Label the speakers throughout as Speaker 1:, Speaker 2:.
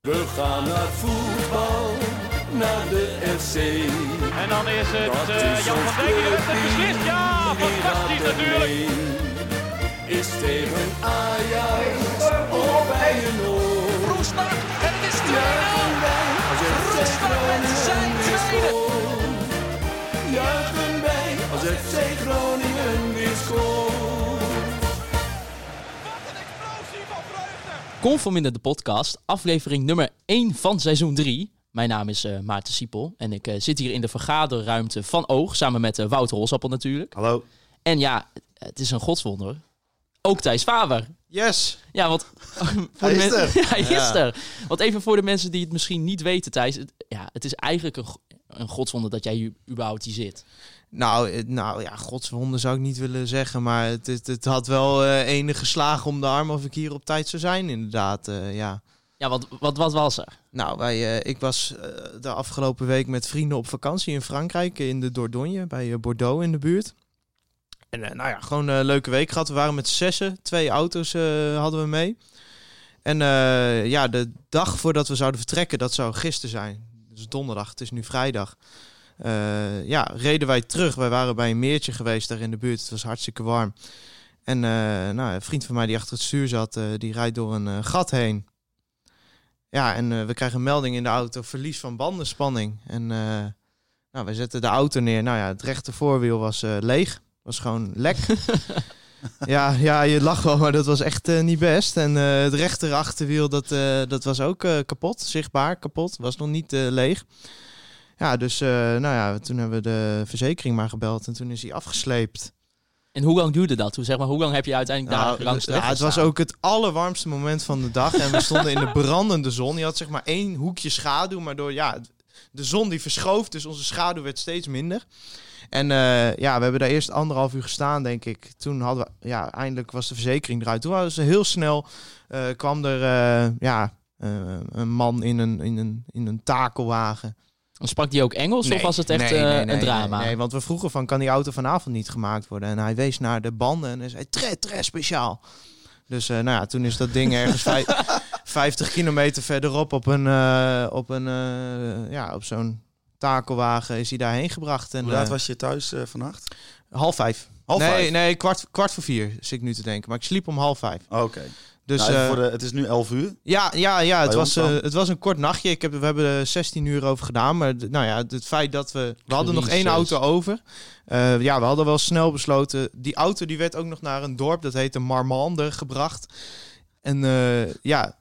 Speaker 1: We gaan naar voetbal, naar de FC.
Speaker 2: En dan is het
Speaker 1: Dat
Speaker 2: eh,
Speaker 1: is
Speaker 2: Jan
Speaker 1: ons
Speaker 2: van Dijk die de wedstrijd
Speaker 1: clubteam.
Speaker 2: beslist. Ja,
Speaker 1: Wie
Speaker 2: fantastisch
Speaker 1: gaat er
Speaker 2: natuurlijk.
Speaker 1: mee? Is tegen Ajax of bij een oor.
Speaker 3: Roestak en het is 2-0.
Speaker 1: Juichen wij als FC
Speaker 3: Roestak met zijn
Speaker 1: Groningen weer
Speaker 3: tweede.
Speaker 1: scoort. Juichen wij als FC Groningen weer scoort.
Speaker 4: Conforminder de podcast, aflevering nummer 1 van seizoen 3. Mijn naam is eh, Maarten Siepel en ik eh, zit hier in de vergaderruimte van Oog, samen met eh, Wouter Holsappel natuurlijk.
Speaker 5: Hallo.
Speaker 4: En ja, het is een godswonder. Ook Thijs Faber.
Speaker 5: Yes.
Speaker 4: Ja, want... voor
Speaker 5: Hij is
Speaker 4: men-
Speaker 5: er.
Speaker 4: Ja, hij is
Speaker 5: Ja.
Speaker 4: er. Want even voor de mensen die het misschien niet weten, Thijs. Het, ja, het is eigenlijk een, go- een godswonder dat jij hier überhaupt hier zit.
Speaker 5: Nou, eh, nou ja, godswonde zou ik niet willen zeggen, maar het, het, het had wel eh enige slagen om de arm of ik hier op tijd zou zijn, inderdaad. eh, ja.
Speaker 4: Ja, want wat, wat was er?
Speaker 5: Nou, wij, eh, ik was eh, de afgelopen week met vrienden op vakantie in Frankrijk, eh, in de Dordogne, bij eh, Bordeaux in de buurt. En eh, nou ja, gewoon een leuke week gehad. We waren met zessen, twee auto's eh, hadden we mee. En eh, ja, de dag voordat we zouden vertrekken, dat zou gisteren zijn. Dus donderdag, het is nu vrijdag. Eh, ja, reden wij terug. Wij waren bij een meertje geweest daar in de buurt. Het was hartstikke warm. En eh, nou, een vriend van mij die achter het stuur zat, eh, die rijdt door een eh, gat heen. Ja, en eh, we krijgen een melding in de auto, verlies van bandenspanning. En eh nou, wij zetten de auto neer. Nou ja, het rechte voorwiel was eh, leeg. Was gewoon lek. ja, ja, je lacht wel, maar dat was echt eh, niet best. En eh, het rechter achterwiel, dat, eh, dat was ook eh, kapot. Zichtbaar kapot. Was nog niet eh, leeg. Ja, dus eh, nou ja, toen hebben we de verzekering maar gebeld. En toen is hij afgesleept.
Speaker 4: En hoe lang duurde dat? Hoe, zeg maar, hoe lang heb je uiteindelijk daar
Speaker 5: Nou,
Speaker 4: langs de
Speaker 5: ja,
Speaker 4: weg
Speaker 5: het was
Speaker 4: gestaan?
Speaker 5: ook het allerwarmste moment van de dag. En we stonden in de brandende zon. Je had zeg maar één hoekje schaduw, maar door ja, de zon die verschoof, dus onze schaduw werd steeds minder. En eh, ja, we hebben daar eerst anderhalf uur gestaan, denk ik. Toen hadden we, ja, eindelijk was de verzekering eruit. Toen was ze heel snel, eh, kwam er, eh, ja, eh, een man in een, in een, in een takelwagen.
Speaker 4: En Sprak die ook Engels of
Speaker 5: Nee,
Speaker 4: was het echt
Speaker 5: nee,
Speaker 4: eh,
Speaker 5: nee,
Speaker 4: een
Speaker 5: nee,
Speaker 4: drama?
Speaker 5: Nee, nee, want we vroegen van, kan die auto vanavond niet gemaakt worden? En hij wees naar de banden en hij zei, tre, tre, speciaal. Dus eh, nou ja, toen is dat ding ergens vij- 50 kilometer verderop op een, eh, op een, eh, ja, op zo'n takelwagen is hij daarheen gebracht. En,
Speaker 6: Hoe laat
Speaker 5: eh,
Speaker 6: was je thuis eh, vannacht?
Speaker 5: Half vijf.
Speaker 6: Half
Speaker 5: nee,
Speaker 6: vijf?
Speaker 5: nee, kwart, kwart voor vier zit ik nu te denken. Maar ik sliep om half vijf.
Speaker 6: Oké.
Speaker 5: Dus
Speaker 6: Nou, even
Speaker 5: eh,
Speaker 6: voor de- het is nu 11 uur.
Speaker 5: ja, ja, ja het,
Speaker 6: Bij
Speaker 5: was,
Speaker 6: ons dan?
Speaker 5: eh, het was een kort nachtje. Ik heb, we hebben er 16 uur over gedaan. Maar d- nou ja, het feit dat we... We hadden nog één
Speaker 4: Jezus.
Speaker 5: auto over. Eh, ja, we hadden wel snel besloten. Die auto die werd ook nog naar een dorp. Dat heette Marmande gebracht. En eh, ja...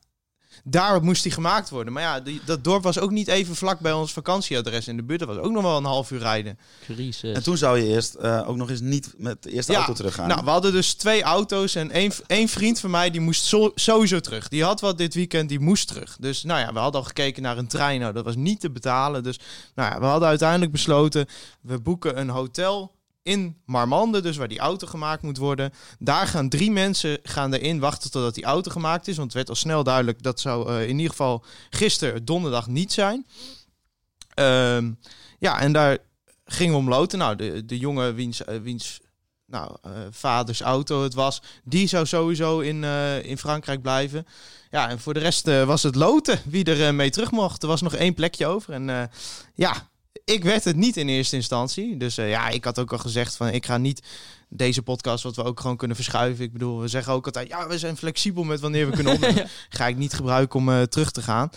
Speaker 5: Daar moest die gemaakt worden. Maar ja, die- dat dorp was ook niet even vlak bij ons vakantieadres in de buurt. Dat was ook nog wel een half uur rijden.
Speaker 4: Crisis.
Speaker 6: En toen zou je eerst eh, ook nog eens niet met de eerste
Speaker 5: Ja,
Speaker 6: auto teruggaan.
Speaker 5: Nou, we hadden dus twee auto's en één, één vriend van mij die moest zo- sowieso terug. Die had wat dit weekend, die moest terug. Dus nou ja, we hadden al gekeken naar een trein. Nou, dat was niet te betalen. Dus nou ja, we hadden uiteindelijk besloten, we boeken een hotel in Marmande, dus waar die auto gemaakt moet worden. Daar gaan drie mensen gaan erin wachten totdat die auto gemaakt is. Want het werd al snel duidelijk, dat zou eh, in ieder geval gisteren donderdag niet zijn. Ehm, ja, en daar gingen we om loten. Nou, de, de jongen wiens, eh, wiens nou, eh, vaders auto het was, die zou sowieso in, eh, in Frankrijk blijven. Ja, en voor de rest eh, was het loten wie er eh, mee terug mocht. Er was nog één plekje over. En eh, ja, ik werd het niet in eerste instantie. Dus eh, ja, ik had ook al gezegd van ik ga niet deze podcast, wat we ook gewoon kunnen verschuiven. Ik bedoel, we zeggen ook altijd, ja, we zijn flexibel met wanneer we kunnen opnemen. Ga ik niet gebruiken om eh, terug te gaan.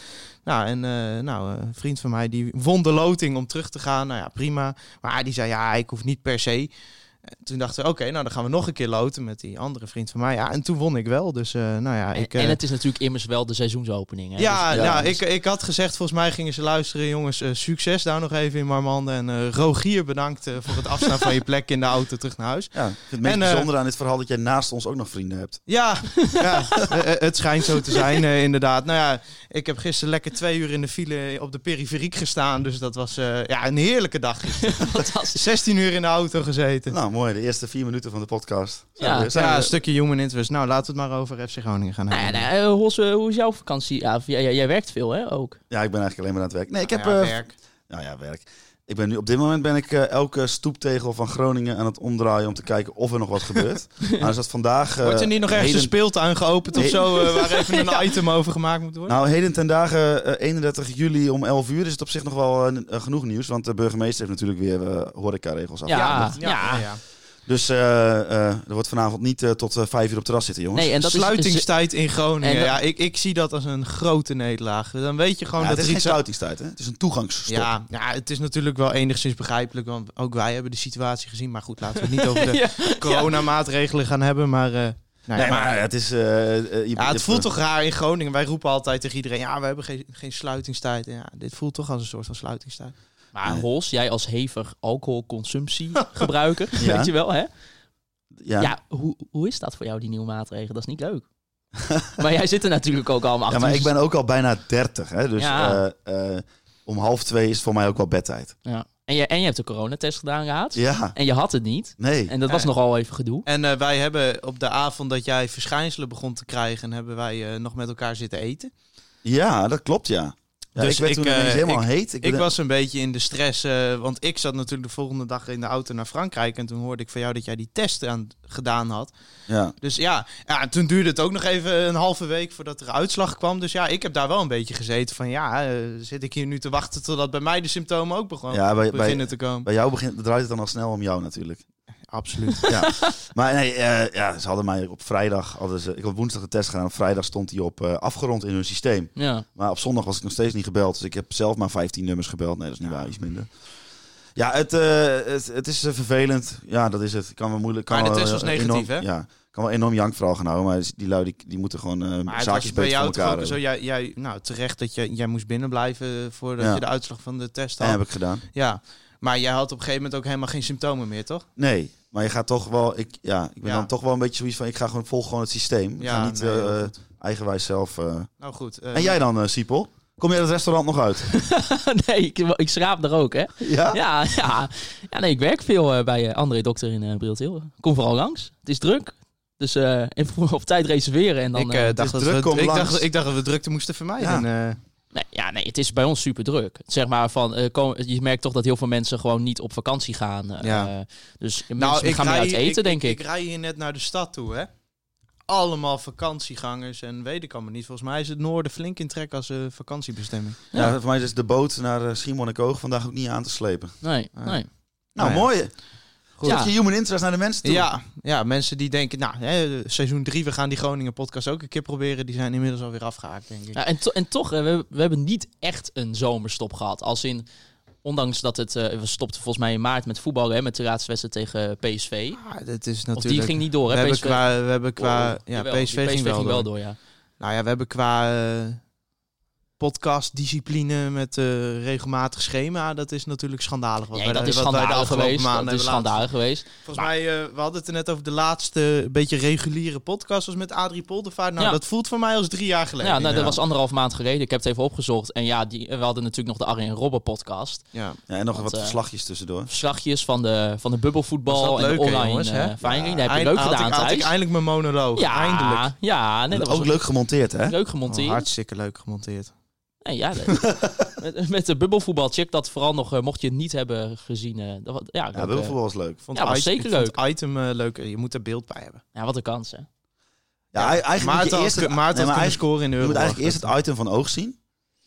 Speaker 5: Nou, en eh, nou, eh, een vriend van mij die won de loting om terug te gaan. Nou ja, prima. Maar die zei, ja, ik hoef niet per se. En toen dachten we, oké, nou dan gaan we nog een keer loten met die andere vriend van mij. Ja, en toen won ik wel. Dus eh, nou ja,
Speaker 4: En-
Speaker 5: ik...
Speaker 4: en,
Speaker 5: eh,
Speaker 4: het is natuurlijk immers wel de seizoensopening. Hè?
Speaker 5: ja,
Speaker 4: Dus-
Speaker 5: nou, ik, ik had gezegd, volgens mij gingen ze luisteren, jongens. eh, succes daar nog even in Marmande. En eh, Rogier, bedankt eh, voor het afstaan van je plek in de auto terug naar huis.
Speaker 6: ja, ik vind het meest
Speaker 5: En, eh,
Speaker 6: bijzondere aan dit verhaal dat jij naast ons ook nog vrienden hebt.
Speaker 5: Ja, ja eh, eh, het schijnt zo te zijn, eh, inderdaad. Nou ja, ik heb gisteren lekker twee uur in de file op de periferiek gestaan. Dus dat was eh, ja, een heerlijke dag.
Speaker 4: Fantastisch.
Speaker 5: 16 uur in de auto gezeten.
Speaker 6: Nou, mooi. De eerste vier minuten van de podcast. Zijn
Speaker 4: Ja.
Speaker 6: we- zijn
Speaker 5: ja,
Speaker 6: we-
Speaker 5: een stukje human interest. Nou, laten we het maar over FC Groningen gaan
Speaker 4: Nou ja,
Speaker 5: hebben.
Speaker 4: nou, eh, Hosse, hoe is jouw vakantie? Ja, of jij, jij- jij werkt veel, hè? Ook.
Speaker 6: ja, ik ben eigenlijk alleen maar aan het werk. Nee, ik heb...
Speaker 5: Nou ja,
Speaker 6: eh,
Speaker 5: werk.
Speaker 6: Nou ja, werk. Ik ben nu, op dit moment ben ik eh, elke stoeptegel van Groningen aan het omdraaien om te kijken of er nog wat gebeurt. nou is dat vandaag... eh,
Speaker 5: Wordt er niet nog ergens een
Speaker 6: heden-
Speaker 5: speeltuin geopend of
Speaker 6: Nee.
Speaker 5: zo, eh, waar even een item over gemaakt moet worden?
Speaker 6: Nou, heden ten dagen eh, 31 juli om 11 uur is het op zich nog wel eh, n- eh, genoeg nieuws. Want de burgemeester heeft natuurlijk weer eh horecaregels af.
Speaker 4: Ja. ja.
Speaker 5: Ah. ja.
Speaker 6: Dus eh, eh, er wordt vanavond niet eh, tot eh, 5 uur op het terras zitten, jongens.
Speaker 4: Nee, en dat is- dus- is...
Speaker 5: Sluitingstijd in Groningen.
Speaker 4: En dat-
Speaker 5: Ja, ik, ik zie dat als een grote nederlaag. Dan weet je gewoon
Speaker 6: Ja,
Speaker 5: Oh, dat
Speaker 6: het
Speaker 5: er
Speaker 6: is geen
Speaker 5: iets aan-
Speaker 6: sluitingstijd, hè? Het is een toegangsstop.
Speaker 5: Ja, ja, het is natuurlijk wel enigszins begrijpelijk, want ook wij hebben de situatie gezien. Maar goed, laten we het niet over de
Speaker 4: Ja.
Speaker 5: coronamaatregelen gaan hebben. Maar, eh, nou ja, maar-
Speaker 6: Nee, maar het is... eh, eh, je-
Speaker 5: ja,
Speaker 6: je-
Speaker 5: het voelt toch raar in Groningen. Wij roepen altijd tegen iedereen, ja, we hebben geen, geen sluitingstijd. En Ja, dit voelt toch als een soort van sluitingstijd.
Speaker 4: Maar Hols, jij als hevig alcoholconsumptiegebruiker,
Speaker 6: Ja.
Speaker 4: weet je wel, hè?
Speaker 6: Ja,
Speaker 4: Ja, hoe, hoe is dat voor jou, die nieuwe maatregelen? Dat is niet leuk. maar jij zit er natuurlijk ook allemaal
Speaker 6: ja,
Speaker 4: achter. dus-
Speaker 6: maar ik ben ook al bijna 30, hè? Dus
Speaker 4: Ja.
Speaker 6: eh, eh, om half twee is voor mij ook wel bedtijd.
Speaker 4: Ja. En, je, en je hebt de coronatest gedaan gehad.
Speaker 6: Ja,
Speaker 4: En je had het niet.
Speaker 6: nee.
Speaker 4: En dat was
Speaker 5: Nee.
Speaker 4: nogal even gedoe.
Speaker 5: En eh, wij hebben op de avond dat jij verschijnselen begon te krijgen, hebben wij eh, nog met elkaar zitten eten.
Speaker 6: Ja, dat klopt, ja. ja
Speaker 5: Dus
Speaker 6: ik werd
Speaker 5: ik,
Speaker 6: toen
Speaker 5: eh,
Speaker 6: ineens helemaal
Speaker 5: ik-
Speaker 6: heet.
Speaker 5: Ik
Speaker 6: ben-
Speaker 5: was een beetje in de stress, eh, want ik zat natuurlijk de volgende dag in de auto naar Frankrijk. En toen hoorde ik van jou dat jij die test aan, gedaan had.
Speaker 6: Ja.
Speaker 5: Dus ja, ja, toen duurde het ook nog even een halve week voordat er uitslag kwam. Dus ja, ik heb daar wel een beetje gezeten van ja, eh, zit ik hier nu te wachten totdat bij mij de symptomen ook begonnen
Speaker 6: Ja, bij- bij-
Speaker 5: beginnen te komen.
Speaker 6: Bij jou begint, draait het dan al snel om jou natuurlijk.
Speaker 5: Absoluut.
Speaker 6: Ja. maar nee, eh, ja, ze hadden mij op vrijdag, hadden ze, ik had woensdag de test gedaan, op vrijdag stond hij op eh, afgerond in hun systeem.
Speaker 4: Ja.
Speaker 6: Maar op zondag was ik nog steeds niet gebeld, dus ik heb zelf maar 15 nummers gebeld. Nee, dat is niet waar, iets minder. Ja, het, eh, het, het is eh, vervelend. Ja, dat is het. Ik Kan wel moeilijk. Kan
Speaker 5: Maar de
Speaker 6: wel,
Speaker 5: test was
Speaker 6: eh,
Speaker 5: negatief,
Speaker 6: enorm-
Speaker 5: hè?
Speaker 6: Ja, ik kan wel enorm jankverhaal gaan houden, maar die lui die, die moeten gewoon eh,
Speaker 5: Maar het was
Speaker 6: zaakjes
Speaker 5: bij
Speaker 6: beter voor
Speaker 5: jou toch
Speaker 6: elkaar eh.
Speaker 5: ook zo,
Speaker 6: hebben.
Speaker 5: jij, jij, nou terecht dat jij, jij moest binnenblijven voordat
Speaker 6: Ja.
Speaker 5: je de uitslag van de test
Speaker 6: Dat
Speaker 5: had.
Speaker 6: heb ik gedaan.
Speaker 5: Ja, maar jij had op een gegeven moment ook helemaal geen symptomen meer, toch?
Speaker 6: Nee, maar je gaat toch wel. Ik, ja, ik ben
Speaker 5: Ja.
Speaker 6: dan toch wel een beetje zoiets van: ik ga gewoon volg gewoon het systeem. Ik
Speaker 5: Ja,
Speaker 6: ga niet
Speaker 5: nee,
Speaker 6: eh,
Speaker 5: heel goed.
Speaker 6: eigenwijs zelf. eh,
Speaker 5: Nou goed. eh,
Speaker 6: En jij dan, eh, Siepel? Kom jij het restaurant nog uit?
Speaker 4: nee, ik, ik schraap er ook, hè?
Speaker 6: ja?
Speaker 4: Ja, ja. ja nee, ik werk veel eh, bij eh, André Dokter in eh Briltil. Kom vooral langs. Het is druk. Dus eh, even op tijd reserveren en dan...
Speaker 5: ik,
Speaker 4: eh,
Speaker 5: eh, dacht dat
Speaker 6: druk,
Speaker 5: we,
Speaker 6: kom
Speaker 5: ik,
Speaker 6: langs.
Speaker 5: dacht, ik dacht dat we drukte moesten vermijden. eh.
Speaker 4: Nee, ja, nee, het is bij ons super druk. Zeg maar van, eh, kom- je merkt toch dat heel veel mensen gewoon niet op vakantie gaan. eh,
Speaker 5: Ja.
Speaker 4: Dus mensen gaan meer
Speaker 5: Nou, rij-
Speaker 4: uit eten, denk ik.
Speaker 5: Ik rij hier net naar de stad toe, hè. Allemaal vakantiegangers en weet ik allemaal niet. Volgens mij is het noorden flink in trek als eh, vakantiebestemming.
Speaker 6: Ja, voor mij is de boot naar eh, Schiermonnikoog en vandaag ook niet aan te slepen.
Speaker 4: Nee,
Speaker 5: Ah.
Speaker 4: nee.
Speaker 6: Nou,
Speaker 5: ja.
Speaker 6: mooi. Goed.
Speaker 4: Ja.
Speaker 6: Dat je human interest naar de mensen toe.
Speaker 5: Ja, ja, mensen die denken, nou, hè, seizoen 3, we gaan die Groningen podcast ook een keer proberen. Die zijn inmiddels alweer afgehaakt, denk ik.
Speaker 4: Ja, en, to- en toch, eh, we, we hebben niet echt een zomerstop gehad. Als in, ondanks dat het... eh, we stopten volgens mij in maart met voetballen, hè, met de raadswedstrijd tegen PSV.
Speaker 5: Ah, dat is
Speaker 4: Of die
Speaker 5: natuurlijk...
Speaker 4: ging niet door,
Speaker 5: we
Speaker 4: hè?
Speaker 5: hebben
Speaker 4: PSV.
Speaker 5: qua, we hebben qua
Speaker 4: Oh,
Speaker 5: ja,
Speaker 4: jawel,
Speaker 5: PSV,
Speaker 4: die
Speaker 5: ging wel, door.
Speaker 4: ja.
Speaker 5: Nou ja, we hebben qua eh, podcast discipline met eh, regelmatig schema. Dat is natuurlijk schandalig. Wat
Speaker 4: Nee,
Speaker 5: wij-
Speaker 4: dat is
Speaker 5: wat wij de
Speaker 4: schandalig
Speaker 5: afgelopen
Speaker 4: geweest.
Speaker 5: maanden
Speaker 4: Dat is
Speaker 5: hebben laten
Speaker 4: schandalig geweest.
Speaker 5: Volgens mij, eh, we hadden het er net over de laatste beetje reguliere podcast was met Adrie Poldervaart. Nou,
Speaker 4: Ja.
Speaker 5: dat voelt voor mij als drie jaar geleden.
Speaker 4: Ja, nou, dat
Speaker 5: Ja.
Speaker 4: was anderhalf maand geleden. Ik heb het even opgezocht. En ja, die, we hadden natuurlijk nog de Arjen Robben podcast.
Speaker 5: Ja.
Speaker 6: Ja, en nog
Speaker 4: Want,
Speaker 6: wat
Speaker 4: eh,
Speaker 6: verslagjes tussendoor.
Speaker 4: Verslagjes van de, van de bubbelvoetbal
Speaker 5: Was
Speaker 4: en
Speaker 5: dat
Speaker 4: de
Speaker 5: leuk, hè,
Speaker 4: online
Speaker 5: jongens, hè?
Speaker 4: eh, veiling.
Speaker 5: Ja,
Speaker 4: dat heb je
Speaker 5: eind-
Speaker 4: leuk
Speaker 5: had
Speaker 4: gedaan
Speaker 5: ik, had ik
Speaker 4: thuis.
Speaker 5: eindelijk mijn monoloog.
Speaker 4: ja,
Speaker 5: Eindelijk.
Speaker 4: ja nee, dat was
Speaker 6: ook leuk gemonteerd, hè?
Speaker 4: leuk
Speaker 5: Oh,
Speaker 4: gemonteerd.
Speaker 5: hartstikke leuk gemonteerd.
Speaker 4: Nee, ja, dat- met, met de bubbelvoetbal, check dat vooral nog, eh, mocht je het niet hebben gezien. eh, dat, was- ja, leuk,
Speaker 6: Ja,
Speaker 4: eh,
Speaker 6: Wilvoetbal was leuk.
Speaker 5: Vond
Speaker 4: Ja, was
Speaker 5: it-
Speaker 4: zeker
Speaker 5: ik vond
Speaker 4: leuk.
Speaker 5: het item eh, leuk. Je moet er beeld bij hebben.
Speaker 4: ja, wat een kans, hè.
Speaker 6: Ja, e- eigenlijk moet
Speaker 5: Maarten
Speaker 6: je
Speaker 5: had,
Speaker 6: eerst
Speaker 5: kun-
Speaker 6: het,
Speaker 5: Maarten
Speaker 6: nee,
Speaker 5: had
Speaker 6: maar
Speaker 5: kunnen
Speaker 6: eigenlijk,
Speaker 5: scoren in de
Speaker 6: je moet
Speaker 5: Euro.
Speaker 6: eigenlijk eerst het item van Oog zien.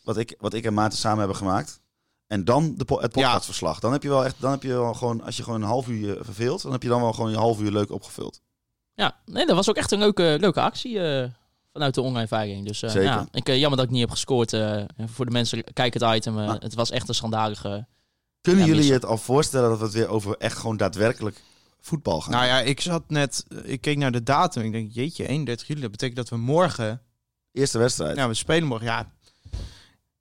Speaker 6: Wat ik, wat ik en Maarten samen hebben gemaakt. En dan de po- het
Speaker 5: Ja.
Speaker 6: podcastverslag. Dan heb je wel echt, dan heb je wel gewoon, als je gewoon een half uur je verveelt, dan heb je dan wel gewoon je half uur leuk opgevuld.
Speaker 4: Ja, nee, dat was ook echt een leuke, leuke actie eh, vanuit de online veiling. Dus eh,
Speaker 6: Zeker.
Speaker 4: ja, ik, eh, jammer dat ik niet heb gescoord. eh, voor de mensen, kijk het item. eh,
Speaker 6: Ah.
Speaker 4: Het was echt een schandalige...
Speaker 6: Kunnen
Speaker 4: Ja,
Speaker 6: jullie
Speaker 4: mis-
Speaker 6: je het al voorstellen dat we het weer over echt gewoon daadwerkelijk voetbal gaan?
Speaker 5: Nou ja, ik zat net... eh, Ik keek naar de datum. Ik denk, jeetje, 31 juli. Dat betekent dat we morgen
Speaker 6: Eerste wedstrijd.
Speaker 5: Ja, we spelen morgen. Ja,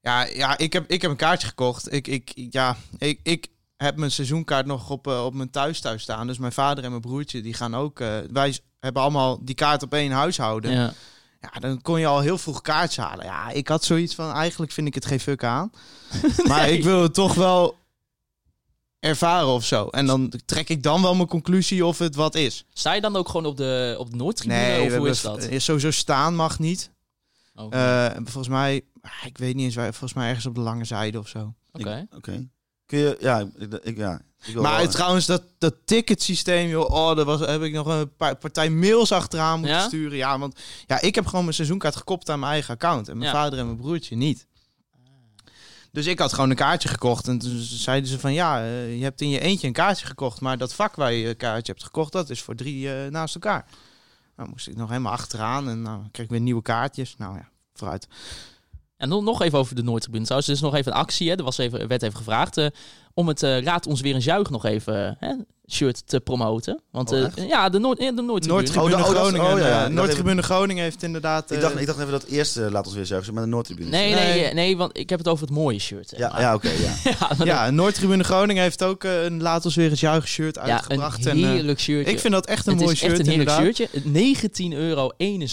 Speaker 5: ja, ja ik, heb, ik heb een kaartje gekocht. Ik, ik, ja, ik, ik heb mijn seizoenkaart nog op, eh, op mijn thuis thuis staan. Dus mijn vader en mijn broertje die gaan ook. eh, wij s- hebben allemaal die kaart op één huishouden. Ja.
Speaker 4: Ja.
Speaker 5: dan kon je al heel vroeg kaartjes halen. Ja, ik had zoiets van eigenlijk vind ik het geen fuck aan. Maar ik wil het toch wel ervaren of zo. En dan trek ik dan wel mijn conclusie of het wat is.
Speaker 4: Sta je dan ook gewoon op de, op de Noordtribune?
Speaker 5: we
Speaker 4: of hoe
Speaker 5: hebben eh,
Speaker 4: is dat?
Speaker 5: v- Sowieso staan mag niet.
Speaker 4: Oh, Oké.
Speaker 5: Eh, volgens mij, ah, ik weet niet eens waar, volgens mij ergens op de lange zijde of zo.
Speaker 6: Oké. Kun je, ja, ik, ik- ja. Ik wil
Speaker 5: Maar
Speaker 6: wel-
Speaker 5: trouwens, dat, dat ticketsysteem, joh, oh, daar was, heb ik nog een paar, partij mails achteraan moeten
Speaker 4: Ja?
Speaker 5: sturen. Ja, want ja, ik heb gewoon mijn seizoenkaart gekoppeld aan mijn eigen account. En mijn
Speaker 4: Ja.
Speaker 5: vader en mijn broertje niet. Dus ik had gewoon een kaartje gekocht. En toen zeiden ze van, ja, eh, je hebt in je eentje een kaartje gekocht. Maar dat vak waar je een kaartje hebt gekocht, dat is voor drie eh, naast elkaar. Nou, moest ik nog helemaal achteraan. En nou, kreeg ik weer nieuwe kaartjes. Nou ja, vooruit.
Speaker 4: En dan nog even over de Noordtribune trouwens. Er is nog even een actie, hè. er was even, werd even gevraagd eh, om het eh, Raad ons weer een juich nog even eh, hè, shirt te promoten. Want
Speaker 6: Oh,
Speaker 4: eh,
Speaker 6: echt?
Speaker 4: ja, de, Noord, ja, de Noordtribune.
Speaker 5: Noordtribune
Speaker 6: Oh, de- oh, dat is-
Speaker 5: Groningen.
Speaker 6: oh, ja, ja.
Speaker 5: eh,
Speaker 6: Ik dacht
Speaker 5: Noordtribune Groningen heeft inderdaad...
Speaker 6: ik,
Speaker 5: eh,
Speaker 6: dacht, ik dacht even dat eerst eh, laat ons weer zuigen maar de Noordtribune.
Speaker 4: nee, nee,
Speaker 5: Nee.
Speaker 4: nee, nee, want ik heb het over het mooie shirt. hè.
Speaker 6: Ja, ja oké. ja.
Speaker 4: Ja, maar
Speaker 5: Ja, en Noordtribune Groningen heeft ook eh, een Laat ons weer eens juichen shirt
Speaker 4: dat- ja, een
Speaker 5: uitgebracht. en, eh,
Speaker 4: heerlijk shirtje.
Speaker 5: ik vind dat echt een
Speaker 4: het
Speaker 5: mooi
Speaker 4: is
Speaker 5: shirt.
Speaker 4: echt een heerlijk
Speaker 5: inderdaad.
Speaker 4: shirtje.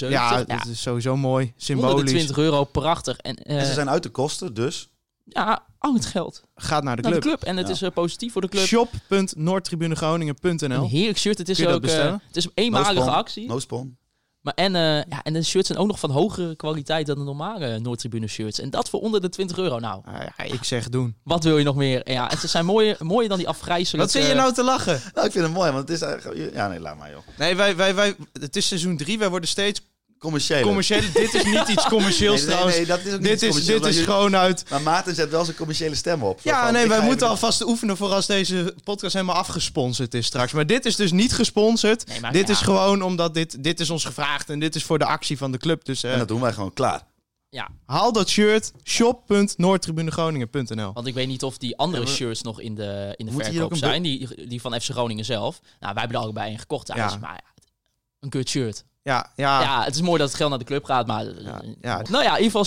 Speaker 4: 19,71 euro.
Speaker 5: Ja, dat is sowieso mooi. Symbolisch.
Speaker 4: 120 euro, prachtig. En, eh,
Speaker 6: En ze zijn uit de kosten, dus.
Speaker 4: ja, al het geld
Speaker 5: Gaat naar de
Speaker 4: naar de
Speaker 5: club.
Speaker 4: club. En het
Speaker 6: Ja.
Speaker 4: is eh, positief voor de club. Een
Speaker 5: Shop.noordtribunegroningen.nl
Speaker 4: heerlijk shirt. Het is
Speaker 5: Kun je dat
Speaker 4: ook eh,
Speaker 5: bestellen?
Speaker 4: het is een eenmalige
Speaker 6: spon.
Speaker 4: actie.
Speaker 6: No spawn.
Speaker 4: Maar en, eh, ja, en de shirts zijn ook nog van hogere kwaliteit dan de normale Noordtribune shirts. En dat voor onder de 20 euro. Nou,
Speaker 5: Ah, ja, ik zeg doen.
Speaker 4: wat wil je nog meer? Ja, het- ze zijn mooier, mooier dan die
Speaker 5: Wat
Speaker 4: afgrijzelijke...
Speaker 5: zit je nou te lachen?
Speaker 6: Nou, ik vind het mooi, want het is eigenlijk... Ja, nee, laat maar, joh.
Speaker 5: Nee, wij, wij, wij, het is seizoen 3. Wij worden steeds
Speaker 6: Commercieel.
Speaker 5: commercieel. dit is niet iets commercieels
Speaker 6: Nee, nee,
Speaker 5: trouwens.
Speaker 6: nee, dat is ook niet
Speaker 5: dit
Speaker 6: iets
Speaker 5: is, dit
Speaker 6: commercieels,
Speaker 5: is
Speaker 6: maar
Speaker 5: gewoon uit...
Speaker 6: Maar Maarten zet wel zijn commerciële stem op. Zo
Speaker 5: Ja,
Speaker 6: van,
Speaker 5: nee,
Speaker 6: ik
Speaker 5: wij
Speaker 6: ga
Speaker 5: moeten
Speaker 6: even-
Speaker 5: alvast oefenen voor als deze podcast helemaal afgesponsord is straks. Maar dit is dus niet gesponsord.
Speaker 4: Nee, maar
Speaker 5: dit
Speaker 4: ja.
Speaker 5: is gewoon omdat dit, dit is ons gevraagd en dit is voor de actie van de club. Dus eh,
Speaker 6: En dat doen wij gewoon klaar.
Speaker 4: Ja,
Speaker 5: haal dat shirt shop.noordtribunegroningen.nl.
Speaker 4: want ik weet niet of die andere shirts nog in de, in de
Speaker 6: Moet hier ook
Speaker 4: verkoop
Speaker 6: een
Speaker 4: zijn. Die, die van FC Groningen zelf. Nou, wij hebben er allebei een gekocht thuis.
Speaker 5: Ja.
Speaker 4: Maar ja, een kut shirt.
Speaker 5: Ja, ja,
Speaker 4: Ja, het is mooi dat het geld naar de club gaat, maar...
Speaker 5: Ah. Ja,
Speaker 4: Nou
Speaker 5: ja.
Speaker 4: ja, in ieder geval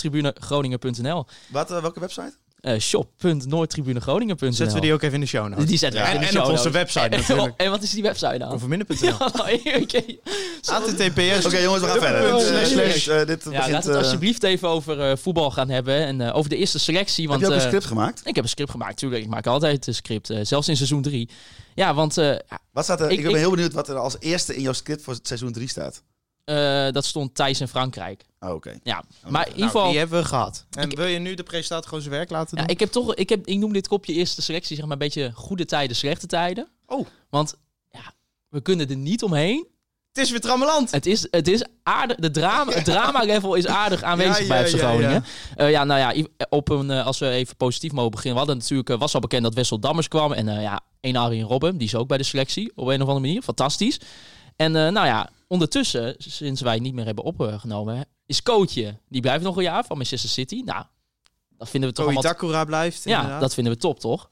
Speaker 4: shop.noordtribunegroningen.nl
Speaker 6: Wat, eh, welke website?
Speaker 4: eh shop.noordtribunegroningen.nl
Speaker 5: zetten we die ook even in de show notes.
Speaker 4: Die zetten we
Speaker 5: Ja,
Speaker 4: in de
Speaker 5: en
Speaker 4: show
Speaker 5: op onze
Speaker 4: notes.
Speaker 5: website
Speaker 4: En-
Speaker 5: natuurlijk.
Speaker 4: En wat is die website nou?
Speaker 5: Onverminder.nl.
Speaker 4: Ja, oké.
Speaker 5: HTTPS.
Speaker 6: Oké,
Speaker 5: Nou,
Speaker 6: jongens, we gaan verder.
Speaker 5: Slash,
Speaker 6: Eh,
Speaker 5: slash.
Speaker 6: dus, eh, dit
Speaker 4: Ja,
Speaker 6: begint...
Speaker 4: laten we het
Speaker 6: eh,
Speaker 4: alsjeblieft even over eh, voetbal gaan hebben en eh, over de eerste selectie.
Speaker 6: Heb
Speaker 4: Want,
Speaker 6: je ook een
Speaker 4: eh,
Speaker 6: script gemaakt?
Speaker 4: ik heb een script gemaakt, natuurlijk. Ik maak altijd een script, eh, zelfs in seizoen 3. Ja, want eh,
Speaker 6: Wat staat er? Ik,
Speaker 4: ik-
Speaker 6: ben
Speaker 4: ik-
Speaker 6: heel benieuwd wat er als eerste in jouw script voor seizoen 3 staat.
Speaker 4: eh, dat stond Thijs in Frankrijk.
Speaker 6: Oh, oké.
Speaker 4: Ja, maar in ieder
Speaker 5: Nou,
Speaker 4: geval...
Speaker 5: die hebben we gehad. En wil je nu de presentator gewoon zijn werk laten doen?
Speaker 4: Ja, ik heb toch, ik, heb, ik noem dit kopje eerste selectie, zeg maar, een beetje goede tijden, slechte tijden.
Speaker 5: Oh.
Speaker 4: Want ja, we kunnen er niet omheen.
Speaker 5: Het is weer Trammeland.
Speaker 4: Het is, het is aardig, de drama, het drama-level is aardig aanwezig
Speaker 5: Ja,
Speaker 4: bij
Speaker 5: ja,
Speaker 4: FC
Speaker 5: ja,
Speaker 4: Groningen.
Speaker 5: ja.
Speaker 4: Ja, ja nou ja, i- op een, eh, als we even positief mogen beginnen. We hadden natuurlijk, eh, was al bekend dat Wessel Dammers kwam. En eh, ja, één Arjen Robben, die is ook bij de selectie op een of andere manier. Fantastisch. En eh, nou ja, ondertussen, sinds wij het niet meer hebben opgenomen, is Cootje, die blijft nog een jaar van Manchester City. Nou, dat vinden we toch
Speaker 5: Toei
Speaker 4: allemaal...
Speaker 5: Takura blijft.
Speaker 4: Ja,
Speaker 5: inderdaad.
Speaker 4: dat vinden we top, toch?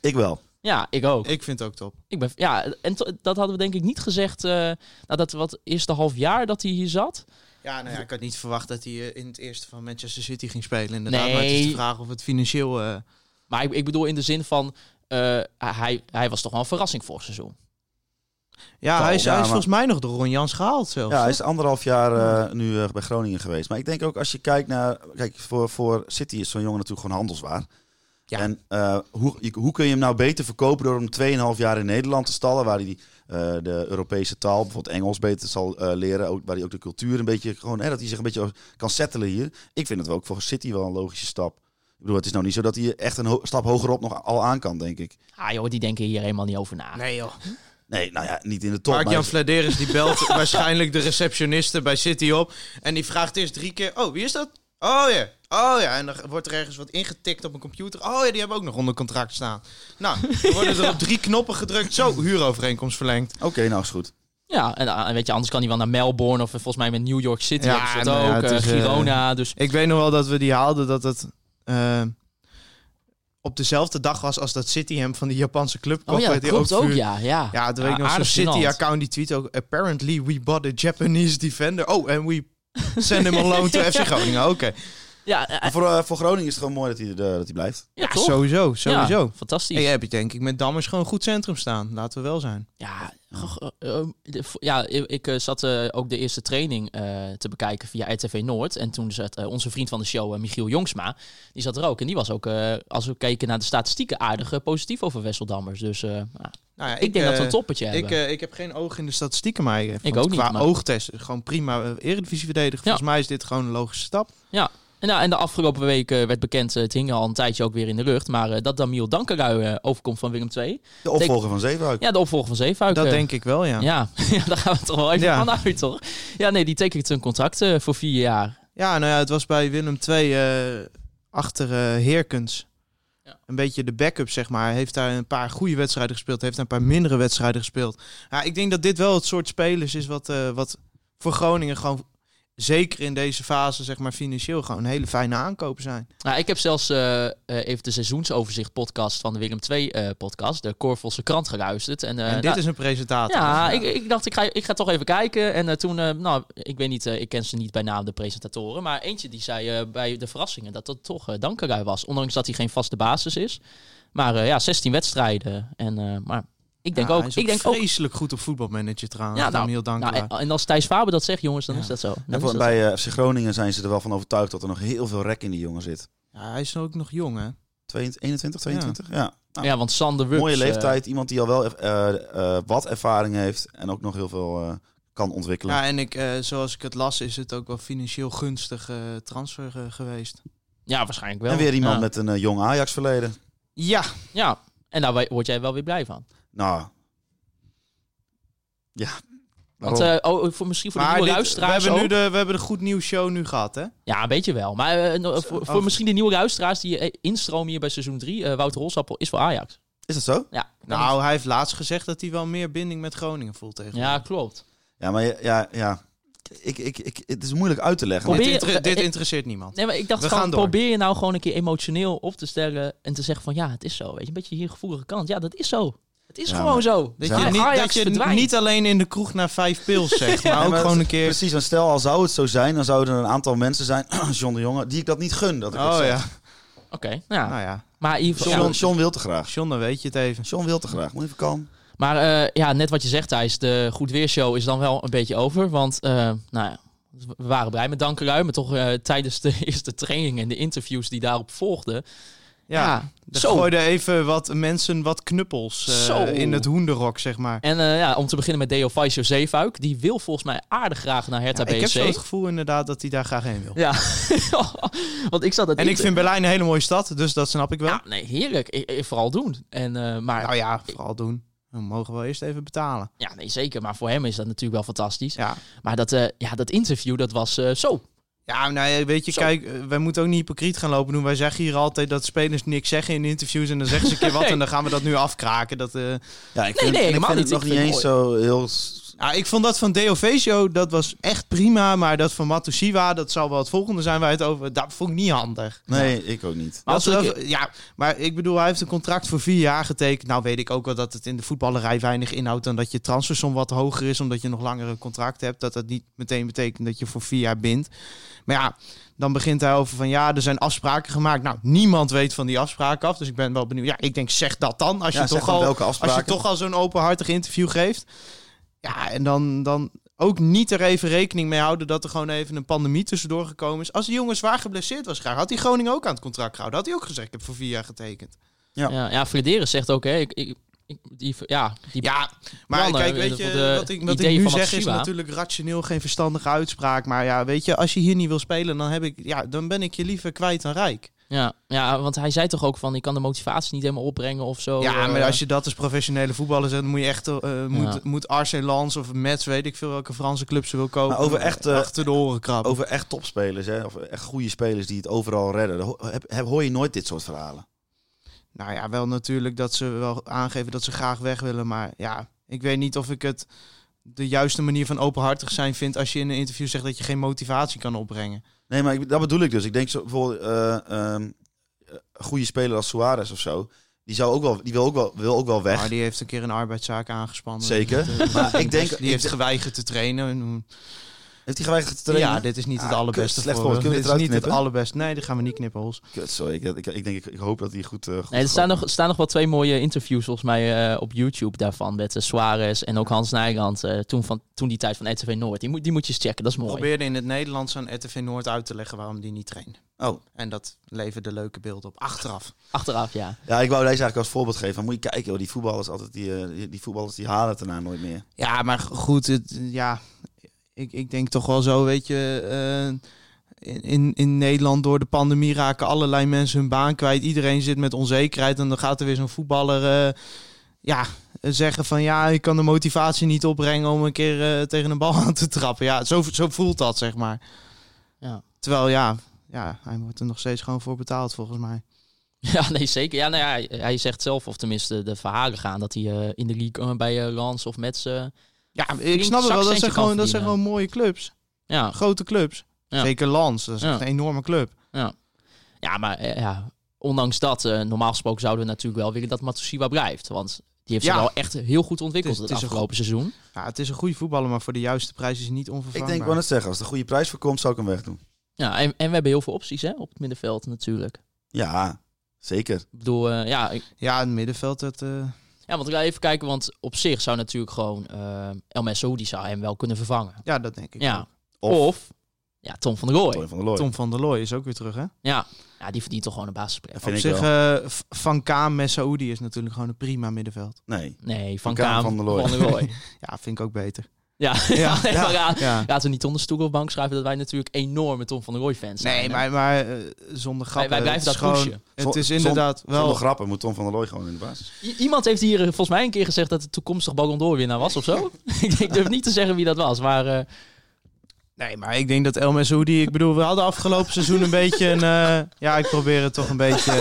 Speaker 6: Ik wel.
Speaker 4: Ja, ik ook.
Speaker 5: Ik vind het ook top.
Speaker 4: Ik ben, ja, en to- dat hadden we denk ik niet gezegd eh nadat we wat eerste half jaar dat hij hier zat.
Speaker 5: Ja, nou ja, ik had niet verwacht dat hij eh, in het eerste van Manchester City ging spelen. Inderdaad, maar het
Speaker 4: Nee.
Speaker 5: is de vraag of het financieel... eh,
Speaker 4: Maar ik, ik bedoel in de zin van, eh, hij, hij was toch wel een verrassing vorig seizoen.
Speaker 5: Ja, hij is, hij
Speaker 6: Ja,
Speaker 5: is
Speaker 6: maar-
Speaker 5: volgens mij nog door Ron Jans gehaald zelfs.
Speaker 6: Ja, hij is anderhalf jaar eh, nu eh, bij Groningen geweest. Maar ik denk ook als je kijkt naar... Kijk, voor, voor City is zo'n jongen natuurlijk gewoon handelswaar.
Speaker 5: Ja.
Speaker 6: En eh, hoe, je- hoe kun je hem nou beter verkopen door hem 2,5 jaar in Nederland te stallen... waar hij die, eh, de Europese taal, bijvoorbeeld Engels, beter zal eh, leren. Ook, waar hij ook de cultuur een beetje... Gewoon, hè, dat hij zich een beetje kan settelen hier. Ik vind het ook voor City wel een logische stap. Ik bedoel, het is nou niet zo dat hij echt een ho- stap hogerop nog al aan kan, denk ik.
Speaker 4: Ah joh, die denken hier helemaal niet over na.
Speaker 5: Nee joh.
Speaker 6: Nee, nou ja, niet in de top. maar-
Speaker 5: Mark-Jan Vladeris die belt waarschijnlijk de receptioniste bij City op. En die vraagt eerst drie keer, oh wie is dat? Oh ja, oh ja. En dan wordt er ergens wat ingetikt op een computer. Oh ja, die hebben ook nog onder contract staan. Nou, dan worden er op drie knoppen gedrukt. Zo, huurovereenkomst verlengd.
Speaker 6: Oké, nou is goed.
Speaker 4: Ja, en ah, weet je, anders kan hij wel naar Melbourne of eh, volgens mij met New York City
Speaker 5: Ja,
Speaker 4: hebben ze dat
Speaker 5: nou ja,
Speaker 4: ook,
Speaker 5: het
Speaker 4: eh,
Speaker 5: is, eh,
Speaker 4: Girona. Dus
Speaker 5: Ik weet nog wel dat we die haalden dat het... eh, op dezelfde dag was als dat City hem van die Japanse club
Speaker 4: oh ja, dat
Speaker 5: kocht, die
Speaker 4: klopt ook,
Speaker 5: vuur-
Speaker 4: ja. Ja,
Speaker 5: Ja, toen weet ik nog zo'n
Speaker 4: aardig gênant.
Speaker 5: City-account die tweet ook... Apparently we bought a Japanese defender. Oh, and we send him on loan to FC Groningen. Oké.
Speaker 4: Ja, eh,
Speaker 6: Maar voor, eh, voor Groningen is het gewoon mooi dat hij, eh, dat hij blijft.
Speaker 4: ja, toch?
Speaker 5: Sowieso,
Speaker 4: Ja,
Speaker 5: sowieso.
Speaker 4: fantastisch.
Speaker 5: En jij hebt denk ik met Dammers gewoon een goed centrum staan. Laten we wel zijn.
Speaker 4: Ja, goh, eh, eh, de- vo- ja ik, ik, eh, zat eh, ook de eerste training eh, te bekijken via RTV Noord. En toen zat eh, onze vriend van de show, eh, Michiel Jongsma, die zat er ook. En die was ook, eh, als we keken naar de statistieken, aardig eh, positief over Wesseldammers. Dus eh, nou,
Speaker 5: Nou ja,
Speaker 4: ik, denk dat we
Speaker 5: eh,
Speaker 4: een toppertje
Speaker 5: Ik,
Speaker 4: hebben.
Speaker 5: eh, ik heb geen oog in de statistieken, maar ik,
Speaker 4: ook niet,
Speaker 5: qua
Speaker 4: maar-
Speaker 5: oogtest gewoon prima eh, eredivisie verdedigen.
Speaker 4: Ja.
Speaker 5: Volgens mij is dit gewoon een logische stap.
Speaker 4: ja, en Nou, en de afgelopen week eh, werd bekend, eh, het hing al een tijdje ook weer in de lucht, maar eh, dat Damiel Dankerui eh, overkomt van Willem II.
Speaker 6: De opvolger van Zeefuik.
Speaker 4: Ja, de opvolger van Zeefuik.
Speaker 5: Dat
Speaker 4: eh,
Speaker 5: denk ik wel, ja. ja.
Speaker 4: Ja, ja, daar gaan we toch wel even
Speaker 5: Ja.
Speaker 4: van uit, toch? Ja, nee, die tekent een contract eh, voor vier jaar.
Speaker 5: nou ja, het was bij Willem II eh, achter eh, Heerkens.
Speaker 4: Ja.
Speaker 5: Een beetje de backup, zeg maar. Hij Heeft daar een paar goede wedstrijden gespeeld. Heeft daar een paar mindere wedstrijden gespeeld. Ja, ik denk dat dit wel het soort spelers is wat, eh, wat voor Groningen gewoon... Zeker in deze fase, zeg maar, financieel gewoon een hele fijne aankopen zijn.
Speaker 4: Nou, ik heb zelfs eh, eh, even de seizoensoverzicht podcast van de Willem II eh, podcast, de Korvelse Krant, geluisterd. En, eh,
Speaker 5: en dit
Speaker 4: nou,
Speaker 5: is een presentator.
Speaker 4: Ja,
Speaker 5: Dus,
Speaker 4: ik, ik dacht, ik ga, ik ga toch even kijken. En eh, toen, eh, nou, ik weet niet, eh, ik ken ze niet bij naam, de presentatoren. Maar eentje die zei eh, bij de verrassingen dat dat toch eh Dankerui was. Ondanks dat hij geen vaste basis is. Maar eh, ja, 16 wedstrijden. En, eh, maar ik denk
Speaker 5: Ja,
Speaker 4: ook,
Speaker 5: hij is
Speaker 4: ik denk ook.
Speaker 5: vreselijk goed op voetbalmanager trouwens.
Speaker 4: Ja, nou,
Speaker 5: heel dankbaar.
Speaker 4: nou, en, en als Thijs Faber dat zegt, jongens, dan is dat zo. Dan
Speaker 6: En
Speaker 4: is
Speaker 6: voor-
Speaker 4: dat
Speaker 6: bij eh, FC Groningen zijn ze er wel van overtuigd dat er nog heel veel rek in die jongen zit.
Speaker 5: Ja, hij is nou ook nog jong, hè?
Speaker 6: 22, 21, 22? Ja.
Speaker 4: zo.
Speaker 6: Nou,
Speaker 4: ja, want Sander Wux.
Speaker 6: mooie
Speaker 4: eh,
Speaker 6: leeftijd. iemand die al wel eh, eh, wat ervaring heeft en ook nog heel veel eh, kan ontwikkelen.
Speaker 5: Ja, en ik, eh, zoals ik het las, is het ook wel financieel gunstig eh, transfer eh, geweest.
Speaker 4: ja, waarschijnlijk wel.
Speaker 6: en weer iemand
Speaker 4: ja.
Speaker 6: met een eh, jong Ajax verleden.
Speaker 5: Ja,
Speaker 4: Ja, en daar wa- word jij wel weer blij van.
Speaker 6: Nou. Ja.
Speaker 4: Want
Speaker 6: waarom?
Speaker 4: eh, oh, voor, misschien voor de nieuwe
Speaker 5: dit- we,
Speaker 4: luisteraars
Speaker 5: hebben nu
Speaker 4: ook.
Speaker 5: de, we hebben de goed nieuws show nu gehad, hè?
Speaker 4: Ja, een beetje wel. Maar eh, no- voor, voor
Speaker 5: Oh.
Speaker 4: misschien de nieuwe luisteraars die eh, instromen hier bij seizoen 3, Wouter Holsappel is voor Ajax.
Speaker 6: Is dat zo?
Speaker 4: Ja,
Speaker 5: Nou, hij heeft laatst gezegd dat hij wel meer binding met Groningen voelt tegen.
Speaker 4: ja klopt.
Speaker 6: Ja, maar ja, ja. ja. Ik, ik, ik, het is moeilijk uit te leggen.
Speaker 4: Probeer-
Speaker 6: want
Speaker 5: Dit, inter-
Speaker 4: eh,
Speaker 5: dit
Speaker 4: eh,
Speaker 5: interesseert niemand.
Speaker 4: Nee, maar ik dacht
Speaker 5: We
Speaker 4: gewoon,
Speaker 5: gaan door.
Speaker 4: probeer je nou gewoon een keer emotioneel op te stellen en te zeggen van ja, het is zo. Weet je, een beetje hier gevoelige kant. Ja, dat is zo. Het is
Speaker 6: Ja,
Speaker 4: gewoon
Speaker 6: maar-
Speaker 4: zo.
Speaker 5: Dat
Speaker 4: Ja,
Speaker 5: je, niet,
Speaker 4: Ajax
Speaker 5: dat je
Speaker 4: verdwijnt.
Speaker 5: niet alleen in de kroeg naar vijf pils zegt, maar
Speaker 6: Nee,
Speaker 5: ook
Speaker 6: maar
Speaker 5: gewoon een
Speaker 6: het-
Speaker 5: keer...
Speaker 6: Precies, want stel al zou het zo zijn, dan zouden er een aantal mensen zijn, John de Jonge, die ik dat niet gun. Dat ik dat
Speaker 5: Oh
Speaker 6: zeg.
Speaker 5: ja,
Speaker 4: Oké, nou,
Speaker 5: nou ja.
Speaker 4: maar in ieder geval-
Speaker 6: John,
Speaker 4: ja.
Speaker 6: John wil te graag.
Speaker 5: John, dan weet je het even.
Speaker 6: John wil te graag. Moet even kalm.
Speaker 4: Maar eh, ja, net wat je zegt Thijs, de Goed Weershow is dan wel een beetje over. Want eh, nou ja, we waren blij met Dankerui, maar toch eh, tijdens de eerste training en de interviews die daarop volgden.
Speaker 5: Ja,
Speaker 4: ja
Speaker 5: er
Speaker 4: zo
Speaker 5: gooiden even wat mensen wat knuppels eh,
Speaker 4: Zo.
Speaker 5: in het hoenderok, zeg maar.
Speaker 4: En eh, ja, om te beginnen met Deo Faisio Zeefuik. Die wil volgens mij aardig graag naar Hertha
Speaker 5: Ja, ik heb
Speaker 4: BSC.
Speaker 5: zo het gevoel inderdaad dat hij daar graag heen wil.
Speaker 4: Ja, want ik zat het
Speaker 5: En ik vind Berlijn een hele mooie stad, dus dat snap ik wel.
Speaker 4: Ja, nee, heerlijk. Ik, ik- vooral doen. En, eh, maar,
Speaker 5: nou ja, vooral doen. We mogen wel eerst even betalen.
Speaker 4: ja, nee, zeker. Maar voor hem is dat natuurlijk wel fantastisch.
Speaker 5: Ja,
Speaker 4: Maar dat, eh, ja, dat interview, dat was eh, zo.
Speaker 5: ja nou ja, weet je,
Speaker 4: Zo.
Speaker 5: kijk, eh, wij moeten ook niet hypocriet gaan lopen doen. Wij zeggen hier altijd dat spelers niks zeggen in interviews en dan zeggen ze een keer wat
Speaker 4: Nee.
Speaker 5: en dan gaan we dat nu afkraken. Dat, eh,
Speaker 6: Ja, ik
Speaker 4: Nee, nee,
Speaker 6: en ik
Speaker 4: helemaal
Speaker 6: vind
Speaker 4: niet.
Speaker 6: het nog
Speaker 4: Ik
Speaker 6: niet
Speaker 4: vind
Speaker 6: eens
Speaker 4: het
Speaker 6: zo heel... s-
Speaker 5: ja, ik vond dat van Deo Vecio, dat was echt prima, maar dat van Matusiwa, dat zal wel het volgende zijn waar het over... Dat vond ik niet handig.
Speaker 6: Nee, ik ook niet.
Speaker 4: Maar
Speaker 5: Dat
Speaker 4: als
Speaker 5: is wel- ja, maar ik bedoel, hij heeft een contract voor vier jaar getekend. Nou weet ik ook wel dat het in de voetballerij weinig inhoudt... dan dat je transfersom wat hoger is, omdat je nog langer een contract hebt. Dat dat niet meteen betekent dat je voor vier jaar bindt. Maar ja, dan begint hij over van ja, er zijn afspraken gemaakt. Nou, niemand weet van die afspraken af, dus ik ben wel benieuwd. Ja, ik denk, zeg dat dan, als
Speaker 6: Ja,
Speaker 5: je
Speaker 6: zeg
Speaker 5: toch
Speaker 6: dan
Speaker 5: al...
Speaker 6: welke
Speaker 5: Als je
Speaker 6: afspraken.
Speaker 5: toch al zo'n openhartig interview geeft. Ja, en dan, dan ook niet er even rekening mee houden dat er gewoon even een pandemie tussendoor gekomen is. Als die jongen zwaar geblesseerd was graag, had hij Groningen ook aan het contract gehouden. Had hij ook gezegd, ik heb voor vier jaar getekend.
Speaker 6: Ja.
Speaker 4: Ja, ja Frederis zegt ook, hè, ik, ik, ik- die, ja, die,
Speaker 5: Ja, maar
Speaker 4: Mannen,
Speaker 5: kijk, weet
Speaker 4: de-
Speaker 5: je,
Speaker 4: de-
Speaker 5: wat ik, wat ik
Speaker 4: ideeën
Speaker 5: nu
Speaker 4: van
Speaker 5: zeg is
Speaker 4: Matsiwa.
Speaker 5: natuurlijk rationeel geen verstandige uitspraak. Maar ja, weet je, als je hier niet wil spelen, dan, heb ik, ja, dan ben ik je liever kwijt dan rijk.
Speaker 4: ja, ja, want hij zei toch ook van, ik kan de motivatie niet helemaal opbrengen of zo.
Speaker 5: ja,
Speaker 4: eh,
Speaker 5: maar als je dat als professionele voetballer zegt, dan moet je echt, eh, moet,
Speaker 4: Ja.
Speaker 5: moet Arsenal Lens of Metz, weet ik veel welke Franse club ze wil kopen.
Speaker 6: Maar over echt, eh,
Speaker 5: achter de oren krabben.
Speaker 6: Over echt topspelers, hè, of echt goede spelers die het overal redden. daar ho- heb- heb- hoor je nooit dit soort verhalen.
Speaker 5: Nou ja, wel natuurlijk dat ze wel aangeven dat ze graag weg willen. Maar ja, ik weet niet of ik het de juiste manier van openhartig zijn vind als je in een interview zegt dat je geen motivatie kan opbrengen.
Speaker 6: Nee, maar ik, dat bedoel ik dus. Ik denk zo, bijvoorbeeld eh, ehm, een goede speler als Suarez of zo. Die, zou ook wel, die wil, ook wel, wil ook wel weg.
Speaker 5: Maar die heeft een keer een arbeidszaak aangespannen.
Speaker 6: Zeker.
Speaker 4: eh,
Speaker 6: Maar ik denk...
Speaker 5: Die heeft geweigerd te trainen.
Speaker 6: Heeft hij geweigerd te trainen?
Speaker 5: Ja, dit is niet het
Speaker 6: Ah,
Speaker 5: allerbeste
Speaker 6: kut, slecht
Speaker 5: voorbeeld.
Speaker 6: voorbeeld. Kunnen we dit
Speaker 5: Dit is niet
Speaker 6: eruit
Speaker 5: het
Speaker 6: knippen?
Speaker 5: allerbeste. Nee, dat gaan we niet knippen, Hols.
Speaker 6: Kut, sorry. Ik, ik, ik denk, ik, ik hoop dat hij goed... eh, goed
Speaker 4: Nee, er
Speaker 6: gaat.
Speaker 4: staan nog, staan nog wel twee mooie interviews volgens mij eh, op YouTube daarvan. Met eh, Suarez en ook Hans Nijland. eh, toen, van, toen die tijd van RTV Noord. Die moet, die moet je eens checken, dat is mooi.
Speaker 5: Probeerde in het Nederlands aan RTV Noord uit te leggen waarom die niet trainde.
Speaker 6: Oh,
Speaker 5: En dat leverde leuke beelden op achteraf.
Speaker 4: Achteraf, ja.
Speaker 6: ja, ik wou deze eigenlijk als voorbeeld geven. Maar moet je kijken, joh, die voetballers altijd die, eh, die, die voetballers die halen het daarna nooit meer.
Speaker 5: Ja, maar goed, het, ja, ik, ik denk toch wel zo, weet je, eh, in, in, in Nederland door de pandemie raken allerlei mensen hun baan kwijt. Iedereen zit met onzekerheid. En dan gaat er weer zo'n voetballer eh, ja, eh, zeggen van ja, ik kan de motivatie niet opbrengen om een keer eh, tegen een bal aan te trappen. Ja, zo, zo voelt dat, zeg maar.
Speaker 4: Ja.
Speaker 5: Terwijl ja, ja, hij wordt er nog steeds gewoon voor betaald volgens mij.
Speaker 4: Ja, nee, zeker. Ja, nou ja, hij, hij zegt zelf, of tenminste de verhalen gaan, dat hij eh, in de league eh, bij eh, Lans of Mets... eh,
Speaker 5: Ja, ik
Speaker 4: flink
Speaker 5: snap het wel. Dat
Speaker 4: zakcentje
Speaker 5: zijn,
Speaker 4: kan
Speaker 5: gewoon, dat
Speaker 4: verdienen.
Speaker 5: zijn gewoon mooie clubs.
Speaker 4: ja,
Speaker 5: Grote clubs.
Speaker 4: Ja.
Speaker 5: Zeker Lans, dat is
Speaker 4: Ja.
Speaker 5: echt een enorme club.
Speaker 4: ja, maar eh, ja, ondanks dat, eh, normaal gesproken zouden we natuurlijk wel willen dat Matsushiba blijft. Want die heeft zich
Speaker 5: Ja.
Speaker 4: wel echt heel goed ontwikkeld
Speaker 5: Het
Speaker 4: het,
Speaker 5: is- het is een
Speaker 4: afgelopen seizoen.
Speaker 5: Ja, het is een goede voetballer, maar voor de juiste prijs is hij niet onvervangbaar.
Speaker 6: Ik denk wel net zeggen, als er een goede prijs voor komt, zou ik hem wegdoen.
Speaker 4: Ja, en, en we hebben heel veel opties hè, op het middenveld natuurlijk.
Speaker 6: Ja, zeker.
Speaker 4: Ik bedoel, eh, ja, ik-
Speaker 5: Ja, het middenveld, dat... eh,
Speaker 4: ja, want ik ga even kijken, want op zich zou natuurlijk gewoon eh El Mesoudi zou hem wel kunnen vervangen.
Speaker 5: ja, dat denk ik
Speaker 4: ja.
Speaker 5: ook.
Speaker 6: Of-
Speaker 4: Of, ja, Tom van der Rooij.
Speaker 6: Tony van der Looy.
Speaker 5: Tom van der Looy is ook weer terug, hè?
Speaker 4: Ja. ja, die verdient toch gewoon een basisplek.
Speaker 6: Dat vind
Speaker 5: Op
Speaker 6: ik
Speaker 5: zich,
Speaker 6: wel.
Speaker 5: eh, V- Van Kaam met Saoedi is natuurlijk gewoon een prima middenveld.
Speaker 6: Nee.
Speaker 4: Nee,
Speaker 6: Van
Speaker 4: Van
Speaker 6: Kaam,
Speaker 4: Kaam,
Speaker 6: Van der Looy.
Speaker 5: Ja, vind ik ook beter.
Speaker 4: Ja,
Speaker 5: Ja,
Speaker 4: ja, nee,
Speaker 5: ja,
Speaker 4: maar raad-
Speaker 5: ja.
Speaker 4: laten we niet onder stoel of bank schrijven dat wij natuurlijk enorme Tom van der Rooij fans zijn.
Speaker 5: Nee,
Speaker 4: hè.
Speaker 5: maar, maar eh, zonder grap.
Speaker 4: wij, wij blijven dat pushen.
Speaker 5: Het is
Speaker 6: Zon-
Speaker 5: inderdaad wel...
Speaker 6: Zonder grappen moet Tom van der Looy gewoon in de basis.
Speaker 4: I- iemand heeft hier eh, volgens mij een keer gezegd dat het toekomstig Ballon d'Or winnaar was of zo. ik, ik durf niet te zeggen wie dat was, maar eh,
Speaker 5: Nee, maar ik denk dat El Messoudi... Ik bedoel, we hadden afgelopen seizoen een beetje een... eh, ja, ik probeer het toch een beetje,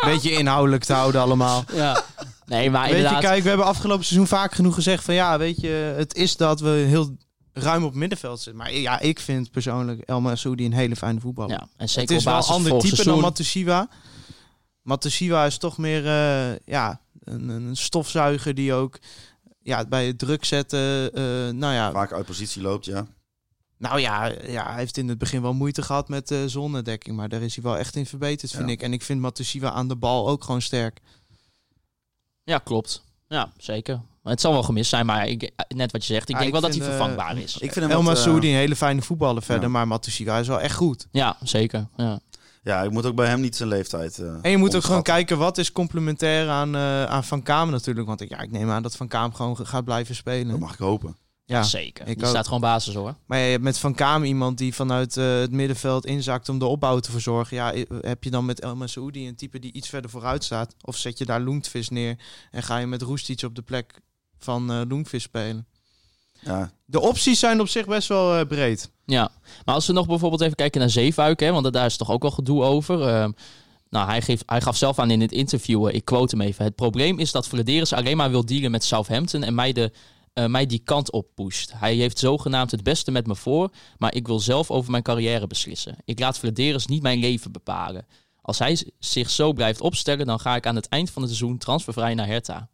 Speaker 5: een beetje inhoudelijk te houden allemaal.
Speaker 4: ja. Nee, maar
Speaker 5: Weet je,
Speaker 4: inderdaad.
Speaker 5: kijk, we hebben afgelopen seizoen vaak genoeg gezegd van... Ja, weet je, het is dat we heel ruim op middenveld zitten. Maar ja, ik vind persoonlijk El Messoudi een hele fijne voetballer.
Speaker 4: ja, en
Speaker 5: het
Speaker 4: zeker op
Speaker 5: is wel een
Speaker 4: basis van
Speaker 5: ander type
Speaker 4: vorig seizoen.
Speaker 5: dan Matosiwa. Matosiwa is toch meer eh, ja, een, een stofzuiger die ook ja, bij het druk zetten... eh, nou ja,
Speaker 6: Vaak uit positie loopt, ja.
Speaker 5: nou ja, ja, hij heeft in het begin wel moeite gehad met eh zonnedekking. Maar daar is hij wel echt in verbeterd, vind
Speaker 6: Ja.
Speaker 5: ik. En ik vind Matosiwa aan de bal ook gewoon sterk.
Speaker 4: Ja, klopt. Ja, zeker. Maar het zal wel gemist zijn, maar ik, eh, net wat je zegt, ik
Speaker 5: Ja,
Speaker 4: denk wel
Speaker 5: ik
Speaker 4: dat
Speaker 5: vind,
Speaker 4: hij
Speaker 5: eh,
Speaker 4: vervangbaar is.
Speaker 6: Ik vind hem
Speaker 5: El
Speaker 6: wat, eh,
Speaker 5: Masoudi, een hele fijne voetballer verder.
Speaker 6: ja.
Speaker 5: Maar Matosiwa is wel echt goed.
Speaker 4: Ja, zeker. Ja.
Speaker 6: ja, ik moet ook bij hem niet zijn leeftijd. eh,
Speaker 5: En je moet ook gewoon
Speaker 6: onderschatten.
Speaker 5: kijken wat is complementair aan, eh, aan Van Kaam natuurlijk. Want ik, ja, ik neem aan dat Van Kaam gewoon gaat blijven
Speaker 6: Dat
Speaker 5: spelen.
Speaker 6: mag ik hopen.
Speaker 5: Ja.
Speaker 4: zeker.
Speaker 5: ik
Speaker 4: Die
Speaker 5: ook.
Speaker 4: staat gewoon basis hoor.
Speaker 5: Maar ja, je hebt met Van Kaam iemand die vanuit eh, het middenveld inzakt om de opbouw te verzorgen. Ja, i- heb je dan met El Masoudi een type die iets verder vooruit staat? Of zet je daar Loentvis neer en ga je met Roest iets op de plek van eh Loentvis spelen?
Speaker 6: Ja,
Speaker 5: De opties zijn op zich best wel eh, breed.
Speaker 4: Ja, maar als we nog bijvoorbeeld even kijken naar Zeefuik, hè, want daar is toch ook wel gedoe over. Ehm, nou, hij, geeft, hij gaf zelf aan in het interview, eh, ik quote hem even. Het probleem is dat Vladeris alleen maar wil dealen met Southampton en mij, de, eh, mij die kant op pusht. Hij heeft zogenaamd het beste met me voor, maar ik wil zelf over mijn carrière beslissen. Ik laat Vladeris niet mijn leven bepalen. Als hij z- zich zo blijft opstellen, dan ga ik aan het eind van het seizoen transfervrij naar Hertha.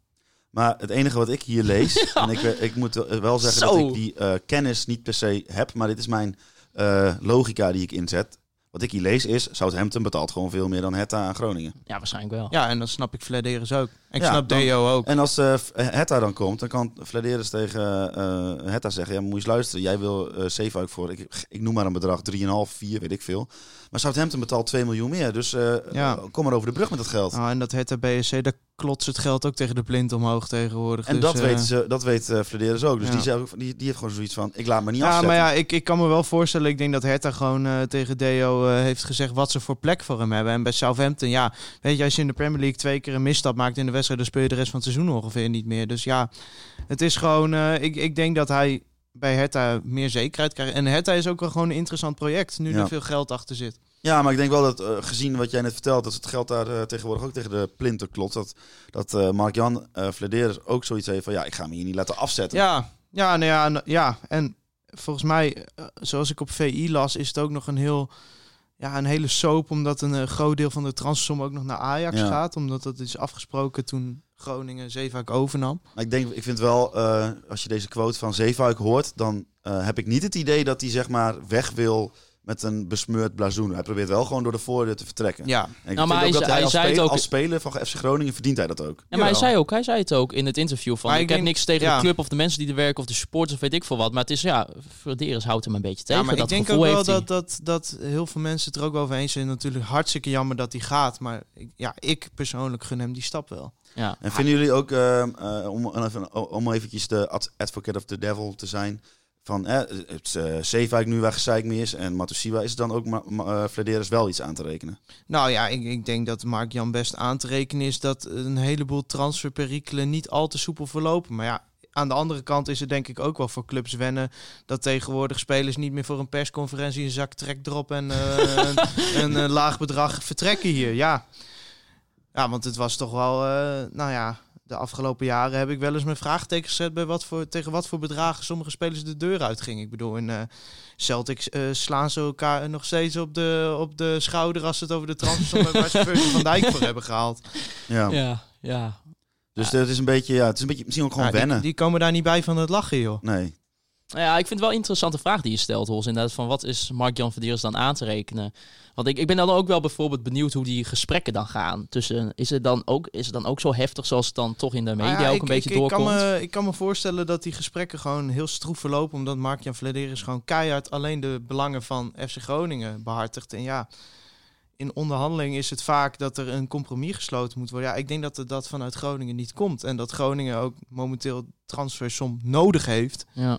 Speaker 6: Maar het enige wat ik hier lees, en ik, eh, ik moet eh, wel zeggen
Speaker 4: Zo.
Speaker 6: dat ik die eh, kennis niet per se heb, maar dit is mijn eh, logica die ik inzet. Wat ik hier lees is, Southampton betaalt gewoon veel meer dan Hetta aan Groningen.
Speaker 4: Ja, waarschijnlijk wel.
Speaker 5: Ja, en dan snap ik Vladeris ook. En ik
Speaker 6: Ja,
Speaker 5: snap
Speaker 6: dan-
Speaker 5: Deo ook.
Speaker 6: En als eh, F- Hetta dan komt, dan kan Vladeris tegen eh Hetta zeggen, ja, moet je eens luisteren, jij wil eh Zeefuik voor, ik, ik noem maar een bedrag, 3,5, 4, weet ik veel. Maar Southampton betaalt 2 miljoen meer, dus eh,
Speaker 5: Ja.
Speaker 6: kom maar over de brug met dat geld.
Speaker 5: Ah, en dat Hertha BSC, daar klotst het geld ook tegen de blind omhoog tegenwoordig.
Speaker 6: En
Speaker 5: Dus,
Speaker 6: dat,
Speaker 5: eh,
Speaker 6: weten ze, dat weet eh Vladeris ook, dus
Speaker 5: ja.
Speaker 6: die, zei ook van- die, die heeft gewoon zoiets van, ik laat me niet
Speaker 5: Ja,
Speaker 6: afzetten.
Speaker 5: maar ja, ik, ik kan me wel voorstellen. Ik denk dat Hertha gewoon eh, tegen Deo eh, heeft gezegd wat ze voor plek voor hem hebben. En bij Southampton, ja, weet je, als je in de Premier League twee keer een misstap maakt in de wedstrijd, dan speel je de rest van het seizoen ongeveer niet meer. Dus ja, het is gewoon. eh, ik, ik denk dat hij bij Hertha meer zekerheid krijgt. En Hertha is ook wel gewoon een interessant project, nu
Speaker 6: Ja.
Speaker 5: er veel geld achter zit.
Speaker 6: Ja, maar ik denk wel dat eh, gezien wat jij net vertelt, dat het geld daar eh, tegenwoordig ook tegen de plinter klopt. Dat, dat eh, Mark-Jan eh Vladeris ook zoiets heeft van, ja, ik ga me hier niet laten afzetten.
Speaker 5: Ja, ja, nou ja, nou- ja. En volgens mij, eh, zoals ik op VI las, is het ook nog een heel. Ja, een hele soap, omdat een eh, groot deel van de transsom ook nog naar Ajax
Speaker 6: Ja.
Speaker 5: gaat. Omdat dat is afgesproken toen Groningen Zeevaak overnam.
Speaker 6: Maar ik denk, ik vind wel, eh, als je deze quote van Zeefuik hoort, dan eh, heb ik niet het idee dat hij zeg maar weg wil met een besmeurd blazoen. Hij probeert wel gewoon door de voordeur te vertrekken.
Speaker 5: Ja,
Speaker 6: En ik
Speaker 4: Nou, maar
Speaker 6: vind
Speaker 4: hij
Speaker 6: ook
Speaker 4: ze-
Speaker 6: dat hij,
Speaker 4: hij
Speaker 6: als,
Speaker 4: zei het
Speaker 6: speler,
Speaker 4: ook-
Speaker 6: als speler van FC Groningen verdient hij dat ook.
Speaker 4: Ja, maar hij
Speaker 5: Jawel.
Speaker 4: zei, ook, hij zei het ook in het interview van
Speaker 5: Maar
Speaker 4: ik,
Speaker 5: ik
Speaker 4: heb
Speaker 5: denk-
Speaker 4: niks tegen
Speaker 5: ja.
Speaker 4: de club of de mensen die er werken of de supporters of weet ik veel wat. Maar het is ja, Verderens houdt hem een beetje tegen.
Speaker 5: ja maar
Speaker 4: dat
Speaker 5: ik denk ook
Speaker 4: gevoel
Speaker 5: wel
Speaker 4: heeft hij.
Speaker 5: dat, dat, dat heel veel mensen het er ook wel over eens zijn. Natuurlijk hartstikke jammer dat hij gaat. Maar ik- ja, ik persoonlijk gun hem die stap wel.
Speaker 4: Ja.
Speaker 6: eh, En vinden jullie ook, ehm, eh, om, om even, om eventjes de ad- advocate of the devil te zijn, Van hè, het eh Zeefuik nu waar gezeik mee is en Matusiwa is het dan ook Ma- Ma- eh, Flederis wel iets aan te rekenen.
Speaker 5: Nou ja, ik, ik denk dat Mark Jan best aan te rekenen is dat een heleboel transferperikelen niet al te soepel verlopen. Maar ja, aan de andere kant is het denk ik ook wel voor clubs wennen dat tegenwoordig spelers niet meer voor een persconferentie een zak trekdrop en eh, een, een, eh, laag bedrag vertrekken hier. Ja. ja, want het was toch wel, eh, nou ja, de afgelopen jaren heb ik wel eens mijn vraagteken gezet bij wat voor, tegen wat voor bedragen sommige spelers de deur uitgingen. Ik bedoel, in eh, Celtics eh, slaan ze elkaar nog steeds op de, op de schouder als ze het over de transfer waar ze Virgil van Dijk voor hebben gehaald.
Speaker 6: Ja.
Speaker 4: Ja, ja.
Speaker 6: Dus dat is een beetje, ja, het is een beetje misschien ook gewoon
Speaker 5: Nou, die-
Speaker 6: wennen.
Speaker 5: Die, komen daar niet bij van het lachen, joh.
Speaker 6: Nee.
Speaker 4: Nou ja, ik vind het wel een interessante vraag die je stelt, Hols. Inderdaad, van wat is Mark-Jan Verdiers dan aan te rekenen? Want ik, ik ben dan ook wel bijvoorbeeld benieuwd hoe die gesprekken dan gaan. Tussen, is, het dan ook, is het dan ook zo heftig zoals het dan toch in de media
Speaker 5: Maar Nou ja,
Speaker 4: ook
Speaker 5: ik-
Speaker 4: een beetje
Speaker 5: ik,
Speaker 4: doorkomt?
Speaker 5: Ik kan, me, ik kan me voorstellen dat die gesprekken gewoon heel stroef verlopen. Omdat Mark-Jan Vladeris gewoon keihard alleen de belangen van FC Groningen behartigt. En ja, in onderhandeling is het vaak dat er een compromis gesloten moet worden. Ja, ik denk dat er dat vanuit Groningen niet komt. En dat Groningen ook momenteel transfersom nodig heeft.
Speaker 4: Ja.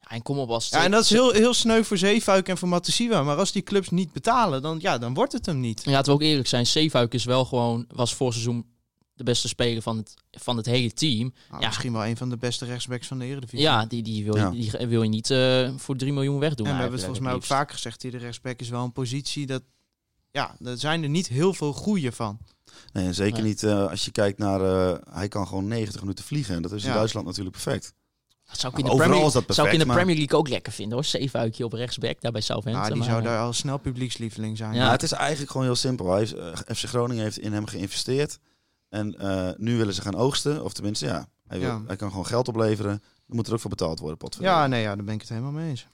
Speaker 4: Ja, en kom op als het-
Speaker 5: Ja, en dat is heel, heel sneu voor Zeefuik en voor Matasiwa. Maar als die clubs niet betalen, dan, ja, dan wordt het hem niet.
Speaker 4: Ja, laten we ook eerlijk zijn. Zeefuik is wel gewoon, was voor seizoen de beste speler van het, van het hele team.
Speaker 5: Nou,
Speaker 4: Ja.
Speaker 5: Misschien wel een van de beste rechtsbacks van de Eredivisie.
Speaker 4: Ja, die, die, wil, je-
Speaker 6: Ja.
Speaker 4: die wil je niet eh, voor 3 miljoen wegdoen.
Speaker 5: en we hebben
Speaker 4: eigenlijk,
Speaker 5: het volgens mij ook
Speaker 4: liefst.
Speaker 5: vaak gezegd. Die de rechtsback is wel een positie dat... Ja, er zijn er niet heel veel goeie van.
Speaker 6: nee, en zeker
Speaker 4: Nee.
Speaker 6: niet eh, als je kijkt naar, eh, hij kan gewoon 90 minuten vliegen. En dat is in
Speaker 5: Ja.
Speaker 6: Duitsland natuurlijk perfect.
Speaker 4: Dat zou ik in de,
Speaker 6: Overal
Speaker 4: Premier,
Speaker 6: is dat
Speaker 4: zou
Speaker 6: perfect,
Speaker 4: ik in de
Speaker 6: maar-
Speaker 4: Premier League ook lekker vinden hoor. Zeefuikje op rechtsback, daar bij Southampton.
Speaker 5: Nou, die
Speaker 4: maar,
Speaker 5: zou
Speaker 4: eh,
Speaker 5: daar al snel publiekslieveling zijn.
Speaker 4: Ja.
Speaker 6: Maar het is eigenlijk gewoon heel simpel. Hij heeft, eh, FC Groningen heeft in hem geïnvesteerd. En eh, nu willen ze gaan oogsten. Of tenminste, ja. Hij, wil-
Speaker 5: Ja.
Speaker 6: hij kan gewoon geld opleveren. Dan moet er ook voor betaald worden, potverdorie.
Speaker 5: Ja, nee, ja, daar ben ik het helemaal mee eens.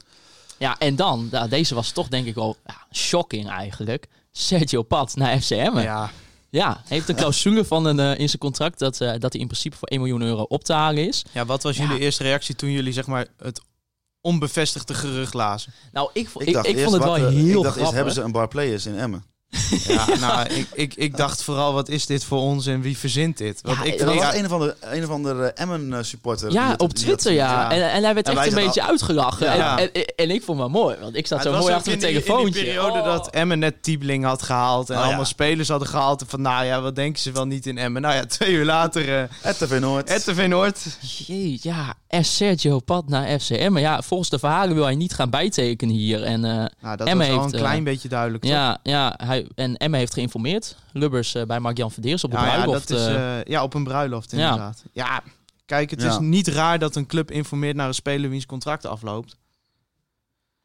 Speaker 4: Ja, en dan, nou, deze was toch denk ik wel ja, shocking eigenlijk. Sergio Pat naar FCM. Ja.
Speaker 5: Ja,
Speaker 4: heeft een clausule van een, eh, in zijn contract dat, eh, dat hij in principe voor 1 miljoen euro op te halen is.
Speaker 5: ja wat was
Speaker 4: Ja.
Speaker 5: jullie eerste reactie toen jullie zeg maar, het onbevestigde gerucht lazen?
Speaker 4: Nou, ik, vo-
Speaker 6: Ik
Speaker 4: ik,
Speaker 6: dacht
Speaker 4: ik
Speaker 6: eerst,
Speaker 4: vond het wel
Speaker 6: wat, eh,
Speaker 4: heel
Speaker 6: ik dacht
Speaker 4: grappig.
Speaker 6: eerst, hebben ze een bar players in Emmen?
Speaker 5: Ja, nou, ik, ik, ik dacht vooral, wat is dit voor ons en wie verzint dit? Want
Speaker 4: Ja,
Speaker 5: ik,
Speaker 4: eh,
Speaker 6: Er
Speaker 5: ja,
Speaker 6: was een of andere, een of andere Emmen eh, supporter. die
Speaker 4: Ja,
Speaker 6: dat-
Speaker 4: op
Speaker 6: die
Speaker 4: Twitter,
Speaker 6: dat-
Speaker 4: ja.
Speaker 5: ja.
Speaker 4: En, en hij werd
Speaker 6: En
Speaker 4: echt
Speaker 6: wij
Speaker 4: een
Speaker 6: zaten
Speaker 4: beetje uitgelachen.
Speaker 5: Ja.
Speaker 4: En, en, en ik vond het wel mooi, want ik zat
Speaker 5: het
Speaker 4: zo
Speaker 5: was
Speaker 4: mooi
Speaker 5: ook
Speaker 4: achter
Speaker 5: in
Speaker 4: mijn
Speaker 5: die-
Speaker 4: telefoontje.
Speaker 5: In die periode
Speaker 4: Oh.
Speaker 5: dat Emmen net Tiebeling had gehaald en
Speaker 6: Oh, ja.
Speaker 5: allemaal spelers hadden gehaald. en Van nou ja, wat denken ze wel niet in Emmen? Nou ja, twee uur later eh
Speaker 6: RTV Noord.
Speaker 5: RTV Noord.
Speaker 4: Jee, ja. En Sergio Pat naar FCM. Maar ja, volgens de verhalen wil hij niet gaan bijtekenen hier. En, eh,
Speaker 5: Nou, dat
Speaker 4: Emmen
Speaker 5: was al
Speaker 4: heeft,
Speaker 5: een
Speaker 4: eh,
Speaker 5: klein beetje duidelijk. toch?
Speaker 4: ja, ja, hij, en Emme heeft geïnformeerd. Lubbers eh, bij Mark-Jan Verdeers op de
Speaker 5: Nou ja,
Speaker 4: bruiloft.
Speaker 5: dat is,
Speaker 4: eh,
Speaker 5: eh, ja, op een bruiloft
Speaker 4: Ja.
Speaker 5: inderdaad. Ja, kijk, het is
Speaker 6: Ja.
Speaker 5: niet raar dat een club informeert naar een speler wiens contract afloopt.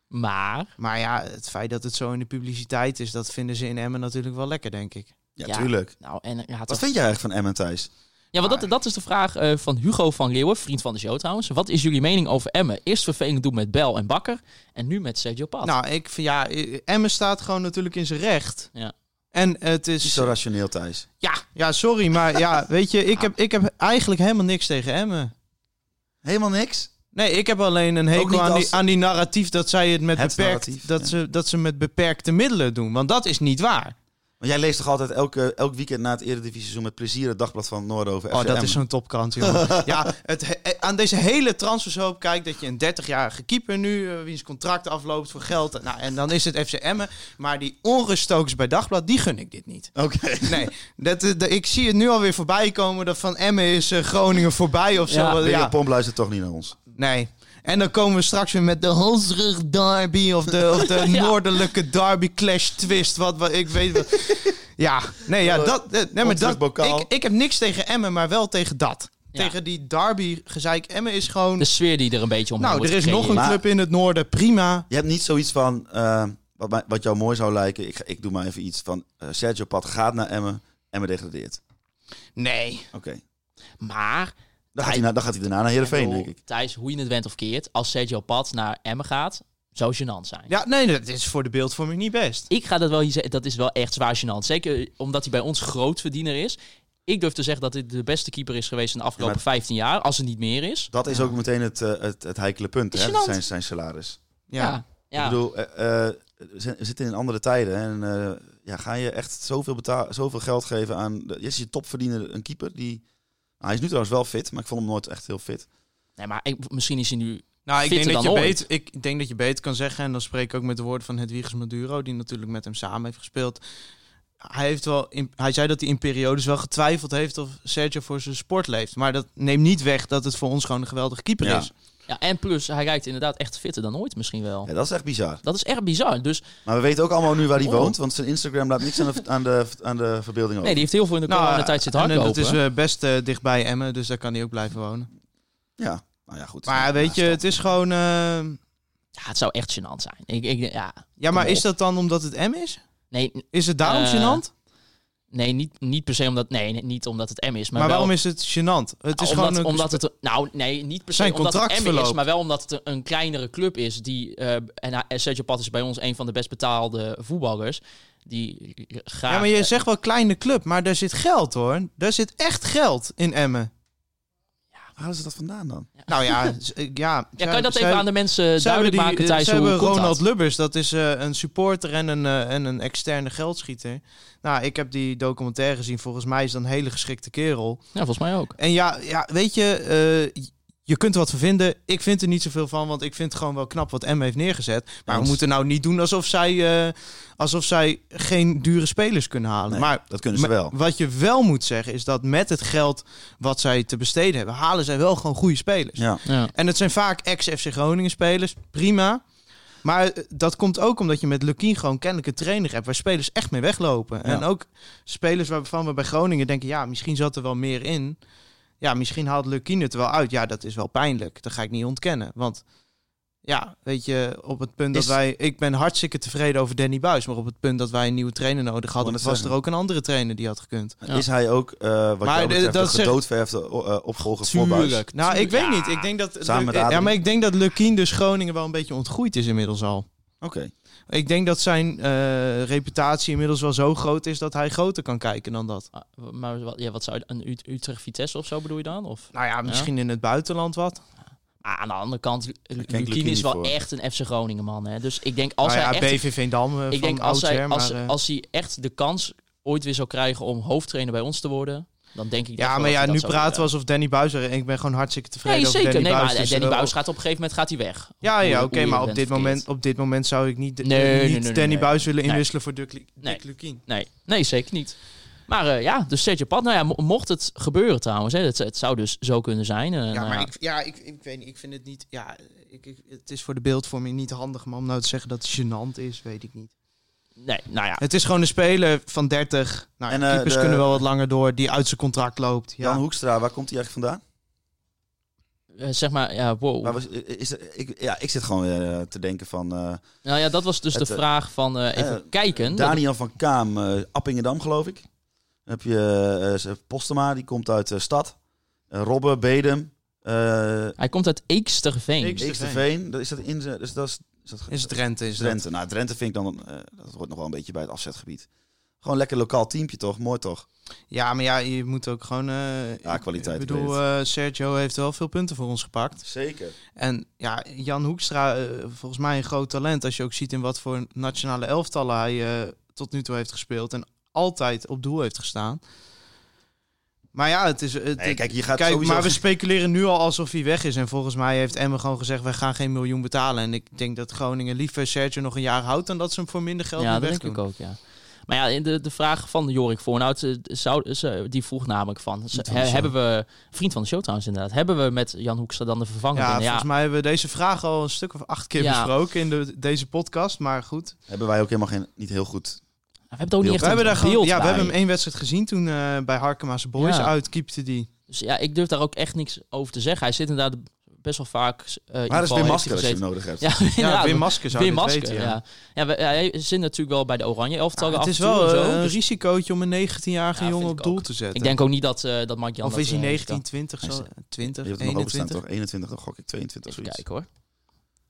Speaker 4: maar,
Speaker 5: Maar ja, het feit dat het zo in de publiciteit is, dat vinden ze in Emmen natuurlijk wel lekker, denk ik.
Speaker 6: Ja,
Speaker 4: Ja.
Speaker 6: tuurlijk.
Speaker 4: nou, en, eh, ja,
Speaker 6: Wat
Speaker 4: toch-
Speaker 6: vind jij eigenlijk van Emmen, Thijs?
Speaker 4: ja, want dat, dat is de vraag eh, van Hugo van Leeuwen, vriend van de show trouwens. Wat is jullie mening over Emme? Eerst vervelend doen met Bel en Bakker. En nu met Sergio Pat.
Speaker 5: Nou, ik vind ja, eh, Emmen staat gewoon natuurlijk in zijn recht.
Speaker 4: Ja.
Speaker 5: En het
Speaker 6: Niet
Speaker 5: is
Speaker 6: zo rationeel, Thijs.
Speaker 5: Ja, ja, sorry, maar ja, weet je, ik heb, ik heb eigenlijk helemaal niks tegen Emmen.
Speaker 6: Helemaal niks?
Speaker 5: Nee, ik heb alleen een
Speaker 6: Ook
Speaker 5: hekel
Speaker 6: niet
Speaker 5: aan,
Speaker 6: als-
Speaker 5: die, aan die narratief dat zij het met
Speaker 6: Het narratief,
Speaker 5: beperkt, dat,
Speaker 6: ja.
Speaker 5: ze, dat ze met beperkte middelen doen. Want dat is niet waar.
Speaker 6: Want jij leest toch altijd elke, elk weekend na het Eredivisie-seizoen met plezier het dagblad van Noordover
Speaker 5: Oh,
Speaker 6: FC
Speaker 5: dat is
Speaker 6: Emmen.
Speaker 5: zo'n topkrant, jongen. ja, het, he- eh, aan deze hele transfershoop kijk dat je een 30-jarige keeper nu, eh, wiens contract afloopt voor geld. Nou, en dan is het FC Emmen. Maar die onruststokers bij Dagblad, die gun ik dit niet.
Speaker 6: Oké.
Speaker 5: Nee, dat, eh, dat- ik zie het nu alweer voorbij komen dat van Emmen is eh, Groningen voorbij of zo.
Speaker 4: Ja,
Speaker 5: Want,
Speaker 6: William
Speaker 5: ja.
Speaker 6: Pomp luistert toch niet naar ons.
Speaker 5: Nee. En dan komen we straks weer met de Hulsrug Derby of de, of de
Speaker 4: Ja.
Speaker 5: Noordelijke Derby Clash Twist. Wat, wat ik weet. Wat. Ja, nee, ja, dat. eh, Nee, maar dat
Speaker 6: Ontdrukbokaal.
Speaker 5: ik, ik heb niks tegen Emmen, maar wel tegen dat.
Speaker 4: Ja.
Speaker 5: Tegen die Derby gezeik. Emmen is gewoon.
Speaker 4: de sfeer die er een beetje omheen
Speaker 5: nou,
Speaker 4: wordt
Speaker 5: er is nog
Speaker 4: gecreëerd.
Speaker 5: een
Speaker 6: Maar-
Speaker 5: club in het noorden, prima.
Speaker 6: Je hebt niet zoiets van, eh, wat, mij- wat jou mooi zou lijken, ik, ga- ik doe maar even iets van, eh, Sergio Pat gaat naar Emmen, Emmen degradeert.
Speaker 5: Nee.
Speaker 6: Oké.
Speaker 4: Maar
Speaker 6: Dan, gaat hij na- dan gaat hij daarna naar Heerenveen,
Speaker 4: bedoel,
Speaker 6: denk ik.
Speaker 4: Thijs, hoe je het went of keert, als Sergio Pat naar Emmen gaat, zou gênant zijn.
Speaker 5: Ja, nee, dat is voor de beeldvorming niet best.
Speaker 4: Ik ga dat wel hier zeggen, dat is wel echt zwaar gênant. Zeker eh, omdat hij bij ons grootverdiener is. Ik durf te zeggen dat dit de beste keeper is geweest in de afgelopen
Speaker 6: Ja,
Speaker 4: 15 jaar, als het niet meer is.
Speaker 6: Dat is ook meteen het, eh, het, het heikele punt,
Speaker 4: Is
Speaker 6: hè,
Speaker 4: gênant.
Speaker 6: zijn, zijn salaris.
Speaker 5: Ja.
Speaker 4: ja.
Speaker 6: Ik bedoel, eh, eh, we zitten in andere tijden. hè, En eh, ja, ga je echt zoveel, betaal, zoveel geld geven aan... De, is je topverdiener een keeper die... Nou, hij is nu trouwens wel fit, maar ik vond hem nooit echt heel fit.
Speaker 4: Nee, maar ik- misschien is hij nu
Speaker 5: Nou,
Speaker 4: Fitter
Speaker 5: ik denk, dat je
Speaker 4: dan ooit.
Speaker 5: beter, ik denk dat je beter kan zeggen, en dan spreek ik ook met de woorden van Hedwiges Maduro, die natuurlijk met hem samen heeft gespeeld. Hij, heeft wel in- hij zei dat hij in periodes wel getwijfeld heeft of Sergio voor zijn sport leeft. Maar dat neemt niet weg dat het voor ons gewoon een geweldige keeper
Speaker 6: Ja.
Speaker 5: is.
Speaker 4: Ja, en plus, hij rijdt inderdaad echt fitter dan ooit misschien wel.
Speaker 6: Ja, dat is echt bizar.
Speaker 4: Dat is echt bizar.
Speaker 5: Oh.
Speaker 4: Dus
Speaker 6: Maar we weten ook allemaal nu waar hij
Speaker 4: Oh.
Speaker 6: woont, want zijn Instagram laat niks aan de, aan de, aan de verbeelding over.
Speaker 4: nee, die heeft heel veel in de
Speaker 5: Nou,
Speaker 4: coronatijd zitten
Speaker 5: en, eh,
Speaker 4: hardlopen.
Speaker 5: dat is eh, best eh, dichtbij Emmen, dus daar kan hij ook blijven wonen.
Speaker 6: Ja, nou ja, goed.
Speaker 5: Maar weet je, het is gewoon... eh,
Speaker 4: Ja, het zou echt gênant zijn. Ik, ik, ja.
Speaker 5: ja, maar
Speaker 4: Kom op.
Speaker 5: is dat dan omdat het Emmen is?
Speaker 4: Nee,
Speaker 5: Is het daarom
Speaker 4: Eh,
Speaker 5: gênant?
Speaker 4: nee niet, niet per se omdat... Nee, nee, niet omdat het M is. Maar, wel,
Speaker 5: Maar, waarom is het gênant? Het
Speaker 4: omdat,
Speaker 5: is gewoon een
Speaker 4: omdat het... Nou, nee, niet per se
Speaker 5: Zijn
Speaker 4: omdat het
Speaker 5: contract
Speaker 4: M is.
Speaker 5: verloopt.
Speaker 4: Maar wel omdat het een, een kleinere club is. Die, eh, en hij- Sergio Pat is bij ons een van de best betaalde voetballers. Die graag...
Speaker 5: Ja, maar je zegt wel kleine club, maar daar zit geld hoor. Daar zit echt geld in Emmen.
Speaker 6: Waar halen ze dat vandaan dan?
Speaker 5: Nou ja, z- eh, ja.
Speaker 4: Ja, kan je dat even aan de mensen duidelijk maken,
Speaker 5: Ze
Speaker 4: Thijs? Hoe
Speaker 5: hebben
Speaker 4: komt dat?
Speaker 5: Ronald Lubbers, dat is eh, een supporter en een, eh, en een externe geldschieter. Nou, ik heb die documentaire gezien. Volgens mij is dat een hele geschikte kerel.
Speaker 4: Ja, volgens mij ook.
Speaker 5: En ja, ja weet je, eh, je kunt er wat van vinden. Ik vind er niet zoveel van, want ik vind het gewoon wel knap wat M heeft neergezet. Maar we
Speaker 6: Eens.
Speaker 5: moeten nou niet doen alsof zij, eh, alsof zij geen dure spelers kunnen halen.
Speaker 6: Nee,
Speaker 5: maar
Speaker 6: dat kunnen ze
Speaker 5: me-
Speaker 6: wel.
Speaker 5: wat je wel moet zeggen is dat met het geld wat zij te besteden hebben, halen zij wel gewoon goede spelers.
Speaker 6: Ja.
Speaker 4: Ja.
Speaker 5: En het zijn vaak ex-FC Groningen spelers, prima. Maar eh, dat komt ook omdat je met Lukien gewoon kennelijk een trainer hebt waar spelers echt mee weglopen. En ook spelers waarvan we bij Groningen denken, ja, misschien zat er wel meer in. Ja, misschien haalt Lukien het wel uit. Ja, dat is wel pijnlijk. Dat ga ik niet ontkennen. Want ja, weet je, op het punt dat
Speaker 6: Is-
Speaker 5: wij... Ik ben hartstikke tevreden over Danny Buis. Maar op het punt dat wij een nieuwe trainer nodig hadden,
Speaker 6: Ik
Speaker 5: was
Speaker 6: wou net zeggen.
Speaker 5: er ook een andere trainer die had gekund.
Speaker 4: Ja.
Speaker 6: Is hij ook, eh wat
Speaker 5: Maar
Speaker 6: jou betreft,
Speaker 5: dat
Speaker 6: dat
Speaker 5: zegt-
Speaker 6: gedoodverfde eh, opgevolger voor Buijs?
Speaker 5: Nou, ik weet
Speaker 4: Ja.
Speaker 5: niet. Ik denk dat, eh,
Speaker 6: Samen met
Speaker 5: ja,
Speaker 6: Adrie.
Speaker 5: maar ik denk dat Lukien dus Groningen wel een beetje ontgroeid is inmiddels al.
Speaker 6: Oké.
Speaker 5: Ik denk dat zijn eh, reputatie inmiddels wel zo groot is dat hij groter kan kijken dan dat.
Speaker 4: Ah, Maar wat, ja, wat zou een Ut- Utrecht-Vitesse of zo bedoel je dan? Of?
Speaker 5: Nou ja, misschien in het buitenland wat.
Speaker 4: Ah, aan de andere kant,
Speaker 6: Lukien
Speaker 4: Lukien is
Speaker 6: niet
Speaker 4: wel
Speaker 6: voor.
Speaker 4: echt een FC Groningen man. Hè? Dus ik denk als
Speaker 5: nou ja,
Speaker 4: hij echt,
Speaker 5: BVV Dam eh, van
Speaker 4: ik denk als hij,
Speaker 5: oudsher,
Speaker 4: als,
Speaker 5: maar, eh,
Speaker 4: als hij echt de kans ooit weer zou krijgen om hoofdtrainer bij ons te worden, dan denk ik.
Speaker 5: ja, maar ja, nu praten we alsof Danny Buis er... Ik ben gewoon hartstikke tevreden
Speaker 4: Nee,
Speaker 5: over
Speaker 4: zeker.
Speaker 5: Danny
Speaker 4: nee,
Speaker 5: Buijs,
Speaker 4: maar
Speaker 5: dus,
Speaker 4: Danny
Speaker 5: eh,
Speaker 4: Buis gaat op een gegeven moment gaat hij weg.
Speaker 5: Ja,
Speaker 4: Hoe-
Speaker 5: ja oké,
Speaker 4: hoe je
Speaker 5: maar
Speaker 4: bent
Speaker 5: op dit,
Speaker 4: verkeerd.
Speaker 5: moment, op dit moment zou ik niet,
Speaker 4: Nee, nee,
Speaker 5: niet
Speaker 4: nee, nee,
Speaker 5: Danny
Speaker 4: nee.
Speaker 5: Buis willen
Speaker 4: Nee.
Speaker 5: inwisselen voor Dick, Lu-
Speaker 4: Nee.
Speaker 5: Dick Lukien.
Speaker 4: Nee, nee, zeker niet. Maar eh, ja, dus Sergio Pat, nou ja, mo- mocht het gebeuren trouwens, hè, het, het zou dus zo kunnen zijn. eh,
Speaker 5: Ja,
Speaker 4: nou
Speaker 5: maar
Speaker 4: ja.
Speaker 5: ik, ja, ik, ik weet niet, ik vind het niet... Ja, ik, ik- het is voor de beeldvorming niet handig, maar om nou te zeggen dat het gênant is, weet ik niet.
Speaker 4: Nee, nou ja.
Speaker 5: Het is gewoon een speler van 30. Nou,
Speaker 6: En,
Speaker 5: en,
Speaker 6: eh,
Speaker 5: keepers
Speaker 6: de-
Speaker 5: kunnen wel wat langer door, die uit zijn contract loopt. Ja.
Speaker 6: Jan Hoekstra, waar komt hij eigenlijk vandaan?
Speaker 4: eh, zeg maar, ja, wow.
Speaker 6: Waar was, is er- ik, ja, ik zit gewoon eh, te denken van... eh,
Speaker 4: nou ja, dat was dus
Speaker 6: het,
Speaker 4: de
Speaker 6: eh,
Speaker 4: vraag van eh, even
Speaker 6: eh,
Speaker 4: kijken.
Speaker 6: Daniel van Kaam, eh, Appingedam geloof ik. Dan heb je eh, eh, Postema, die komt uit de Stad. Eh, Robbe, Bedem, eh
Speaker 4: Hij komt uit Eeksterveen.
Speaker 5: Eeksterveen.
Speaker 6: Xterveen. Dat Is dat in... de- Dus dat is, is dat
Speaker 5: Is Drenthe, is
Speaker 6: Dus
Speaker 5: Drenthe.
Speaker 6: Drenthe. Nou, Drenthe vind ik dan, eh, dat hoort nog wel een beetje bij het afzetgebied. Gewoon lekker lokaal teampje toch? Mooi toch?
Speaker 5: Ja, maar ja, je moet ook gewoon... eh,
Speaker 6: Ja, kwaliteit,
Speaker 5: Ik bedoel,
Speaker 6: weet
Speaker 5: eh, Sergio heeft wel veel punten voor ons gepakt.
Speaker 6: Zeker.
Speaker 5: En ja, Jan Hoekstra, eh, volgens mij een groot talent. Als je ook ziet in wat voor nationale elftallen hij eh, tot nu toe heeft gespeeld. En altijd op doel heeft gestaan. Maar ja, het is... Het,
Speaker 6: Nee, kijk, je gaat
Speaker 5: Kijk,
Speaker 6: sowieso...
Speaker 5: maar we speculeren nu al alsof hij weg is. En volgens mij heeft Emmen gewoon gezegd, wij gaan geen miljoen betalen. En ik denk dat Groningen liever Sergio nog een jaar houdt... dan dat ze hem voor minder geld
Speaker 4: Ja,
Speaker 5: ja,
Speaker 4: dat denk ik ook, ja. Maar ja, in de, de vraag van Jorik Voornout, eh, zou, ze, die vroeg namelijk van, ze-
Speaker 5: van de
Speaker 4: he-
Speaker 5: show.
Speaker 4: hebben we, vriend van de show trouwens inderdaad, hebben we met Jan Hoekstra dan de vervanger?
Speaker 5: Ja,
Speaker 4: binnen?
Speaker 5: volgens mij hebben we deze vraag al een stuk of acht keer
Speaker 4: Ja.
Speaker 5: besproken in de, deze podcast. Maar goed,
Speaker 6: Hebben wij ook helemaal geen, niet heel goed.
Speaker 4: we hebben het ook niet
Speaker 6: We
Speaker 4: echt
Speaker 5: we hebben,
Speaker 4: een
Speaker 5: daar gewoon,
Speaker 4: beeld
Speaker 5: ja, we
Speaker 4: bij.
Speaker 5: hebben hem één wedstrijd gezien toen eh, bij Harkema's Boys
Speaker 4: Ja.
Speaker 5: uit. Keepte die.
Speaker 4: Dus ja, ik durf daar ook echt niks over te zeggen. Hij zit inderdaad best wel vaak... eh, in ieder
Speaker 6: Maar dat is
Speaker 4: geval heeft
Speaker 6: weer masker
Speaker 4: hij
Speaker 6: als je hem
Speaker 4: gezeten-
Speaker 6: nodig hebt.
Speaker 4: Ja,
Speaker 5: Ja,
Speaker 4: inderdaad.
Speaker 5: Wim Maske zou
Speaker 4: Wim
Speaker 5: dit
Speaker 4: Maske,
Speaker 5: weten, ja.
Speaker 4: ja. Ja, we- hij zit natuurlijk wel bij de oranje elftallen
Speaker 5: Ja, het
Speaker 4: af
Speaker 5: is
Speaker 4: en toe en
Speaker 5: wel
Speaker 4: zo,
Speaker 5: eh, een
Speaker 4: dus
Speaker 5: risicootje om een 19-jarige
Speaker 4: Ja,
Speaker 5: jongen
Speaker 4: vind
Speaker 5: op
Speaker 4: ik
Speaker 5: doel
Speaker 4: ook.
Speaker 5: te zetten.
Speaker 4: ik denk ook niet dat, eh dat Mark Jan
Speaker 5: of
Speaker 4: dat,
Speaker 5: is hij
Speaker 4: eh,
Speaker 5: 19,
Speaker 4: kan.
Speaker 5: 20,
Speaker 6: Hij
Speaker 5: zo,
Speaker 6: is-
Speaker 5: 20,
Speaker 6: Je hebt hem nog overstaan
Speaker 5: 21?
Speaker 6: toch? 21, dan gok ik 22
Speaker 4: Even
Speaker 6: zoiets.
Speaker 4: kijken hoor.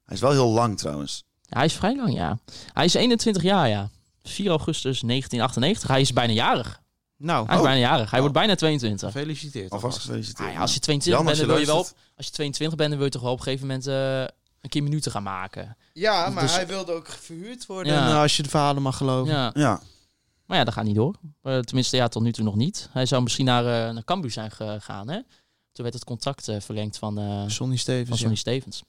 Speaker 6: Hij is wel heel lang trouwens.
Speaker 4: Ja, hij is vrij lang, ja. Hij is 21 jaar, ja. 4 augustus 1998. Hij is bijna jarig.
Speaker 5: Nou,
Speaker 4: Hij is
Speaker 5: oh,
Speaker 4: bijna jarig. Hij wordt bijna 22.
Speaker 5: gefeliciteerd.
Speaker 6: Alvast
Speaker 5: alvast.
Speaker 6: gefeliciteerd.
Speaker 4: Ah ja, als je 22
Speaker 6: Jan, als
Speaker 4: bent, dan
Speaker 6: je
Speaker 4: wil je wel...
Speaker 6: luistert.
Speaker 4: Als je 22 bent, dan wil je toch wel op een gegeven moment... eh, een keer minuten gaan maken.
Speaker 5: Ja, maar
Speaker 4: Dus-
Speaker 5: hij wilde ook verhuurd worden.
Speaker 4: Ja.
Speaker 5: En, eh, als je de verhalen mag
Speaker 6: Oh.
Speaker 5: geloven.
Speaker 4: Ja.
Speaker 6: Ja,
Speaker 4: Maar ja, dat gaat niet door. Eh, tenminste, ja, tot nu toe nog niet. Hij zou misschien naar, eh naar Cambuur zijn gegaan, hè? Toen werd het contract eh, verlengd van, eh,
Speaker 5: Sonny
Speaker 4: van
Speaker 5: Stevens.
Speaker 4: Sonny Stevens.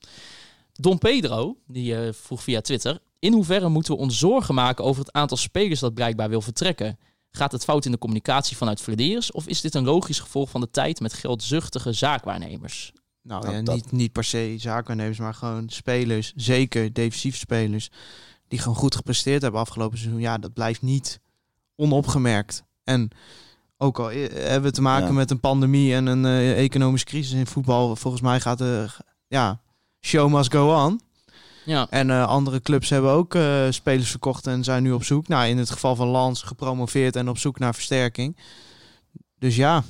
Speaker 4: Don Pedro, die eh, vroeg via Twitter... In hoeverre moeten we ons zorgen maken over het aantal spelers dat blijkbaar wil vertrekken? Gaat het fout in de communicatie vanuit Vlederis? Of is dit een logisch gevolg van de tijd met geldzuchtige zaakwaarnemers?
Speaker 5: Nou,
Speaker 6: Nou,
Speaker 5: ja,
Speaker 6: dat-
Speaker 5: niet, niet per se zaakwaarnemers, maar gewoon spelers, zeker defensief spelers, die gewoon goed gepresteerd hebben afgelopen seizoen. Ja, dat blijft niet onopgemerkt. En ook al i- hebben we te maken
Speaker 6: Ja.
Speaker 5: met een pandemie en een eh, economische crisis in voetbal, volgens mij gaat de ja, show must go on.
Speaker 4: Ja,
Speaker 5: En eh, andere clubs hebben ook eh, spelers verkocht en zijn nu op zoek. Nou, in het geval van Lans gepromoveerd en op zoek naar versterking. Dus ja,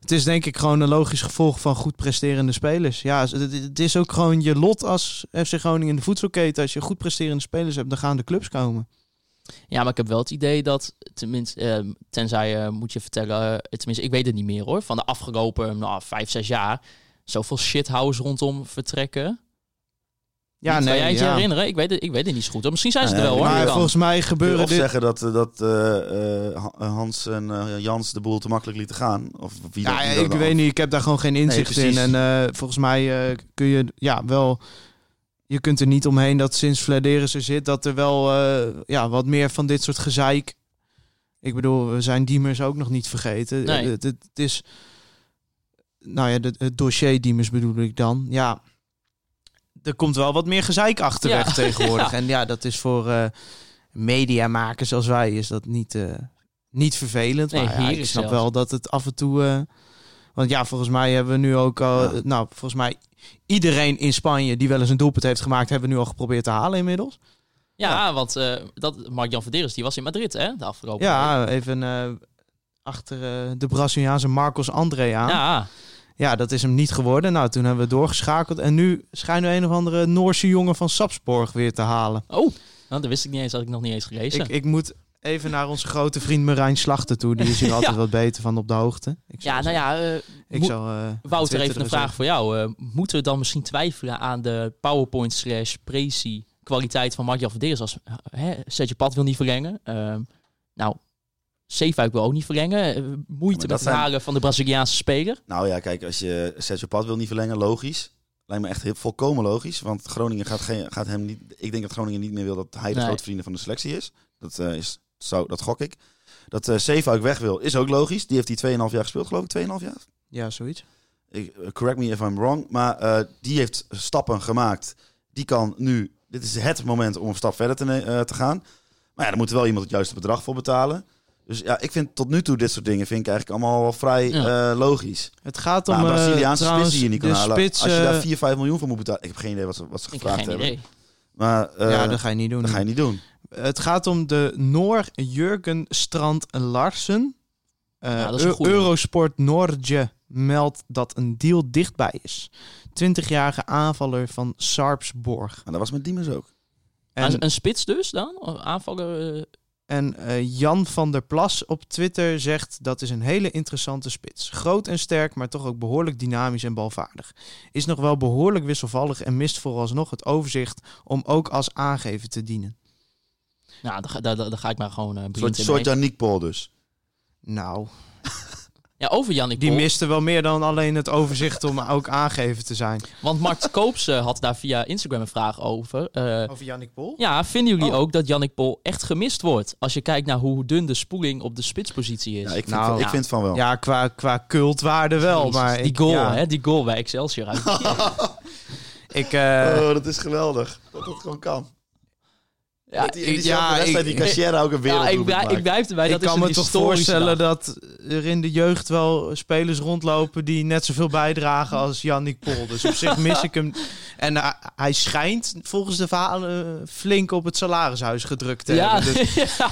Speaker 5: het is denk ik gewoon een logisch gevolg van goed presterende spelers. Ja, het, het is ook gewoon je lot als FC Groningen in de voedselketen. Als je goed presterende spelers hebt, dan gaan de clubs komen.
Speaker 4: Ja, maar ik heb wel het idee dat, tenminste, eh, tenzij eh, moet je vertellen, eh, tenminste, ik weet het niet meer hoor, van de afgelopen nou, vijf, zes jaar, zoveel shithouse rondom vertrekken.
Speaker 5: Ja,
Speaker 4: Niet, kan
Speaker 5: nee,
Speaker 4: jij het je
Speaker 5: ja.
Speaker 4: herinneren? Ik weet het, ik weet het niet zo goed. hoor. Misschien zijn ze
Speaker 6: Nou
Speaker 4: er
Speaker 6: ja,
Speaker 4: wel hoor.
Speaker 5: Maar
Speaker 4: Dat kan.
Speaker 5: volgens mij
Speaker 6: Kun je
Speaker 5: gebeuren
Speaker 6: of
Speaker 5: dit...
Speaker 6: zeggen dat, eh, dat eh, eh, Ha- Hans en eh, Jans de boel te makkelijk lieten gaan? Of wie
Speaker 5: Ja,
Speaker 6: dat, wie dat
Speaker 5: ik
Speaker 6: dan-
Speaker 5: weet niet. Ik heb daar gewoon geen inzicht
Speaker 6: precies.
Speaker 5: in. En eh, volgens mij eh, kun je ja, wel. Je kunt er niet omheen dat sinds Vladeris er zit, dat er wel eh, ja, wat meer van dit soort gezeik. Ik bedoel, we zijn Diemers ook nog niet vergeten.
Speaker 4: Nee.
Speaker 5: Eh, Het, het- het is. Nou ja, de- het dossier Diemers bedoel ik dan. Ja. Er komt wel wat meer gezeik achterweg
Speaker 4: Ja.
Speaker 5: tegenwoordig. En ja, dat is voor eh, mediamakers als wij is dat niet, eh, niet vervelend.
Speaker 4: Nee,
Speaker 5: maar ja, ik
Speaker 4: heerlijk
Speaker 5: snap
Speaker 4: zelfs.
Speaker 5: wel dat het af en toe. eh, want ja, volgens mij hebben we nu ook al.
Speaker 6: Ja.
Speaker 5: Nou, volgens mij iedereen in Spanje die wel eens een doelpunt heeft gemaakt, hebben we nu al geprobeerd te halen inmiddels.
Speaker 4: Ja, want eh, dat, Mark-Jan Verderes, die was in Madrid hè, de afgelopen week.
Speaker 5: Ja, even eh, achter eh, de Braziliaanse Marcos André aan. Ja.
Speaker 4: Ja,
Speaker 5: dat is hem niet geworden. Nou, toen hebben we doorgeschakeld. En nu schijnen we een of andere Noorse jongen van Sapsborg weer te halen.
Speaker 4: oh, nou, dat wist ik niet eens, had ik nog niet eens gelezen.
Speaker 5: Ik, ik moet even naar onze grote vriend Marijn Slachter toe. Die is hier
Speaker 4: Ja.
Speaker 5: altijd wat beter van op de hoogte. Ik zal-
Speaker 4: ja, nou ja, eh,
Speaker 5: ik
Speaker 4: moet-
Speaker 5: zal, eh,
Speaker 4: Wouter,
Speaker 5: twitteren
Speaker 4: even een
Speaker 5: zo.
Speaker 6: dus,
Speaker 4: vraag voor jou. Eh, moeten we dan misschien twijfelen aan de PowerPoint slash presi kwaliteit van Mark-Jan Verderes als hè, Zet je pad wil niet verlengen? Ehm, nou, Zeefuik wil ook niet verlengen. Eh,
Speaker 6: maar
Speaker 4: moeite
Speaker 6: dat
Speaker 4: met het
Speaker 6: zijn-
Speaker 4: halen van de Braziliaanse speler.
Speaker 6: Nou ja, kijk, als je Sergio Pad wil niet verlengen, logisch. Lijkt me echt heel, volkomen logisch. Want Groningen gaat, geen, gaat hem niet... Ik denk dat Groningen niet meer wil dat hij de
Speaker 4: Nee.
Speaker 6: grote vrienden van de selectie is. Dat, eh, is, zou, dat gok ik. Dat eh Zeefuik weg wil, is ook logisch. Die heeft die 2,5 jaar gespeeld, geloof ik. 2,5 jaar?
Speaker 5: Ja, zoiets.
Speaker 6: ik, eh, correct me if I'm wrong, maar eh, die heeft stappen gemaakt. Die kan nu, dit is het moment om een stap verder te, ne- eh, te gaan. Maar ja, dan moet er wel iemand het juiste bedrag voor betalen. Dus ja, ik vind tot nu toe dit soort dingen vind ik eigenlijk allemaal wel vrij
Speaker 4: Ja.
Speaker 6: eh, logisch.
Speaker 5: Het gaat om
Speaker 6: Maar een
Speaker 5: eh,
Speaker 6: Nou, Braziliaanse
Speaker 5: trouwens,
Speaker 6: spits die je niet kan
Speaker 5: de
Speaker 6: halen.
Speaker 5: spits,
Speaker 6: Als je
Speaker 5: eh,
Speaker 6: daar 4, 5 miljoen voor moet betalen. Ik heb geen idee wat ze, wat ze
Speaker 4: Ik heb
Speaker 6: gevraagd
Speaker 4: geen
Speaker 6: hebben.
Speaker 4: idee.
Speaker 6: Maar eh,
Speaker 5: ja, dat
Speaker 6: dat,
Speaker 5: ga je niet doen.
Speaker 6: ga je niet doen.
Speaker 5: Het gaat om de Noor Jurgen Strand Larsen. Eh,
Speaker 4: Ja, dat is een
Speaker 5: Eu-
Speaker 4: goeie.
Speaker 5: Eurosport Noordje meldt dat een deal dichtbij is. 20-jarige aanvaller van Sarpsborg.
Speaker 6: Maar Nou, dat was met Diemers ook.
Speaker 4: Maar
Speaker 5: En,
Speaker 4: een spits dus dan? Of Aanvaller? eh,
Speaker 5: en eh, Jan van der Plas op Twitter zegt dat is een hele interessante spits. Groot en sterk, maar toch ook behoorlijk dynamisch en balvaardig. Is nog wel behoorlijk wisselvallig en mist vooralsnog het overzicht om ook als aangever te dienen.
Speaker 4: nou, daar, ga- daar, daar, daar ga ik maar gewoon eh
Speaker 6: Een soort,
Speaker 4: blind in
Speaker 6: soort
Speaker 4: mee.
Speaker 6: Yannick Paul dus.
Speaker 5: Nou,
Speaker 4: Ja, over Jannik
Speaker 5: die
Speaker 4: Pol.
Speaker 5: miste wel meer dan alleen het overzicht om ook aangeven te zijn.
Speaker 4: Want Mark Koops eh, had daar via Instagram een vraag over. Eh,
Speaker 5: Over Jannik Pol?
Speaker 4: ja, vinden jullie
Speaker 5: Oh.
Speaker 4: ook dat Jannik Pol echt gemist wordt? Als je kijkt naar hoe dun de spoeling op de spitspositie is.
Speaker 6: Ja, ik, vind,
Speaker 5: Nou,
Speaker 6: ik
Speaker 4: ja.
Speaker 6: vind van wel.
Speaker 5: Ja, qua, qua cultwaarde wel.
Speaker 4: Jezus,
Speaker 5: maar
Speaker 4: die
Speaker 5: ik-
Speaker 4: goal,
Speaker 5: ja,
Speaker 4: hè? Die goal bij Excelsior uit.
Speaker 5: Ik, eh,
Speaker 6: Oh, dat is geweldig. Dat dat gewoon kan.
Speaker 4: ja,
Speaker 6: Die, die
Speaker 5: ja, ik-
Speaker 6: wedstrijd die Cassiera ook een wereld
Speaker 4: ja, Nou, ik, blij, ik blijf erbij.
Speaker 5: ik
Speaker 4: dat
Speaker 5: kan
Speaker 4: is
Speaker 5: me
Speaker 4: een
Speaker 5: toch
Speaker 4: historische
Speaker 5: voorstellen
Speaker 4: dag.
Speaker 5: dat er in de jeugd wel spelers rondlopen die net zoveel bijdragen als Jannik Pol. Dus op zich mis ik hem. En eh, hij schijnt volgens de verhalen eh, flink op het salarishuis gedrukt te
Speaker 4: Ja,
Speaker 5: hebben. Dus
Speaker 4: ja.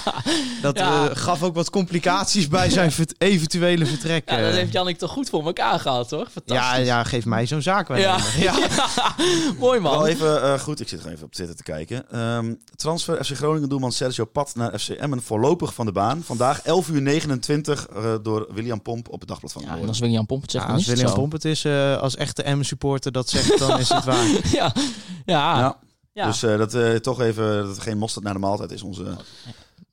Speaker 5: dat
Speaker 4: Ja.
Speaker 5: eh, gaf ook wat complicaties bij zijn vert- eventuele vertrek.
Speaker 4: Ja, dat
Speaker 5: eh.
Speaker 4: heeft Jannik toch goed voor elkaar gehad, hoor?
Speaker 5: ja,
Speaker 4: Fantastisch.
Speaker 5: ja, geef mij zo'n zaak wel.
Speaker 4: Ja. Mooi,
Speaker 6: Wel
Speaker 4: man.
Speaker 6: even eh, goed, ik zit gewoon even op Twitter te kijken. Ehm, transfer FC Groningen doelman Sergio Pat naar FC Emmen voorlopig van de baan. Vandaag 11 uur 29 eh, door William Pomp op het Dagblad van het
Speaker 4: Ja, en
Speaker 6: Noorden.
Speaker 4: als William Pomp het zegt,
Speaker 5: Ja,
Speaker 4: Nou, dan
Speaker 5: als
Speaker 4: is het
Speaker 5: William
Speaker 4: zo.
Speaker 5: Pomp het is, eh, als echte M-supporter dat zegt, dan is het waar.
Speaker 4: Ja, ja.
Speaker 6: Ja.
Speaker 4: ja.
Speaker 6: Dus eh, dat eh, toch even dat het geen mosterd naar de maaltijd is onze.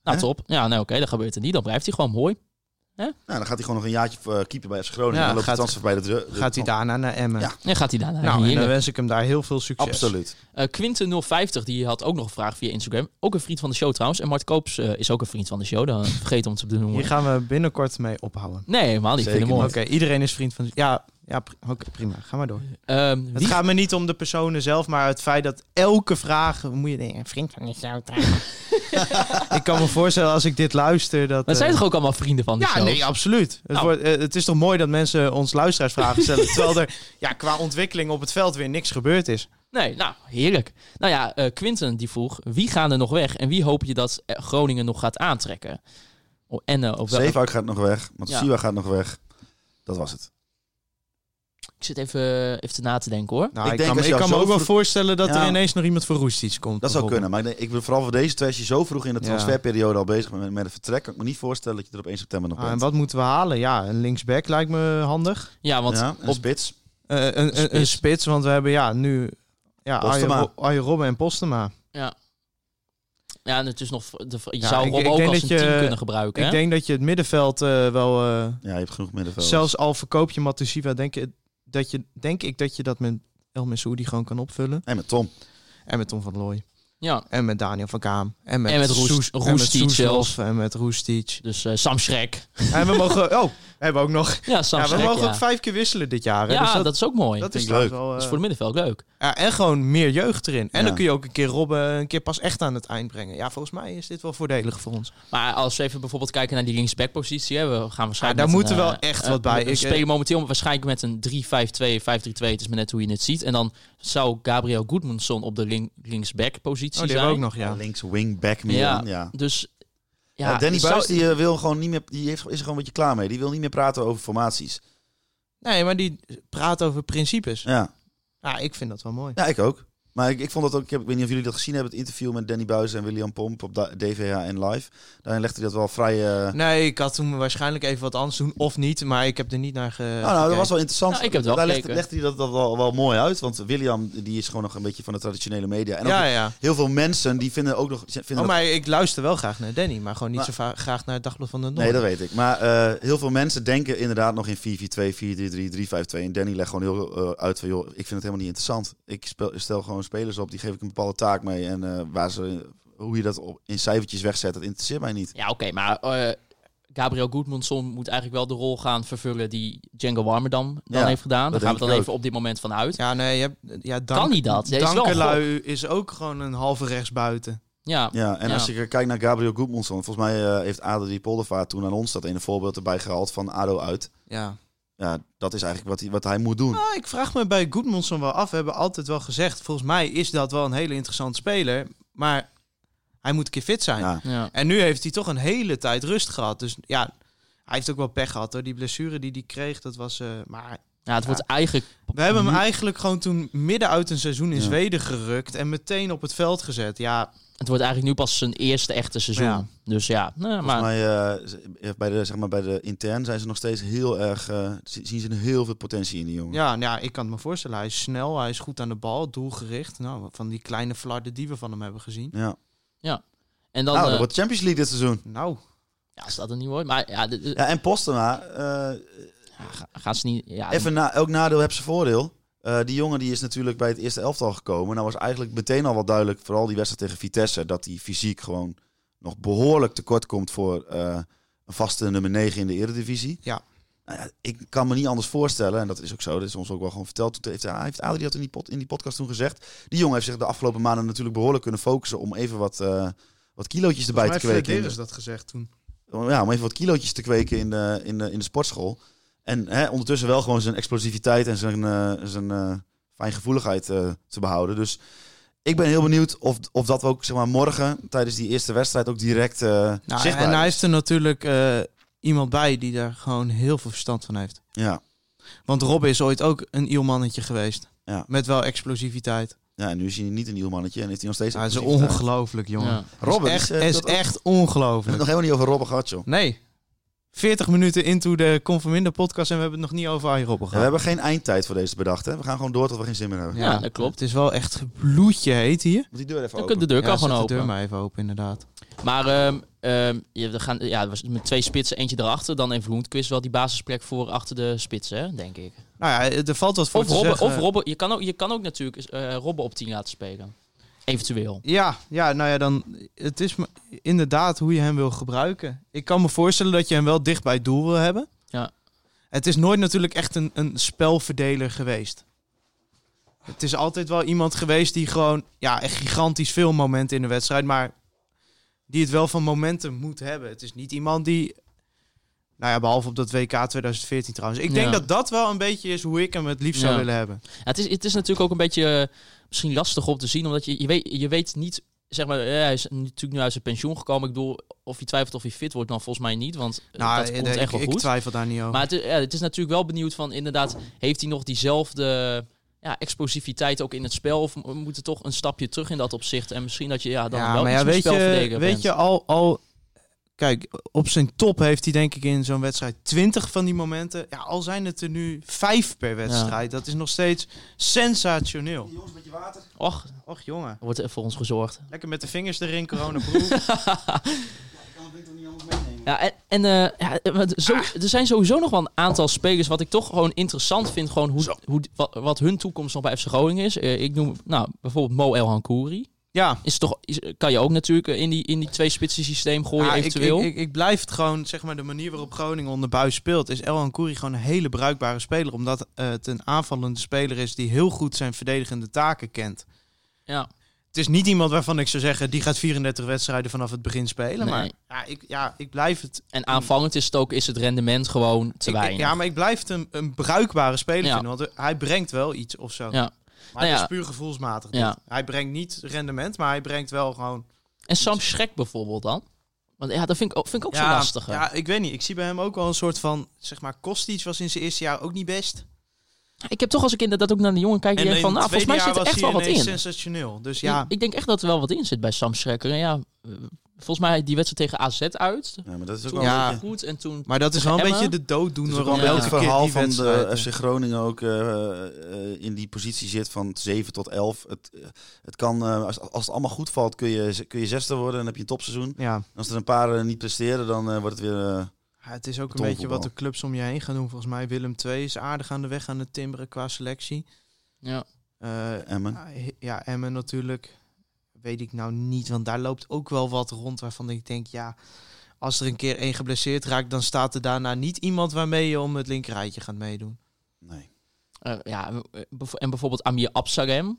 Speaker 4: nou, top. Ja, nou, oké, dan gebeurt er niet. Dan blijft hij gewoon mooi.
Speaker 6: Nou, dan gaat hij gewoon nog een jaartje eh, keeper bij FC Groningen.
Speaker 5: Ja,
Speaker 6: en dan loopt
Speaker 5: gaat-
Speaker 6: de transfer bij de, de
Speaker 5: Gaat hij daarna naar Emmen?
Speaker 6: Ja.
Speaker 4: En gaat hij daarna
Speaker 5: Nou, en
Speaker 4: hierin.
Speaker 5: dan wens ik hem daar heel veel succes.
Speaker 6: Absoluut.
Speaker 4: Eh, Quinten050, die had ook nog een vraag via Instagram. Ook een vriend van de show trouwens. En Mart Koops eh, is ook een vriend van de show. Dan vergeet om het te
Speaker 5: Hier
Speaker 4: noemen.
Speaker 5: gaan we binnenkort mee ophouden.
Speaker 4: Nee, helemaal niet. Ik vind hem
Speaker 5: Oké,
Speaker 4: mooi.
Speaker 5: iedereen is vriend van... Ja, ja pri- oké, prima. Ga maar door.
Speaker 4: Ehm, wie-
Speaker 5: Het gaat me niet om de personen zelf, maar het feit dat elke vraag... Moet je denken, vriend van de show trouwens. ik kan me voorstellen als ik dit luister dat...
Speaker 4: Maar het
Speaker 5: eh,
Speaker 4: zijn toch ook allemaal vrienden van de
Speaker 5: ja,
Speaker 4: show?
Speaker 5: nee, absoluut. Het,
Speaker 4: Nou.
Speaker 5: wordt, eh, het is toch mooi dat mensen ons luisteraarsvragen stellen. terwijl er ja, qua ontwikkeling op het veld weer niks gebeurd is.
Speaker 4: Nee, nou, heerlijk. Nou ja, eh, Quinten die vroeg, wie gaan er nog weg? En wie hoop je dat eh, Groningen nog gaat aantrekken? Oh, en eh, op welke-
Speaker 6: Zeefuik gaat nog weg. Matsuwa gaat nog weg. Dat was het.
Speaker 4: Ik zit even, even na te denken hoor.
Speaker 5: Nou,
Speaker 6: Ik
Speaker 5: ik,
Speaker 6: denk
Speaker 5: kan,
Speaker 6: als
Speaker 5: me- ik
Speaker 6: je
Speaker 5: kan me
Speaker 6: al
Speaker 5: ook
Speaker 6: zo
Speaker 5: wel
Speaker 6: vroeg-
Speaker 5: voorstellen dat
Speaker 6: Ja.
Speaker 5: er ineens nog iemand voor Roestic komt.
Speaker 6: Dat zou
Speaker 5: bijvoorbeeld.
Speaker 6: kunnen. Maar ik, denk, ik ben vooral voor deze twee, als je zo vroeg in de
Speaker 5: Ja.
Speaker 6: transferperiode al bezig bent met, met het vertrek, kan ik me niet voorstellen dat je er op 1 september nog
Speaker 5: Ah, en
Speaker 6: bent.
Speaker 5: wat moeten we halen? Ja, een linksback lijkt me handig.
Speaker 4: Ja, want
Speaker 6: ja, en
Speaker 4: op,
Speaker 6: spits.
Speaker 5: Eh, een, een, een,
Speaker 4: Spits.
Speaker 5: spits, want we hebben ja, nu ja, Arjen,
Speaker 6: Postema.
Speaker 5: Ro- Arjen Robben en Postema.
Speaker 4: ja, en het is nog, de, je
Speaker 5: Ja,
Speaker 4: zou
Speaker 5: ik-
Speaker 4: Rob
Speaker 5: ik
Speaker 4: ook
Speaker 5: denk
Speaker 4: als een
Speaker 5: dat je-
Speaker 4: team kunnen gebruiken.
Speaker 5: Ik
Speaker 4: hè?
Speaker 5: denk dat je het middenveld eh, wel... eh,
Speaker 6: Ja, je hebt genoeg middenveld.
Speaker 5: zelfs al verkoop je Matusiwa, denk, je, dat je, denk ik dat je dat met El Messoudi gewoon kan opvullen.
Speaker 6: En met Tom.
Speaker 5: En met Tom van Looy.
Speaker 4: Ja,
Speaker 5: En met Daniel van Kaam. En met,
Speaker 4: En met Roest-
Speaker 5: Soes- en met
Speaker 4: Roestic
Speaker 5: Soeslof
Speaker 4: zelfs.
Speaker 5: En met Roestic.
Speaker 4: dus eh, Sam Schrek.
Speaker 5: en we mogen... Oh, hebben we ook nog...
Speaker 4: Ja, Sam
Speaker 5: Ja, we
Speaker 4: Schrek,
Speaker 5: mogen
Speaker 4: ja.
Speaker 5: ook vijf keer wisselen dit jaar. hè.
Speaker 4: Ja,
Speaker 5: Dus
Speaker 4: dat, is ook mooi.
Speaker 5: dat
Speaker 4: Dat
Speaker 5: is
Speaker 6: ik
Speaker 5: trouwens
Speaker 6: leuk.
Speaker 5: wel... eh,
Speaker 4: is voor het middenveld leuk.
Speaker 5: Ja, en gewoon meer jeugd erin. En
Speaker 6: Ja.
Speaker 5: dan kun je ook een keer Robben een keer pas echt aan het eind brengen. Ja, volgens mij is dit wel voordelig voor ons.
Speaker 4: Maar als we even bijvoorbeeld kijken naar die linksbackpositie, hè, we gaan waarschijnlijk.
Speaker 5: Ja, daar
Speaker 4: met
Speaker 5: moeten
Speaker 4: een,
Speaker 5: wel
Speaker 4: eh,
Speaker 5: echt
Speaker 4: eh,
Speaker 5: wat bij.
Speaker 4: We
Speaker 5: Ik,
Speaker 4: spelen momenteel waarschijnlijk met een 3-5-2, 5-3-2. Het is maar net hoe je het ziet. En dan zou Gabriel Goodmanson op de link, linksbackpositie
Speaker 5: Oh, die
Speaker 4: zijn.
Speaker 5: hebben we ook nog, ja.
Speaker 6: Links wingback meer.
Speaker 4: Ja.
Speaker 6: Ja. Ja.
Speaker 4: Dus ja,
Speaker 6: Ja, Danny
Speaker 4: het zou-
Speaker 6: Buis die, eh, wil gewoon niet meer, die heeft, is er gewoon een beetje klaar mee. Die wil niet meer praten over formaties.
Speaker 5: Nee, maar die praat over principes.
Speaker 6: Ja,
Speaker 5: Ja, ik vind dat wel mooi.
Speaker 6: ja ik ook. Maar ik, ik vond dat ook, ik, heb, ik weet niet of jullie dat gezien hebben, het interview met Danny Buis en William Pomp op da- DVH en live. Daarin legde hij dat wel vrij... eh,
Speaker 5: Nee, ik had toen waarschijnlijk even wat anders doen of niet, maar ik heb er niet naar ge.
Speaker 6: Nou, nou, dat
Speaker 5: gekeken.
Speaker 6: was wel interessant.
Speaker 4: Nou, ik heb het wel
Speaker 6: Daar legde,
Speaker 4: gekeken.
Speaker 6: legde hij dat, dat wel, wel mooi uit. Want William die is gewoon nog een beetje van de traditionele media. En ook
Speaker 5: Ja, ja.
Speaker 6: heel veel mensen die vinden ook nog... Vinden
Speaker 5: Oh,
Speaker 6: dat-
Speaker 5: maar ik luister wel graag naar Danny, maar gewoon niet
Speaker 6: Maar-
Speaker 5: zo va- graag naar het Dagblad van de Noord.
Speaker 6: nee, dat weet ik. Maar eh, heel veel mensen denken inderdaad nog in 4-4-2, 4-3-3, 3-5-2. En Danny legt gewoon heel eh, uit van... joh, ik vind het helemaal niet interessant. Ik speel, stel gewoon spelers op, die geef ik een bepaalde taak mee. En eh, waar ze, hoe je dat op, in cijfertjes wegzet, dat interesseert mij niet.
Speaker 4: Ja, oké, maar eh, Gabriel Goodmanson moet eigenlijk wel de rol gaan vervullen die Django Warmerdam dan
Speaker 6: Ja,
Speaker 4: heeft gedaan. Daar
Speaker 6: dat
Speaker 4: gaan we
Speaker 6: denk
Speaker 4: dan
Speaker 6: ik
Speaker 4: even op dit moment van uit.
Speaker 5: Ja, nee, je hebt, ja, dank,
Speaker 4: Kan hij dat? Hij is wel een
Speaker 5: Dankelui is ook gewoon een halve rechtsbuiten.
Speaker 4: Ja,
Speaker 6: Ja, en
Speaker 4: Ja.
Speaker 6: als je kijkt naar Gabriel Goedmonson... volgens mij eh, heeft Ado die Poldervaart toen aan ons dat ene voorbeeld erbij gehaald van Ado uit.
Speaker 5: Ja.
Speaker 6: ja, dat is eigenlijk wat hij, wat hij moet doen.
Speaker 4: Oh,
Speaker 5: Nou, ik vraag me bij Goodmanson wel af. We hebben altijd wel gezegd, volgens mij is dat wel een hele interessante speler. Maar hij moet een keer fit zijn.
Speaker 6: Ja.
Speaker 4: ja.
Speaker 5: En nu heeft hij toch een hele tijd rust gehad. Dus ja, hij heeft ook wel pech gehad hoor. Die blessure die hij kreeg, dat was... eh, maar
Speaker 4: Ja, het wordt eigenlijk...
Speaker 5: we hebben hem eigenlijk gewoon toen midden uit een seizoen in
Speaker 6: Ja.
Speaker 5: Zweden gerukt. En meteen op het veld gezet. Ja,
Speaker 4: Het wordt eigenlijk nu pas zijn eerste echte seizoen.
Speaker 5: Ja.
Speaker 4: Dus ja, nou, maar...
Speaker 6: Volgens mij eh, ze- bij, de, zeg maar, bij de intern zijn ze nog steeds heel erg, eh, zi- zien ze heel veel potentie in die jongen.
Speaker 5: ja, nou ja, ik kan het me voorstellen. Hij is snel, hij is goed aan de bal, doelgericht. Nou, van die kleine flarden die we van hem hebben gezien.
Speaker 6: Ja.
Speaker 4: En dan...
Speaker 6: nou, dat
Speaker 4: eh,
Speaker 6: wordt Champions League dit seizoen.
Speaker 5: Nou,
Speaker 4: Ja, als dat er niet wordt. Maar ja, de- de-
Speaker 6: Ja, en Postema, eh,
Speaker 4: ga- gaan ze niet... Ja,
Speaker 6: even na, elk nadeel heeft zijn voordeel. Eh, die jongen die is natuurlijk bij het eerste elftal gekomen. Nou was eigenlijk meteen al wel duidelijk, vooral die wedstrijd tegen Vitesse, dat hij fysiek gewoon nog behoorlijk tekort komt voor eh, een vaste nummer 9 in de Eredivisie.
Speaker 5: Ja.
Speaker 6: Nou ja, ik kan me niet anders voorstellen, en dat is ook zo, dat is ons ook wel gewoon verteld. Toen heeft, hij heeft Adrie dat in die, pod, in die podcast toen gezegd. Die jongen heeft zich de afgelopen maanden natuurlijk behoorlijk kunnen focussen om even wat, eh, wat kilootjes erbij te kweken. in de-
Speaker 5: dat gezegd toen.
Speaker 6: ja, om even wat kilootjes te kweken in de, in de, in de sportschool. En hè, ondertussen wel gewoon zijn explosiviteit en zijn, eh, zijn eh, fijngevoeligheid eh, te behouden. Dus ik ben heel benieuwd of, of dat we ook zeg maar, morgen tijdens die eerste wedstrijd ook direct eh
Speaker 5: Nou,
Speaker 6: zichtbaar
Speaker 5: en hij
Speaker 6: is.
Speaker 5: heeft er natuurlijk eh, iemand bij die daar gewoon heel veel verstand van heeft.
Speaker 6: Ja.
Speaker 5: Want Rob is ooit ook een ielmannetje geweest.
Speaker 6: Ja.
Speaker 5: Met wel explosiviteit.
Speaker 6: ja, en nu is hij niet een nieuw mannetje en heeft hij nog steeds...
Speaker 5: Ja, het is
Speaker 6: explosiviteit.
Speaker 5: ongelooflijk, jongen.
Speaker 4: Ja.
Speaker 6: Robben,
Speaker 5: echt,
Speaker 6: die, eh,
Speaker 5: het
Speaker 6: dat
Speaker 5: is
Speaker 6: ook-
Speaker 5: echt
Speaker 6: We hebben
Speaker 5: ongelooflijk.
Speaker 6: het nog helemaal niet over Robben gehad, joh.
Speaker 5: Nee. 40 minuten into de Conforminder podcast en we hebben het nog niet over Arjen Robben
Speaker 6: Ja, we
Speaker 5: gehad.
Speaker 6: hebben geen eindtijd voor deze bedacht, hè. We gaan gewoon door tot we geen zin meer hebben.
Speaker 4: Ja, dat klopt.
Speaker 5: Het is wel echt bloedje heet hier.
Speaker 6: Moet die deur even
Speaker 4: Dan
Speaker 6: open.
Speaker 4: kunt de deur
Speaker 5: Ja,
Speaker 4: kan
Speaker 5: zet
Speaker 4: gewoon
Speaker 5: de deur
Speaker 4: open.
Speaker 5: maar even open, inderdaad.
Speaker 4: Maar ehm ehm, je, er gaan, ja, er was met twee spitsen, eentje erachter. Dan heeft Loentquist wel die basisplek voor achter de spitsen, hè, denk ik.
Speaker 5: Nou ja, er valt wat voor
Speaker 4: Of
Speaker 5: te
Speaker 4: Robben,
Speaker 5: zeggen.
Speaker 4: of Robben. Je kan ook, je kan ook natuurlijk eh Robben op 10 laten spelen. Eventueel.
Speaker 5: Ja, ja, nou ja, dan. Het is me- inderdaad hoe je hem wil gebruiken. Ik kan me voorstellen dat je hem wel dicht bij het doel wil hebben.
Speaker 4: Ja.
Speaker 5: Het is nooit natuurlijk echt een, een spelverdeler geweest. Het is altijd wel iemand geweest die gewoon. Ja, echt gigantisch veel momenten in de wedstrijd. Maar die het wel van momenten moet hebben. Het is niet iemand die. Nou ja, behalve op dat WK 2014 trouwens. Ik denk
Speaker 4: Ja.
Speaker 5: dat dat wel een beetje is hoe ik hem het liefst zou
Speaker 4: Ja.
Speaker 5: willen hebben.
Speaker 4: Ja, het, is, het is natuurlijk ook een beetje eh, misschien lastig om te zien, omdat je, je, weet, je weet niet, zeg maar, eh, hij is natuurlijk nu uit zijn pensioen gekomen. Ik bedoel, of hij twijfelt of hij fit wordt, dan volgens mij niet, want eh,
Speaker 5: Nou,
Speaker 4: dat
Speaker 5: eh,
Speaker 4: komt
Speaker 5: ik,
Speaker 4: echt wel
Speaker 5: ik
Speaker 4: goed.
Speaker 5: twijfel daar niet over.
Speaker 4: Maar het is, ja, het is natuurlijk wel benieuwd van, inderdaad, heeft hij nog diezelfde ja, explosiviteit ook in het spel? Of m- moet er toch een stapje terug in dat opzicht? En misschien dat je ja, dan wel iets meer
Speaker 5: weet je,
Speaker 4: spelverdediger
Speaker 5: weet
Speaker 4: bent.
Speaker 5: je al, al. Kijk, op zijn top heeft hij denk ik in zo'n wedstrijd 20 van die momenten. Ja, al zijn het er nu vijf per wedstrijd. Dat is nog steeds sensationeel.
Speaker 6: Jongens, met je water.
Speaker 4: Och, er
Speaker 5: Och jongen,
Speaker 4: wordt er voor ons gezorgd.
Speaker 5: lekker met de vingers erin, coronaproof.
Speaker 6: Ik kan het toch niet anders meenemen.
Speaker 4: Ja, en, en eh, ja, want zo, er zijn sowieso nog wel een aantal spelers wat ik toch gewoon interessant vind. Gewoon hoe, hoe, wat, wat hun toekomst nog bij FC Groningen is. Eh, ik noem nou, bijvoorbeeld Mo El Hankouri.
Speaker 5: ja.
Speaker 4: Is toch, is- kan je ook natuurlijk eh, in die, in die twee spitsen systeem gooien
Speaker 5: Ja, ik-
Speaker 4: eventueel.
Speaker 5: Ik, ik, ik blijf het gewoon, zeg maar, de manier waarop Groningen onder buis speelt. Is El Ancuri gewoon een hele bruikbare speler. Omdat eh, het een aanvallende speler is die heel goed zijn verdedigende taken kent.
Speaker 4: ja.
Speaker 5: het is niet iemand waarvan ik zou zeggen, die gaat 34 wedstrijden vanaf het begin spelen.
Speaker 4: Nee.
Speaker 5: Maar ja ik, ja, ik blijf het.
Speaker 4: En aanvallend is het ook is het rendement gewoon te
Speaker 5: ik- ik-
Speaker 4: weinig.
Speaker 5: ja, maar ik blijf het een, een bruikbare speler
Speaker 4: Ja.
Speaker 5: vinden. Want hij brengt wel iets of zo.
Speaker 4: Ja.
Speaker 5: Maar
Speaker 4: Nou
Speaker 5: het
Speaker 4: ja.
Speaker 5: is puur gevoelsmatig.
Speaker 4: Ja.
Speaker 5: dit. Hij brengt niet rendement, maar hij brengt wel gewoon.
Speaker 4: En Sam Schrek bijvoorbeeld dan. Want ja, dat vind ik ook, vind ik ook
Speaker 5: ja,
Speaker 4: zo lastig. Ja,
Speaker 5: Ja, ik weet niet. Ik zie bij hem ook wel een soort van. Zeg maar, Kostic was in zijn eerste jaar ook niet best.
Speaker 4: Ik heb toch als ik inderdaad ook naar de jongen kijk, die denk
Speaker 5: in
Speaker 4: van,
Speaker 5: het
Speaker 4: nou, volgens mij
Speaker 5: tweede
Speaker 4: zit er echt
Speaker 5: jaar was
Speaker 4: wel
Speaker 5: hij
Speaker 4: wat in.
Speaker 5: ineens Sensationeel. Dus ja.
Speaker 4: Ik, ik denk echt dat er wel wat in zit bij Sam Schrekker. En ja, eh, volgens mij die wedstrijd tegen AZ uit.
Speaker 6: Ja, maar dat is ook
Speaker 4: Toen
Speaker 6: wel
Speaker 5: Ja.
Speaker 4: was het goed en toen...
Speaker 5: Maar dat is wel een
Speaker 4: Emma?
Speaker 5: beetje de dooddoener.
Speaker 6: Het is Dus ook
Speaker 5: om
Speaker 6: wel een
Speaker 5: elke
Speaker 6: beetje
Speaker 5: keer
Speaker 6: het verhaal
Speaker 5: die
Speaker 6: van de
Speaker 5: wedstrijd.
Speaker 6: FC Groningen ook eh, eh, in die positie zit van 7 tot 11. Het, eh, het kan, eh, als, als het allemaal goed valt, kun je, kun je zesde worden en dan heb je een topseizoen.
Speaker 5: Ja.
Speaker 6: En als er een paar eh, niet presteren, dan eh, wordt het weer... eh,
Speaker 5: Ja, het is ook een
Speaker 6: Betonvoetbal.
Speaker 5: beetje wat de clubs om je heen gaan doen. Volgens mij Willem II is aardig aan de weg aan het timberen qua selectie.
Speaker 4: Ja.
Speaker 5: Eh,
Speaker 6: Emmen.
Speaker 5: ja, Emmen natuurlijk. Weet ik nou niet, want daar loopt ook wel wat rond waarvan ik denk, ja, als er een keer één geblesseerd raakt, dan staat er daarna niet iemand waarmee je om het linkerrijtje gaat meedoen.
Speaker 6: nee.
Speaker 4: Eh, ja, eh, bev- en bijvoorbeeld Amir Absalem.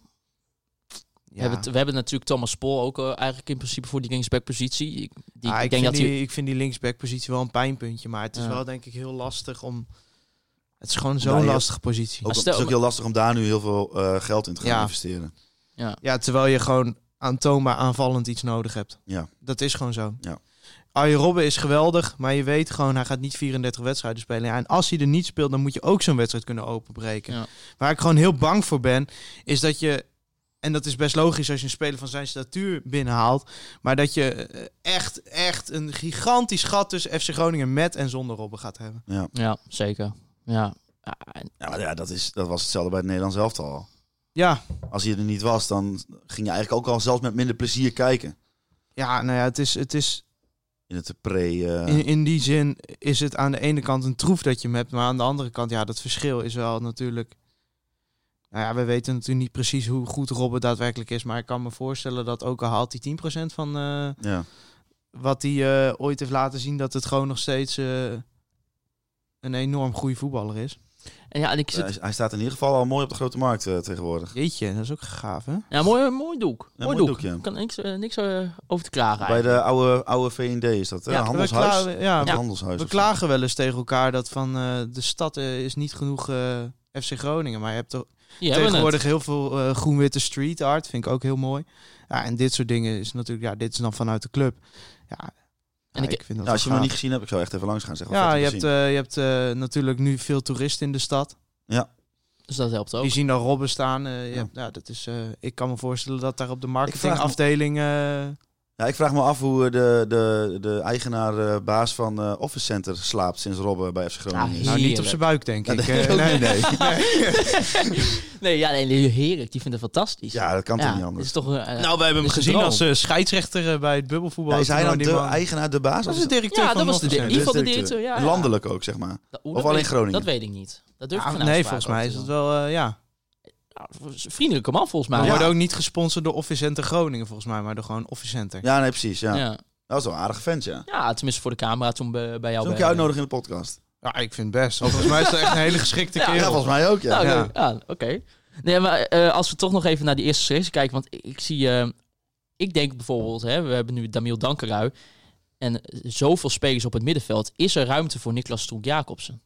Speaker 4: We,
Speaker 5: Ja.
Speaker 4: hebben, t- we hebben natuurlijk Thomas Spoor ook eh, eigenlijk in principe voor die linksback-positie. Ik- Die,
Speaker 5: Ah,
Speaker 4: ik
Speaker 5: ik,
Speaker 4: denk
Speaker 5: vind
Speaker 4: dat
Speaker 5: die,
Speaker 4: hij...
Speaker 5: ik vind die linksback-positie wel een pijnpuntje, maar het is
Speaker 4: Ja.
Speaker 5: wel denk ik heel lastig om... Het is gewoon
Speaker 6: daar
Speaker 5: zo'n
Speaker 6: heel-
Speaker 5: lastige positie.
Speaker 6: Ook,
Speaker 4: Maar
Speaker 6: het
Speaker 4: stel-
Speaker 6: is ook heel lastig om daar nu heel veel eh, geld in te gaan
Speaker 5: Ja.
Speaker 6: investeren.
Speaker 5: Ja, terwijl je gewoon aantoonbaar aanvallend iets nodig hebt.
Speaker 6: Ja.
Speaker 5: Dat is gewoon zo.
Speaker 6: Ja.
Speaker 5: Arjen Robben is geweldig, maar je weet gewoon, hij gaat niet 34 wedstrijden spelen. Ja, en als hij er niet speelt, dan moet je ook zo'n wedstrijd kunnen openbreken.
Speaker 4: Ja.
Speaker 5: Waar ik gewoon heel bang voor ben, is dat je, en dat is best logisch als je een speler van zijn statuur binnenhaalt, maar dat je eh, echt, echt een gigantisch gat tussen FC Groningen met en zonder Robben gaat hebben.
Speaker 6: Ja.
Speaker 4: Ja, zeker. Ja. Ja, en-
Speaker 6: Ja, maar ja, dat, is, dat was hetzelfde bij het Nederlands elftal al.
Speaker 5: Ja,
Speaker 6: Als hij er niet was, dan ging je eigenlijk ook al zelfs met minder plezier kijken.
Speaker 5: ja nou ja, het is, het is
Speaker 6: In het pre... eh,
Speaker 5: In, in die zin is het aan de ene kant een troef dat je hem hebt, maar aan de andere kant, ja, dat verschil is wel natuurlijk. Nou ja, we weten natuurlijk niet precies hoe goed Robben daadwerkelijk is, maar ik kan me voorstellen dat ook al haalt hij 10% van eh,
Speaker 6: ja.
Speaker 5: wat hij eh, ooit heeft laten zien, dat het gewoon nog steeds eh, een enorm goede voetballer is.
Speaker 4: En ja, en ik zit...
Speaker 5: Eh,
Speaker 6: hij, hij staat in ieder geval al mooi op de grote markt eh, tegenwoordig.
Speaker 5: Jeetje, dat is ook gaaf, hè?
Speaker 4: Ja, mooi, mooi doek.
Speaker 6: Ja,
Speaker 4: mooi
Speaker 6: mooi
Speaker 4: doek.
Speaker 6: doek, ja.
Speaker 4: Ik kan niks, eh, niks eh, over te klagen
Speaker 6: Bij
Speaker 4: eigenlijk.
Speaker 6: de oude, oude V&D is dat, hè?
Speaker 4: Ja, we
Speaker 6: Handelshuis.
Speaker 5: We, klagen- ja,
Speaker 6: Het handelshuis.
Speaker 5: we
Speaker 6: of zo.
Speaker 5: klagen wel eens tegen elkaar dat van eh, de stad eh, is niet genoeg eh, FC Groningen, maar je hebt toch
Speaker 4: Die hebben het.
Speaker 5: tegenwoordig heel veel eh, groen-witte street art. Vind ik ook heel mooi. Ja, en dit soort dingen is natuurlijk... Ja, dit is dan vanuit de club. Ja,
Speaker 4: En
Speaker 5: ja,
Speaker 4: ik-
Speaker 5: ik, vind dat
Speaker 6: Ja, Nou, als je
Speaker 5: wel
Speaker 6: hem nog
Speaker 5: gaaf.
Speaker 6: niet gezien hebt, ik zou echt even langs gaan zeggen.
Speaker 5: Ja, je hebt, eh, je hebt eh, natuurlijk nu veel toeristen in de stad.
Speaker 4: Dus dat helpt ook.
Speaker 5: Die zien dan Robben staan. eh, je
Speaker 6: Ja.
Speaker 5: hebt- ja, dat is, eh, ik kan me voorstellen dat daar op de
Speaker 6: me-
Speaker 5: marketingafdeling... eh,
Speaker 6: Ja, ik vraag me af hoe eh, de, de, de eigenaar, eh, baas van eh, Office Center slaapt sinds Robben bij FC Groningen is.
Speaker 5: Nou, niet op
Speaker 4: Heerlijk.
Speaker 5: zijn buik, denk
Speaker 6: Ja,
Speaker 5: ik.
Speaker 6: dat
Speaker 5: Eh,
Speaker 6: denk ik ook
Speaker 5: nee,
Speaker 6: niet,
Speaker 5: nee.
Speaker 4: Nee, ja, nee, nee, heerlijk. Die vindt het fantastisch.
Speaker 6: Ja, dat kan toch niet
Speaker 4: dit
Speaker 6: anders.
Speaker 4: Is toch, eh,
Speaker 5: Nou, we hebben hem
Speaker 4: Is een
Speaker 5: gezien
Speaker 4: droom.
Speaker 5: als eh, scheidsrechter eh, bij het bubbelvoetbal.
Speaker 6: Ja, is hij dan
Speaker 5: Die
Speaker 6: de
Speaker 5: man-
Speaker 6: eigenaar, de baas?
Speaker 5: Dat
Speaker 6: Of
Speaker 5: is de directeur
Speaker 4: Ja,
Speaker 5: van
Speaker 4: dat was de
Speaker 5: Noord-Oost.
Speaker 4: directeur. ieder
Speaker 6: dat
Speaker 4: geval de
Speaker 6: directeur?
Speaker 4: directeur, ja, ja.
Speaker 6: Landelijk ook, zeg maar.
Speaker 4: dat- hoe,
Speaker 6: Of
Speaker 4: eh, dat
Speaker 6: alleen
Speaker 4: weet-
Speaker 6: Groningen?
Speaker 4: Dat weet ik niet. Dat durf ik geen
Speaker 5: Ja, Nou, nee,
Speaker 4: uitspraak
Speaker 5: volgens
Speaker 4: over
Speaker 5: mij
Speaker 4: te
Speaker 5: is
Speaker 4: doen.
Speaker 5: het wel, eh, ja.
Speaker 4: Nou, vriendelijke man volgens
Speaker 5: We
Speaker 4: mij.
Speaker 5: worden ook niet gesponsord door Office Center Groningen, volgens mij, maar door gewoon Office Center.
Speaker 6: Ja, nee, precies. Ja.
Speaker 4: Ja. Ja.
Speaker 6: Dat is wel een aardige vent, ja.
Speaker 4: tenminste voor de camera toen bij, bij jou.
Speaker 6: Zou ik je
Speaker 4: bij-
Speaker 6: uitnodigen in de podcast?
Speaker 5: Ja, ik vind het best. Volgens mij is dat echt een hele geschikte
Speaker 4: Ja,
Speaker 5: kerel.
Speaker 6: Ja, volgens mij ook, ja.
Speaker 4: Nou,
Speaker 5: Ja.
Speaker 4: leuk. Ja, oké. Nee, maar eh, als we toch nog even naar die eerste selectie kijken, want ik, ik zie, eh, ik denk bijvoorbeeld, hè, we hebben nu Damiel Dankerui en zoveel spelers op het middenveld, is er ruimte voor Niklas Stoek Jacobsen?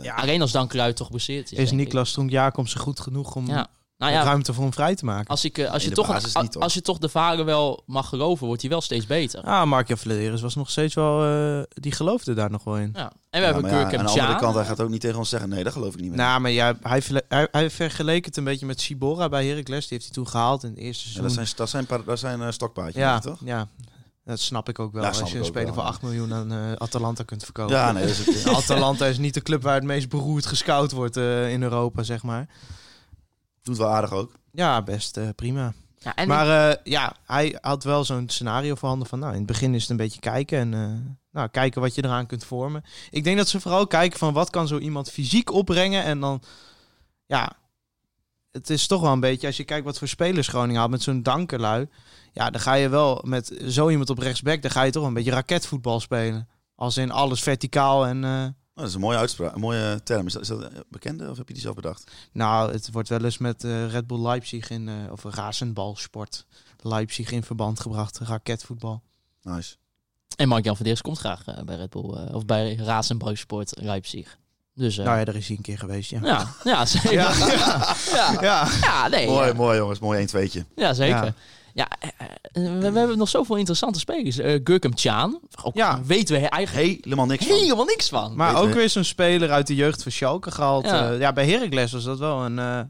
Speaker 5: Ja.
Speaker 4: Alleen als Dankerui toch geblesseerd is.
Speaker 5: Is
Speaker 4: denk ik.
Speaker 5: Niklas Stronk Jacobsen goed genoeg om
Speaker 4: Ja. Nou ja,
Speaker 5: ruimte voor hem vrij te maken?
Speaker 4: als, ik, eh, als, je
Speaker 6: de
Speaker 4: toch
Speaker 6: basis
Speaker 4: een-
Speaker 6: niet, hoor.
Speaker 4: als je toch de varen wel mag geloven, wordt hij wel steeds beter.
Speaker 5: Ah, Mark Flederis was nog steeds wel... eh, die geloofde daar nog wel in.
Speaker 4: Ja. En we
Speaker 6: Ja,
Speaker 4: hebben
Speaker 6: maar ja,
Speaker 4: Kirk
Speaker 6: aan
Speaker 4: en
Speaker 6: de andere kant, hij
Speaker 4: Tjaan.
Speaker 6: gaat ook niet tegen ons zeggen, nee, dat geloof ik niet meer.
Speaker 5: Nou, maar ja, hij, verle- hij, hij vergeleek het een beetje met Sibora bij Heracles. Die heeft hij toen gehaald in het eerste
Speaker 6: Ja,
Speaker 5: seizoen.
Speaker 6: dat zijn, dat zijn, par- dat zijn eh, stokpaardjes,
Speaker 5: ja,
Speaker 6: toch?
Speaker 5: ja. dat snap ik ook wel.
Speaker 6: Ja, snap
Speaker 5: Als je
Speaker 6: ik
Speaker 5: een
Speaker 6: ook
Speaker 5: speler
Speaker 6: wel,
Speaker 5: voor
Speaker 6: ja.
Speaker 5: 8 miljoen aan eh, Atalanta kunt verkopen.
Speaker 6: Ja, nee, dat is het.
Speaker 5: Atalanta is niet de club waar het meest beroerd gescout wordt eh, in Europa, zeg maar.
Speaker 6: Doet wel aardig ook.
Speaker 5: Ja, best eh, prima.
Speaker 4: Ja, en
Speaker 5: maar eh, ja, hij had wel zo'n scenario voorhanden van... Nou, in het begin is het een beetje kijken en eh, nou, kijken wat je eraan kunt vormen. Ik denk dat ze vooral kijken van wat kan zo iemand fysiek opbrengen. En dan, ja, het is toch wel een beetje... Als je kijkt wat voor spelers Groningen haalt met zo'n dankerlui... Ja, dan ga je wel met zo iemand op rechtsback... Dan ga je toch een beetje raketvoetbal spelen. Als in alles verticaal en... eh,
Speaker 6: Nou, dat is een mooie uitspraak, een mooie term. Is dat, is dat een bekende of heb je die zelf bedacht?
Speaker 5: Nou, het wordt wel eens met eh, Red Bull Leipzig in, eh, of Razenbalsport Leipzig in verband gebracht, raketvoetbal.
Speaker 6: Nice.
Speaker 4: En Mark-Jan van Deers komt graag eh, bij Red Bull. eh, of bij Raas en Boysport Leipzig. Dus eh,
Speaker 5: Nou ja, daar is hij een keer geweest, ja.
Speaker 4: ja. Ja, zeker.
Speaker 5: Ja,
Speaker 4: ja.
Speaker 5: ja.
Speaker 4: Ja. nee.
Speaker 6: Mooi,
Speaker 4: ja.
Speaker 6: mooi jongens, mooi 1-2'tje.
Speaker 4: Ja,
Speaker 5: Ja.
Speaker 4: zeker. Ja. eh, eh, we, we hebben nog zoveel interessante spelers. Eh Gurkum Tjaan. Ook
Speaker 5: Ja.
Speaker 4: weten we eigenlijk
Speaker 6: Helemaal niks van.
Speaker 4: helemaal niks van.
Speaker 5: Maar
Speaker 6: Weet
Speaker 5: ook
Speaker 6: we.
Speaker 5: weer zo'n speler uit de jeugd van Schalke gehaald.
Speaker 4: Ja.
Speaker 5: Ja, ja bij Heracles was dat wel een, eh,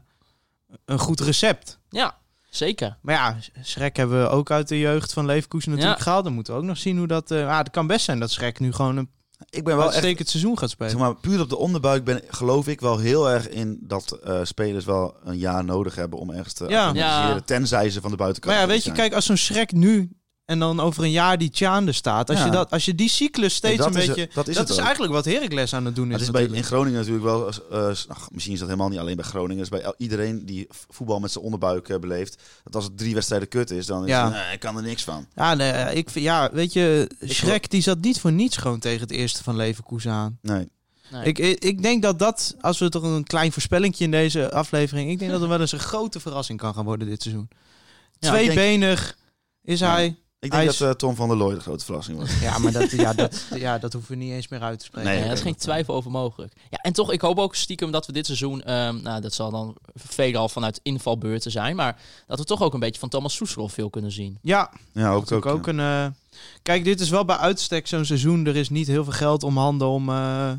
Speaker 5: een goed recept.
Speaker 4: Ja, zeker.
Speaker 5: Maar ja, Schrek hebben we ook uit de jeugd van Leverkusen natuurlijk
Speaker 4: Ja.
Speaker 5: gehaald. Dan moeten we ook nog zien hoe dat... eh ah, het kan best zijn dat Schrek nu gewoon een
Speaker 6: Ik ben wel echt
Speaker 5: uitstekend seizoen gaat spelen.
Speaker 6: Zeg maar, puur op de onderbuik ben, geloof ik wel heel erg in dat eh, spelers wel een jaar nodig hebben om ergens te
Speaker 5: Ja.
Speaker 6: acclimatiseren,
Speaker 4: Ja.
Speaker 6: Tenzij ze van de buitenkant
Speaker 5: Maar ja,
Speaker 6: goed
Speaker 5: weet je,
Speaker 6: zijn.
Speaker 5: kijk, als zo'n Schrek nu en dan over een jaar die Tjaande staat, als,
Speaker 6: Ja.
Speaker 5: je dat, als je die cyclus steeds
Speaker 6: dat
Speaker 5: een
Speaker 6: is het-
Speaker 5: beetje...
Speaker 6: dat is het ook.
Speaker 5: eigenlijk wat Heracles aan het doen
Speaker 6: Maar
Speaker 5: is,
Speaker 6: het is bij,
Speaker 5: natuurlijk.
Speaker 6: in Groningen natuurlijk wel, eh, s- ach, misschien is dat helemaal niet alleen bij Groningen, het is bij el- iedereen die v- voetbal met zijn onderbuik eh, beleeft, dat als het drie wedstrijden kut is, dan is
Speaker 5: Ja.
Speaker 6: het, nee, ik kan er niks van.
Speaker 5: Ja, nee, eh, ik, vind- ja, weet je,
Speaker 6: geloof-
Speaker 5: Schrek die zat niet voor niets gewoon tegen het eerste van Leverkusen aan.
Speaker 6: Nee.
Speaker 4: Nee.
Speaker 5: Ik, ik, ik denk dat dat, als we toch een klein voorspellingje in deze aflevering, ik denk dat er wel eens een grote verrassing kan gaan worden dit seizoen.
Speaker 4: Ja,
Speaker 5: Tweebenig is
Speaker 6: Ja.
Speaker 5: hij.
Speaker 6: Ik
Speaker 5: Hij
Speaker 6: denk
Speaker 5: is-
Speaker 6: dat eh, Tom van der Looy de grote verrassing wordt.
Speaker 5: Ja, maar dat, ja, dat, ja, dat hoeven we niet eens meer uit te spreken.
Speaker 6: Nee,
Speaker 4: Ja,
Speaker 6: oké.
Speaker 4: daar is geen twijfel over mogelijk. Ja, en toch, ik hoop ook stiekem dat we dit seizoen, ehm, nou, dat zal dan veelal vanuit invalbeurten zijn, maar dat we toch ook een beetje van Thomas Soeslof veel kunnen zien.
Speaker 5: Ja,
Speaker 6: Ja, hoop
Speaker 5: Dat
Speaker 6: ik
Speaker 5: ook,
Speaker 6: ook.
Speaker 5: ook een. eh, kijk, dit is wel bij uitstek zo'n seizoen. Er is niet heel veel geld om handen om eh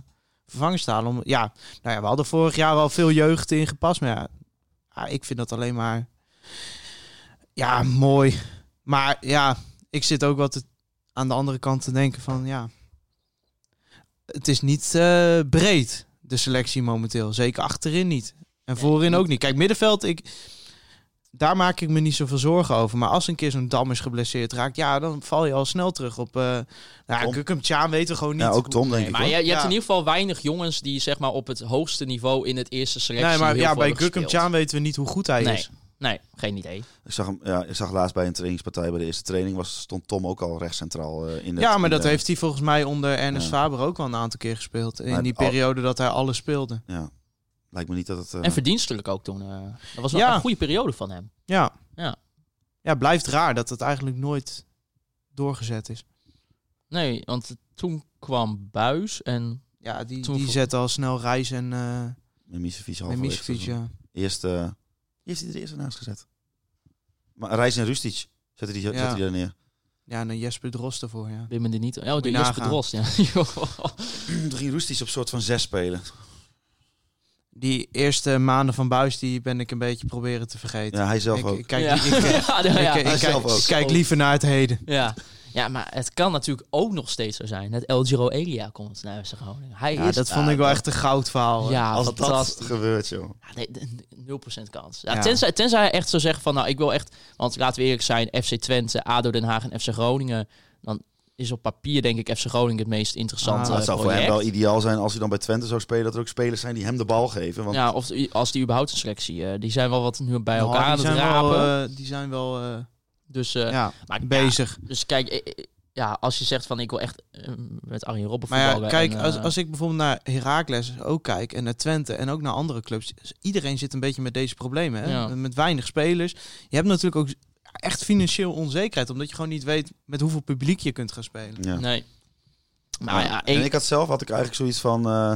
Speaker 5: vervangers te halen. Om, ja, nou ja, we hadden vorig jaar al veel jeugd ingepast. Maar ja, ja, ik vind dat alleen maar. Ja, mooi. Maar ja, ik zit ook wat te- aan de andere kant te denken van ja. Het is niet eh, breed, de selectie momenteel. Zeker achterin niet. En voorin ook niet. Kijk, middenveld, ik, daar maak ik me niet zoveel zorgen over. Maar als een keer zo'n dam is geblesseerd raakt, ja, dan val je al snel terug op. eh nou, ja,
Speaker 6: Tom.
Speaker 5: Kukum Tjaan weten we gewoon niet.
Speaker 6: ja, ook Tom denk
Speaker 4: Nee,
Speaker 6: ik.
Speaker 4: maar je,
Speaker 6: hoor.
Speaker 4: je hebt
Speaker 5: Ja.
Speaker 4: in ieder geval weinig jongens die zeg maar op het hoogste niveau in het eerste selectie
Speaker 5: nee, maar
Speaker 4: heel
Speaker 5: ja,
Speaker 4: veel
Speaker 5: bij
Speaker 4: hebben
Speaker 5: Kukum
Speaker 4: gespeeld.
Speaker 5: Tjaan weten we niet hoe goed hij is.
Speaker 4: Nee, geen idee.
Speaker 6: Ik, zag hem, ja, ik zag laatst bij een trainingspartij, bij de eerste training, was, stond Tom ook al recht centraal eh, in de
Speaker 5: Ja, maar dat
Speaker 6: in de-
Speaker 5: heeft hij volgens mij onder Ernest
Speaker 6: Ja.
Speaker 5: Faber ook wel een aantal keer gespeeld. In
Speaker 6: Maar
Speaker 5: die
Speaker 6: al-
Speaker 5: periode dat hij alles speelde.
Speaker 6: Ja, lijkt me niet dat het... eh,
Speaker 4: En verdienstelijk ook toen. eh, dat was wel
Speaker 5: Ja.
Speaker 4: een goede periode van hem.
Speaker 5: Ja.
Speaker 4: Ja.
Speaker 5: Ja, blijft raar dat het eigenlijk nooit doorgezet is.
Speaker 4: Nee, want toen kwam Buis en
Speaker 5: Ja, die,
Speaker 4: Toen
Speaker 5: die
Speaker 4: vo-
Speaker 5: zet al snel reis en, eh
Speaker 6: Mimicevic
Speaker 5: en
Speaker 6: halverwege
Speaker 5: Misevic,
Speaker 6: seizoen.
Speaker 5: ja.
Speaker 6: Eerst, eh, die heeft hij er eerst naast gezet. Maar Reis en Rustic zette die, zette
Speaker 5: Ja.
Speaker 6: die daar neer.
Speaker 5: Ja, en dan Jesper Drost ervoor, ja.
Speaker 4: Wim de niet. Oh,
Speaker 5: Moet
Speaker 4: de
Speaker 5: je
Speaker 4: Jesper
Speaker 5: nagaan.
Speaker 4: Drost. Ja.
Speaker 6: Toen ging Rustic op soort van zes spelen.
Speaker 5: die eerste maanden van Buis, die ben ik een beetje proberen te vergeten.
Speaker 6: Ja, hij zelf
Speaker 5: ik,
Speaker 6: ook.
Speaker 5: ik kijk,
Speaker 4: ja.
Speaker 5: ik, eh, ik-
Speaker 4: ja, nou ja.
Speaker 5: ik- ik
Speaker 6: Hij
Speaker 5: kijk,
Speaker 6: zelf ook.
Speaker 5: ik kijk liever naar het heden.
Speaker 4: ja. Ja, maar het kan natuurlijk ook nog steeds zo zijn. Dat El Giro Elia komt naar FC Groningen. Hij
Speaker 5: Ja,
Speaker 4: is...
Speaker 5: dat vond ik wel echt een goudverhaal. hè.
Speaker 4: ja,
Speaker 6: Als dat
Speaker 4: fantastisch.
Speaker 6: gebeurt, joh.
Speaker 4: Ja, nee, de- de- 0% kans. Ja,
Speaker 5: Ja.
Speaker 4: Tenzij, tenzij hij echt zou zeggen van, nou, ik wil echt... Want laten we eerlijk zijn, FC Twente, ADO Den Haag en FC Groningen... Dan is op papier denk ik FC Groningen het meest interessante
Speaker 5: Ah,
Speaker 6: Het zou voor
Speaker 4: project.
Speaker 6: hem wel ideaal zijn als hij dan bij Twente zou spelen, dat er ook spelers zijn die hem de bal geven. Want
Speaker 4: Ja, of die- als die überhaupt een selectie... eh, die zijn wel wat nu bij
Speaker 5: Nou,
Speaker 4: elkaar aan
Speaker 5: die
Speaker 4: het
Speaker 5: zijn
Speaker 4: rapen.
Speaker 5: wel, eh, die zijn wel eh,
Speaker 4: dus, eh,
Speaker 5: ja,
Speaker 4: maar, ja,
Speaker 5: bezig.
Speaker 4: dus kijk, eh, eh, ja, als je zegt van, ik wil echt eh, met Arjen Robben
Speaker 5: Maar ja,
Speaker 4: voetballen
Speaker 5: kijk,
Speaker 4: en,
Speaker 5: als,
Speaker 4: eh,
Speaker 5: als ik bijvoorbeeld naar Heracles ook kijk en naar Twente en ook naar andere clubs, is- iedereen zit een beetje met deze problemen. Hè?
Speaker 4: Ja.
Speaker 5: Met weinig spelers. Je hebt natuurlijk ook echt financieel onzekerheid, omdat je gewoon niet weet met hoeveel publiek je kunt gaan spelen.
Speaker 6: ja.
Speaker 4: Nee. Maar Nou ja,
Speaker 6: en
Speaker 4: één-
Speaker 6: ik had zelf had ik eigenlijk zoiets van. eh,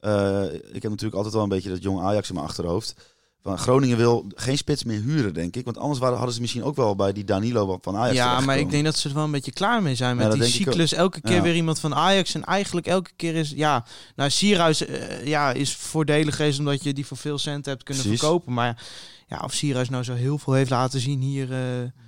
Speaker 6: eh, ik heb natuurlijk altijd wel een beetje dat jong Ajax in mijn achterhoofd. Van Groningen wil geen spits meer huren, denk ik. Want anders waren, hadden ze misschien ook wel bij die Danilo van Ajax.
Speaker 5: Ja, maar
Speaker 6: terechtgekomen.
Speaker 5: ik denk dat ze er wel een beetje klaar mee zijn
Speaker 6: Ja,
Speaker 5: met
Speaker 6: dat
Speaker 5: die
Speaker 6: denk ik ook.
Speaker 5: cyclus. Elke keer
Speaker 6: Ja.
Speaker 5: weer iemand van Ajax. En eigenlijk elke keer is, ja, nou, Sierhuis eh, ja, is voordelig geweest omdat je die voor veel cent hebt kunnen
Speaker 6: Precies.
Speaker 5: verkopen. Maar ja, of Sierhuis nou zo heel veel heeft laten zien hier. eh,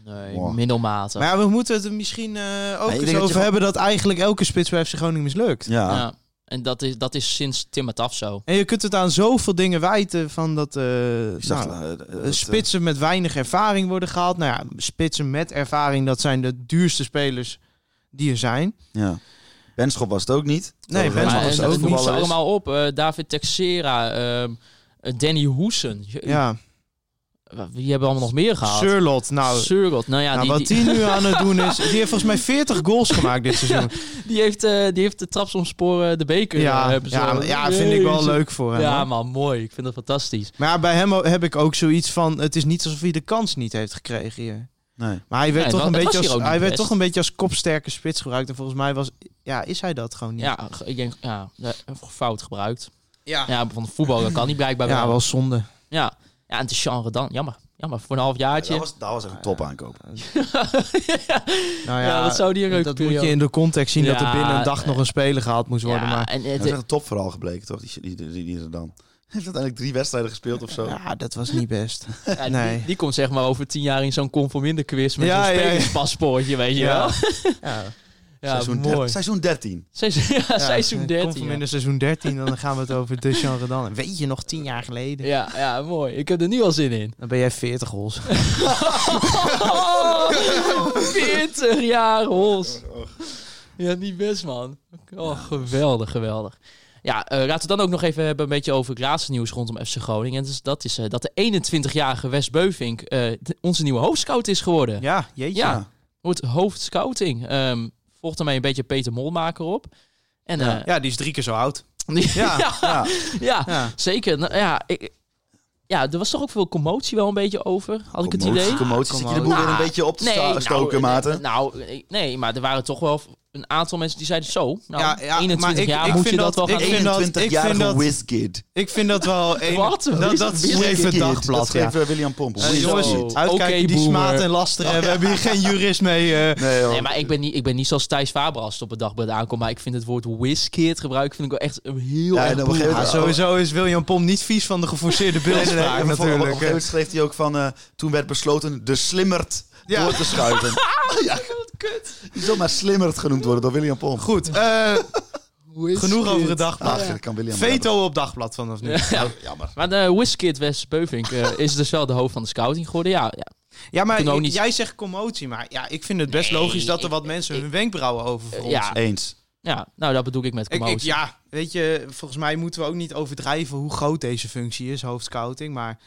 Speaker 4: nee,
Speaker 6: Wow.
Speaker 4: middelmatig.
Speaker 5: Maar ja, we moeten het er misschien eh, ook
Speaker 6: ik denk
Speaker 5: eens
Speaker 6: dat je
Speaker 5: over
Speaker 6: gewoon-
Speaker 5: hebben dat eigenlijk elke spits bij FC Groningen mislukt.
Speaker 6: Ja.
Speaker 4: Ja. En dat is, dat is sinds Tim het af zo.
Speaker 5: En je kunt het aan zoveel dingen wijten van dat... eh,
Speaker 6: Ik zag,
Speaker 5: nou,
Speaker 6: eh, dat,
Speaker 5: eh,
Speaker 6: eh,
Speaker 5: spitsen met weinig ervaring worden gehaald. Nou ja, spitsen met ervaring, dat zijn de duurste spelers die er zijn.
Speaker 6: eh, ja. Benschop was het ook niet.
Speaker 5: Nee,
Speaker 6: Terwijl
Speaker 5: Benschop
Speaker 4: Maar,
Speaker 6: Benschop
Speaker 5: was
Speaker 4: en
Speaker 5: ook
Speaker 4: dat
Speaker 6: een
Speaker 4: noemt ze
Speaker 6: voetballer is.
Speaker 4: allemaal op. Eh, David Texera, ehm, eh, Danny Hoesen. Je-
Speaker 5: Ja,
Speaker 4: Wie hebben we allemaal nog meer gehaald?
Speaker 5: Surlot. Nou,
Speaker 4: Surgot. Nou ja,
Speaker 5: nou,
Speaker 4: die,
Speaker 5: wat
Speaker 4: die,
Speaker 5: die nu aan het doen is... Die heeft volgens mij 40 goals gemaakt dit seizoen.
Speaker 4: die heeft, eh, die heeft de trapsomsporen de beker. eh,
Speaker 5: Ja,
Speaker 4: hebben ze
Speaker 5: ja,
Speaker 4: al.
Speaker 5: ja, vind ik wel
Speaker 4: Jezus.
Speaker 5: leuk voor hem.
Speaker 4: Ja
Speaker 5: hoor.
Speaker 4: man, mooi. Ik vind dat fantastisch.
Speaker 5: Maar ja, bij hem o- heb ik ook zoiets van... Het is niet alsof hij de kans niet heeft gekregen hier.
Speaker 6: Nee.
Speaker 5: Maar hij werd,
Speaker 4: Nee, het
Speaker 5: toch, een
Speaker 4: wa- het
Speaker 5: beetje
Speaker 4: was hier
Speaker 5: als,
Speaker 4: ook niet
Speaker 5: hij werd
Speaker 4: best.
Speaker 5: toch een beetje als kopsterke spits gebruikt. En volgens mij was, ja, is hij dat gewoon niet.
Speaker 4: Ja, ge- ik denk, ja, eh, fout gebruikt.
Speaker 5: ja.
Speaker 4: Ja, van de voetbal dat kan niet blijkbaar
Speaker 5: Ja,
Speaker 4: wel.
Speaker 5: wel zonde.
Speaker 4: Ja. ja, en het is genre dan. Jammer. Jammer, voor een half jaartje.
Speaker 6: Dat was, dat was echt een top aankoop.
Speaker 5: Nou ja,
Speaker 4: ja, dat zou die een leuke
Speaker 5: dat moet
Speaker 4: periode-
Speaker 5: je in de context zien dat er
Speaker 4: Ja, eh,
Speaker 5: binnen een dag nog een speler gehaald moest worden.
Speaker 4: ja,
Speaker 5: Maar
Speaker 4: en het,
Speaker 6: Dat is echt een top vooral gebleken, toch? Die, die, die, die, die er dan. Hij heeft uiteindelijk drie wedstrijden gespeeld of zo.
Speaker 5: ja, dat was niet best.
Speaker 4: eh, Ja,
Speaker 5: Nee.
Speaker 4: die, die komt zeg maar over tien jaar in zo'n conforminde quiz met
Speaker 5: Ja,
Speaker 4: zo'n
Speaker 5: ja, ja.
Speaker 4: spelerspaspoortje, weet je wel.
Speaker 5: ja.
Speaker 4: Ja,
Speaker 6: seizoen, der-
Speaker 4: mooi.
Speaker 6: seizoen 13.
Speaker 4: Seizoen, ja, seizoen
Speaker 5: Komt
Speaker 4: 13.
Speaker 5: hem
Speaker 4: ja.
Speaker 5: in de seizoen 13 en dan gaan we het over Dejan Redan. En Weet je nog, tien jaar geleden.
Speaker 4: Ja, ja, mooi. Ik heb er nu al zin in.
Speaker 5: Dan ben jij 40 hols.
Speaker 4: 40 jaar hols. Ja, niet best, man. Oh, geweldig, geweldig. Ja, eh, laten we het dan ook nog even hebben een beetje over het laatste nieuws rondom FC Groningen. En dus dat is eh, dat de 21-jarige Wes Beuvink eh, de- onze nieuwe hoofdscout is geworden.
Speaker 5: Ja, jeetje.
Speaker 4: Ja, wordt hoofdscouting. Ehm volgt daarmee een beetje Peter Molmaker op. En, eh,
Speaker 5: Ja, die is drie keer zo oud.
Speaker 4: ja,
Speaker 5: Ja,
Speaker 4: ja,
Speaker 5: Ja.
Speaker 4: zeker. Nou, ja, ik- ja, er was toch ook veel commotie wel een beetje over, had ik het
Speaker 6: Commotie,
Speaker 4: idee.
Speaker 6: Commotie. Zit je de boel
Speaker 4: Nou,
Speaker 6: weer een beetje op te sta-
Speaker 4: nou,
Speaker 6: stoken, maten?
Speaker 4: eh, Nou, eh, nee, maar er waren toch wel een aantal mensen die zeiden zo. Nou,
Speaker 5: Ja, ja,
Speaker 4: 21
Speaker 5: maar ik-
Speaker 4: jaar
Speaker 5: ik
Speaker 4: moet
Speaker 5: vind
Speaker 4: je dat,
Speaker 5: dat-
Speaker 4: wel
Speaker 5: ik
Speaker 4: gaan
Speaker 5: vind
Speaker 4: doen.
Speaker 5: dat- ik vind
Speaker 6: 21-jarige
Speaker 5: dat-
Speaker 6: Wizkid.
Speaker 5: Ik vind dat wel... Een,
Speaker 4: Wat?
Speaker 5: Dat, dat
Speaker 4: Wizkid.
Speaker 5: schreef het
Speaker 6: Dat
Speaker 5: dagblad, ja.
Speaker 6: schreef eh, William Pomp.
Speaker 5: Eh,
Speaker 6: Hoe je
Speaker 5: jongens,
Speaker 6: dat ziet.
Speaker 5: uitkijken,
Speaker 4: Oké,
Speaker 5: die
Speaker 4: boomer.
Speaker 5: smaad en laster. hè. We hebben hier geen jurist mee. eh.
Speaker 6: Nee, joh.
Speaker 4: Nee, maar ik ben niet, ik ben niet zoals Thijs Faber als het op het dagblad aankomt. Maar ik vind het woord whiskit gebruiken vind ik wel echt een heel
Speaker 6: Ja,
Speaker 4: erg
Speaker 6: en op een gegeven
Speaker 5: Ja,
Speaker 6: moment-
Speaker 5: sowieso is William Pom niet vies van de geforceerde beeldspraak
Speaker 6: En op- Op een
Speaker 5: natuurlijk.
Speaker 6: gegeven moment schreef hij ook van... eh, toen werd besloten de slimmerd
Speaker 5: Ja.
Speaker 6: door te schuiven. ja, Die zal maar slimmerd genoemd worden door William Pomp.
Speaker 5: Goed, eh, genoeg over het dagblad.
Speaker 6: Ach, dat kan William wel hebben.
Speaker 5: Veto op dagblad vanaf nu.
Speaker 4: Ja.
Speaker 6: Jammer.
Speaker 4: Maar de Whiskit West Beuvink eh, is dus wel de hoofd van de scouting geworden. Ja, ja.
Speaker 5: Ja, maar
Speaker 4: Toen ook
Speaker 5: j-
Speaker 4: niet.
Speaker 5: jij zegt commotie, maar ja, ik vind het best
Speaker 4: Nee,
Speaker 5: logisch dat er wat
Speaker 4: ik-
Speaker 5: mensen
Speaker 4: ik-
Speaker 5: hun wenkbrauwen over fronsen.
Speaker 4: ja.
Speaker 6: Eens.
Speaker 4: ja, nou dat bedoel ik met
Speaker 5: Ik,
Speaker 4: commotie.
Speaker 5: ik, ja, weet je, volgens mij moeten we ook niet overdrijven hoe groot deze functie is, hoofdscouting. Maar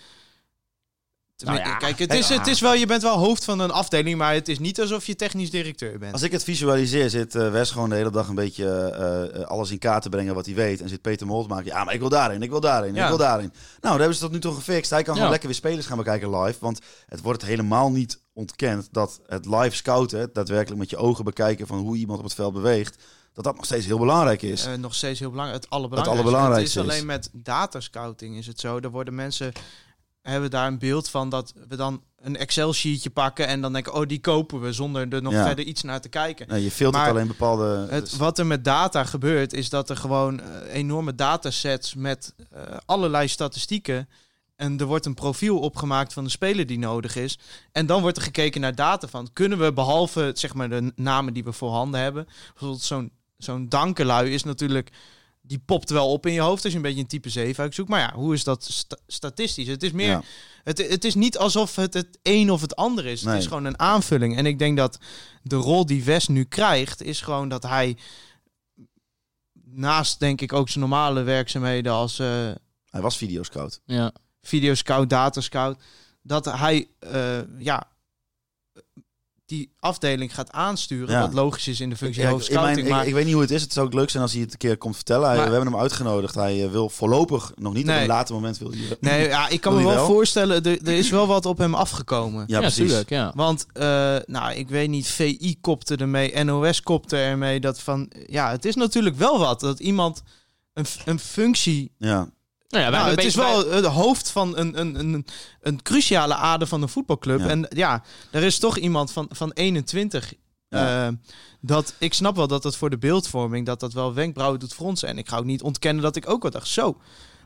Speaker 4: Nou ja,
Speaker 5: kijk, het is,
Speaker 4: ja.
Speaker 5: het is wel, je bent wel hoofd van een afdeling, maar het is niet alsof je technisch directeur bent.
Speaker 6: Als ik het visualiseer, zit eh, Wes gewoon de hele dag een beetje eh, eh, alles in kaart te brengen wat hij weet. En zit Peter Mol te maken. Ja, ah, maar ik wil daarin, ik wil daarin,
Speaker 5: Ja.
Speaker 6: ik wil daarin. Nou, daar hebben ze tot nu toe gefixt. Hij kan gewoon
Speaker 4: Ja.
Speaker 6: lekker weer spelers gaan bekijken live. Want het wordt helemaal niet ontkend dat het live scouten, het daadwerkelijk met je ogen bekijken van hoe iemand op het veld beweegt, dat dat nog steeds heel belangrijk is.
Speaker 5: Eh, nog steeds heel belangrijk. Het allerbelangrijkste.
Speaker 6: Het allerbelangrijkste
Speaker 5: Het is
Speaker 6: is.
Speaker 5: alleen met datascouting is het zo. Daar worden mensen hebben daar een beeld van dat we dan eh, een Excel-sheetje pakken en dan denken, oh, die kopen we, zonder er nog
Speaker 6: Ja.
Speaker 5: verder iets naar te kijken.
Speaker 6: Nee, Nou, je filtert
Speaker 5: Maar
Speaker 6: alleen bepaalde...
Speaker 5: Het,
Speaker 6: dus-
Speaker 5: wat er met data gebeurt, is dat er gewoon eh, enorme datasets met eh, allerlei statistieken. En er wordt een profiel opgemaakt van de speler die nodig is. En dan wordt er gekeken naar data van. Kunnen we behalve zeg maar, de namen die we voorhanden hebben. Bijvoorbeeld zo'n zo'n dankelui is natuurlijk. Die popt wel op in je hoofd als je een beetje een type 7 uitzoekt. Maar ja, hoe is dat sta- statistisch? Het is meer.
Speaker 6: Ja.
Speaker 5: Het, het is niet alsof het het een of het ander is.
Speaker 6: Nee.
Speaker 5: Het is gewoon een aanvulling. En ik denk dat de rol die Wes nu krijgt, is gewoon dat hij naast denk ik ook zijn normale werkzaamheden als eh
Speaker 6: Hij was videoscout.
Speaker 4: Ja.
Speaker 5: videoscout, datascout, dat hij eh, ja die afdeling gaat aansturen,
Speaker 6: Ja.
Speaker 5: wat logisch is in de functie
Speaker 6: Ja, ik- ik,
Speaker 5: hoofdscouting.
Speaker 6: mijn- ik-
Speaker 5: maar
Speaker 6: ik weet niet hoe het is. Het zou ook leuk zijn als hij het een keer komt vertellen. Hij-
Speaker 5: Maar-
Speaker 6: we hebben hem uitgenodigd. Hij eh, wil voorlopig nog niet. Op
Speaker 5: Nee.
Speaker 6: een later moment wil hij...
Speaker 5: nee, ja, ik kan
Speaker 6: Wil
Speaker 5: me wel,
Speaker 6: je wel?
Speaker 5: voorstellen, er, er is wel wat op hem afgekomen.
Speaker 6: Ja, precies.
Speaker 4: tuurlijk, ja.
Speaker 5: Want, eh, nou, ik weet niet, VI kopte ermee, NOS kopte ermee. Dat van, ja, het is natuurlijk wel wat dat iemand een, f- een functie
Speaker 6: Ja.
Speaker 4: Nou ja, wij
Speaker 5: Nou,
Speaker 4: hebben
Speaker 5: het
Speaker 4: een
Speaker 5: is
Speaker 4: beetje-
Speaker 5: wel het hoofd van een, een, een, een cruciale ader van een voetbalclub.
Speaker 6: Ja.
Speaker 5: En ja, er is toch iemand van, van 21.
Speaker 6: Ja.
Speaker 5: eh, dat, ik snap wel dat dat voor de beeldvorming dat dat wel wenkbrauwen doet fronsen. En ik ga ook niet ontkennen dat ik ook wel dacht, zo.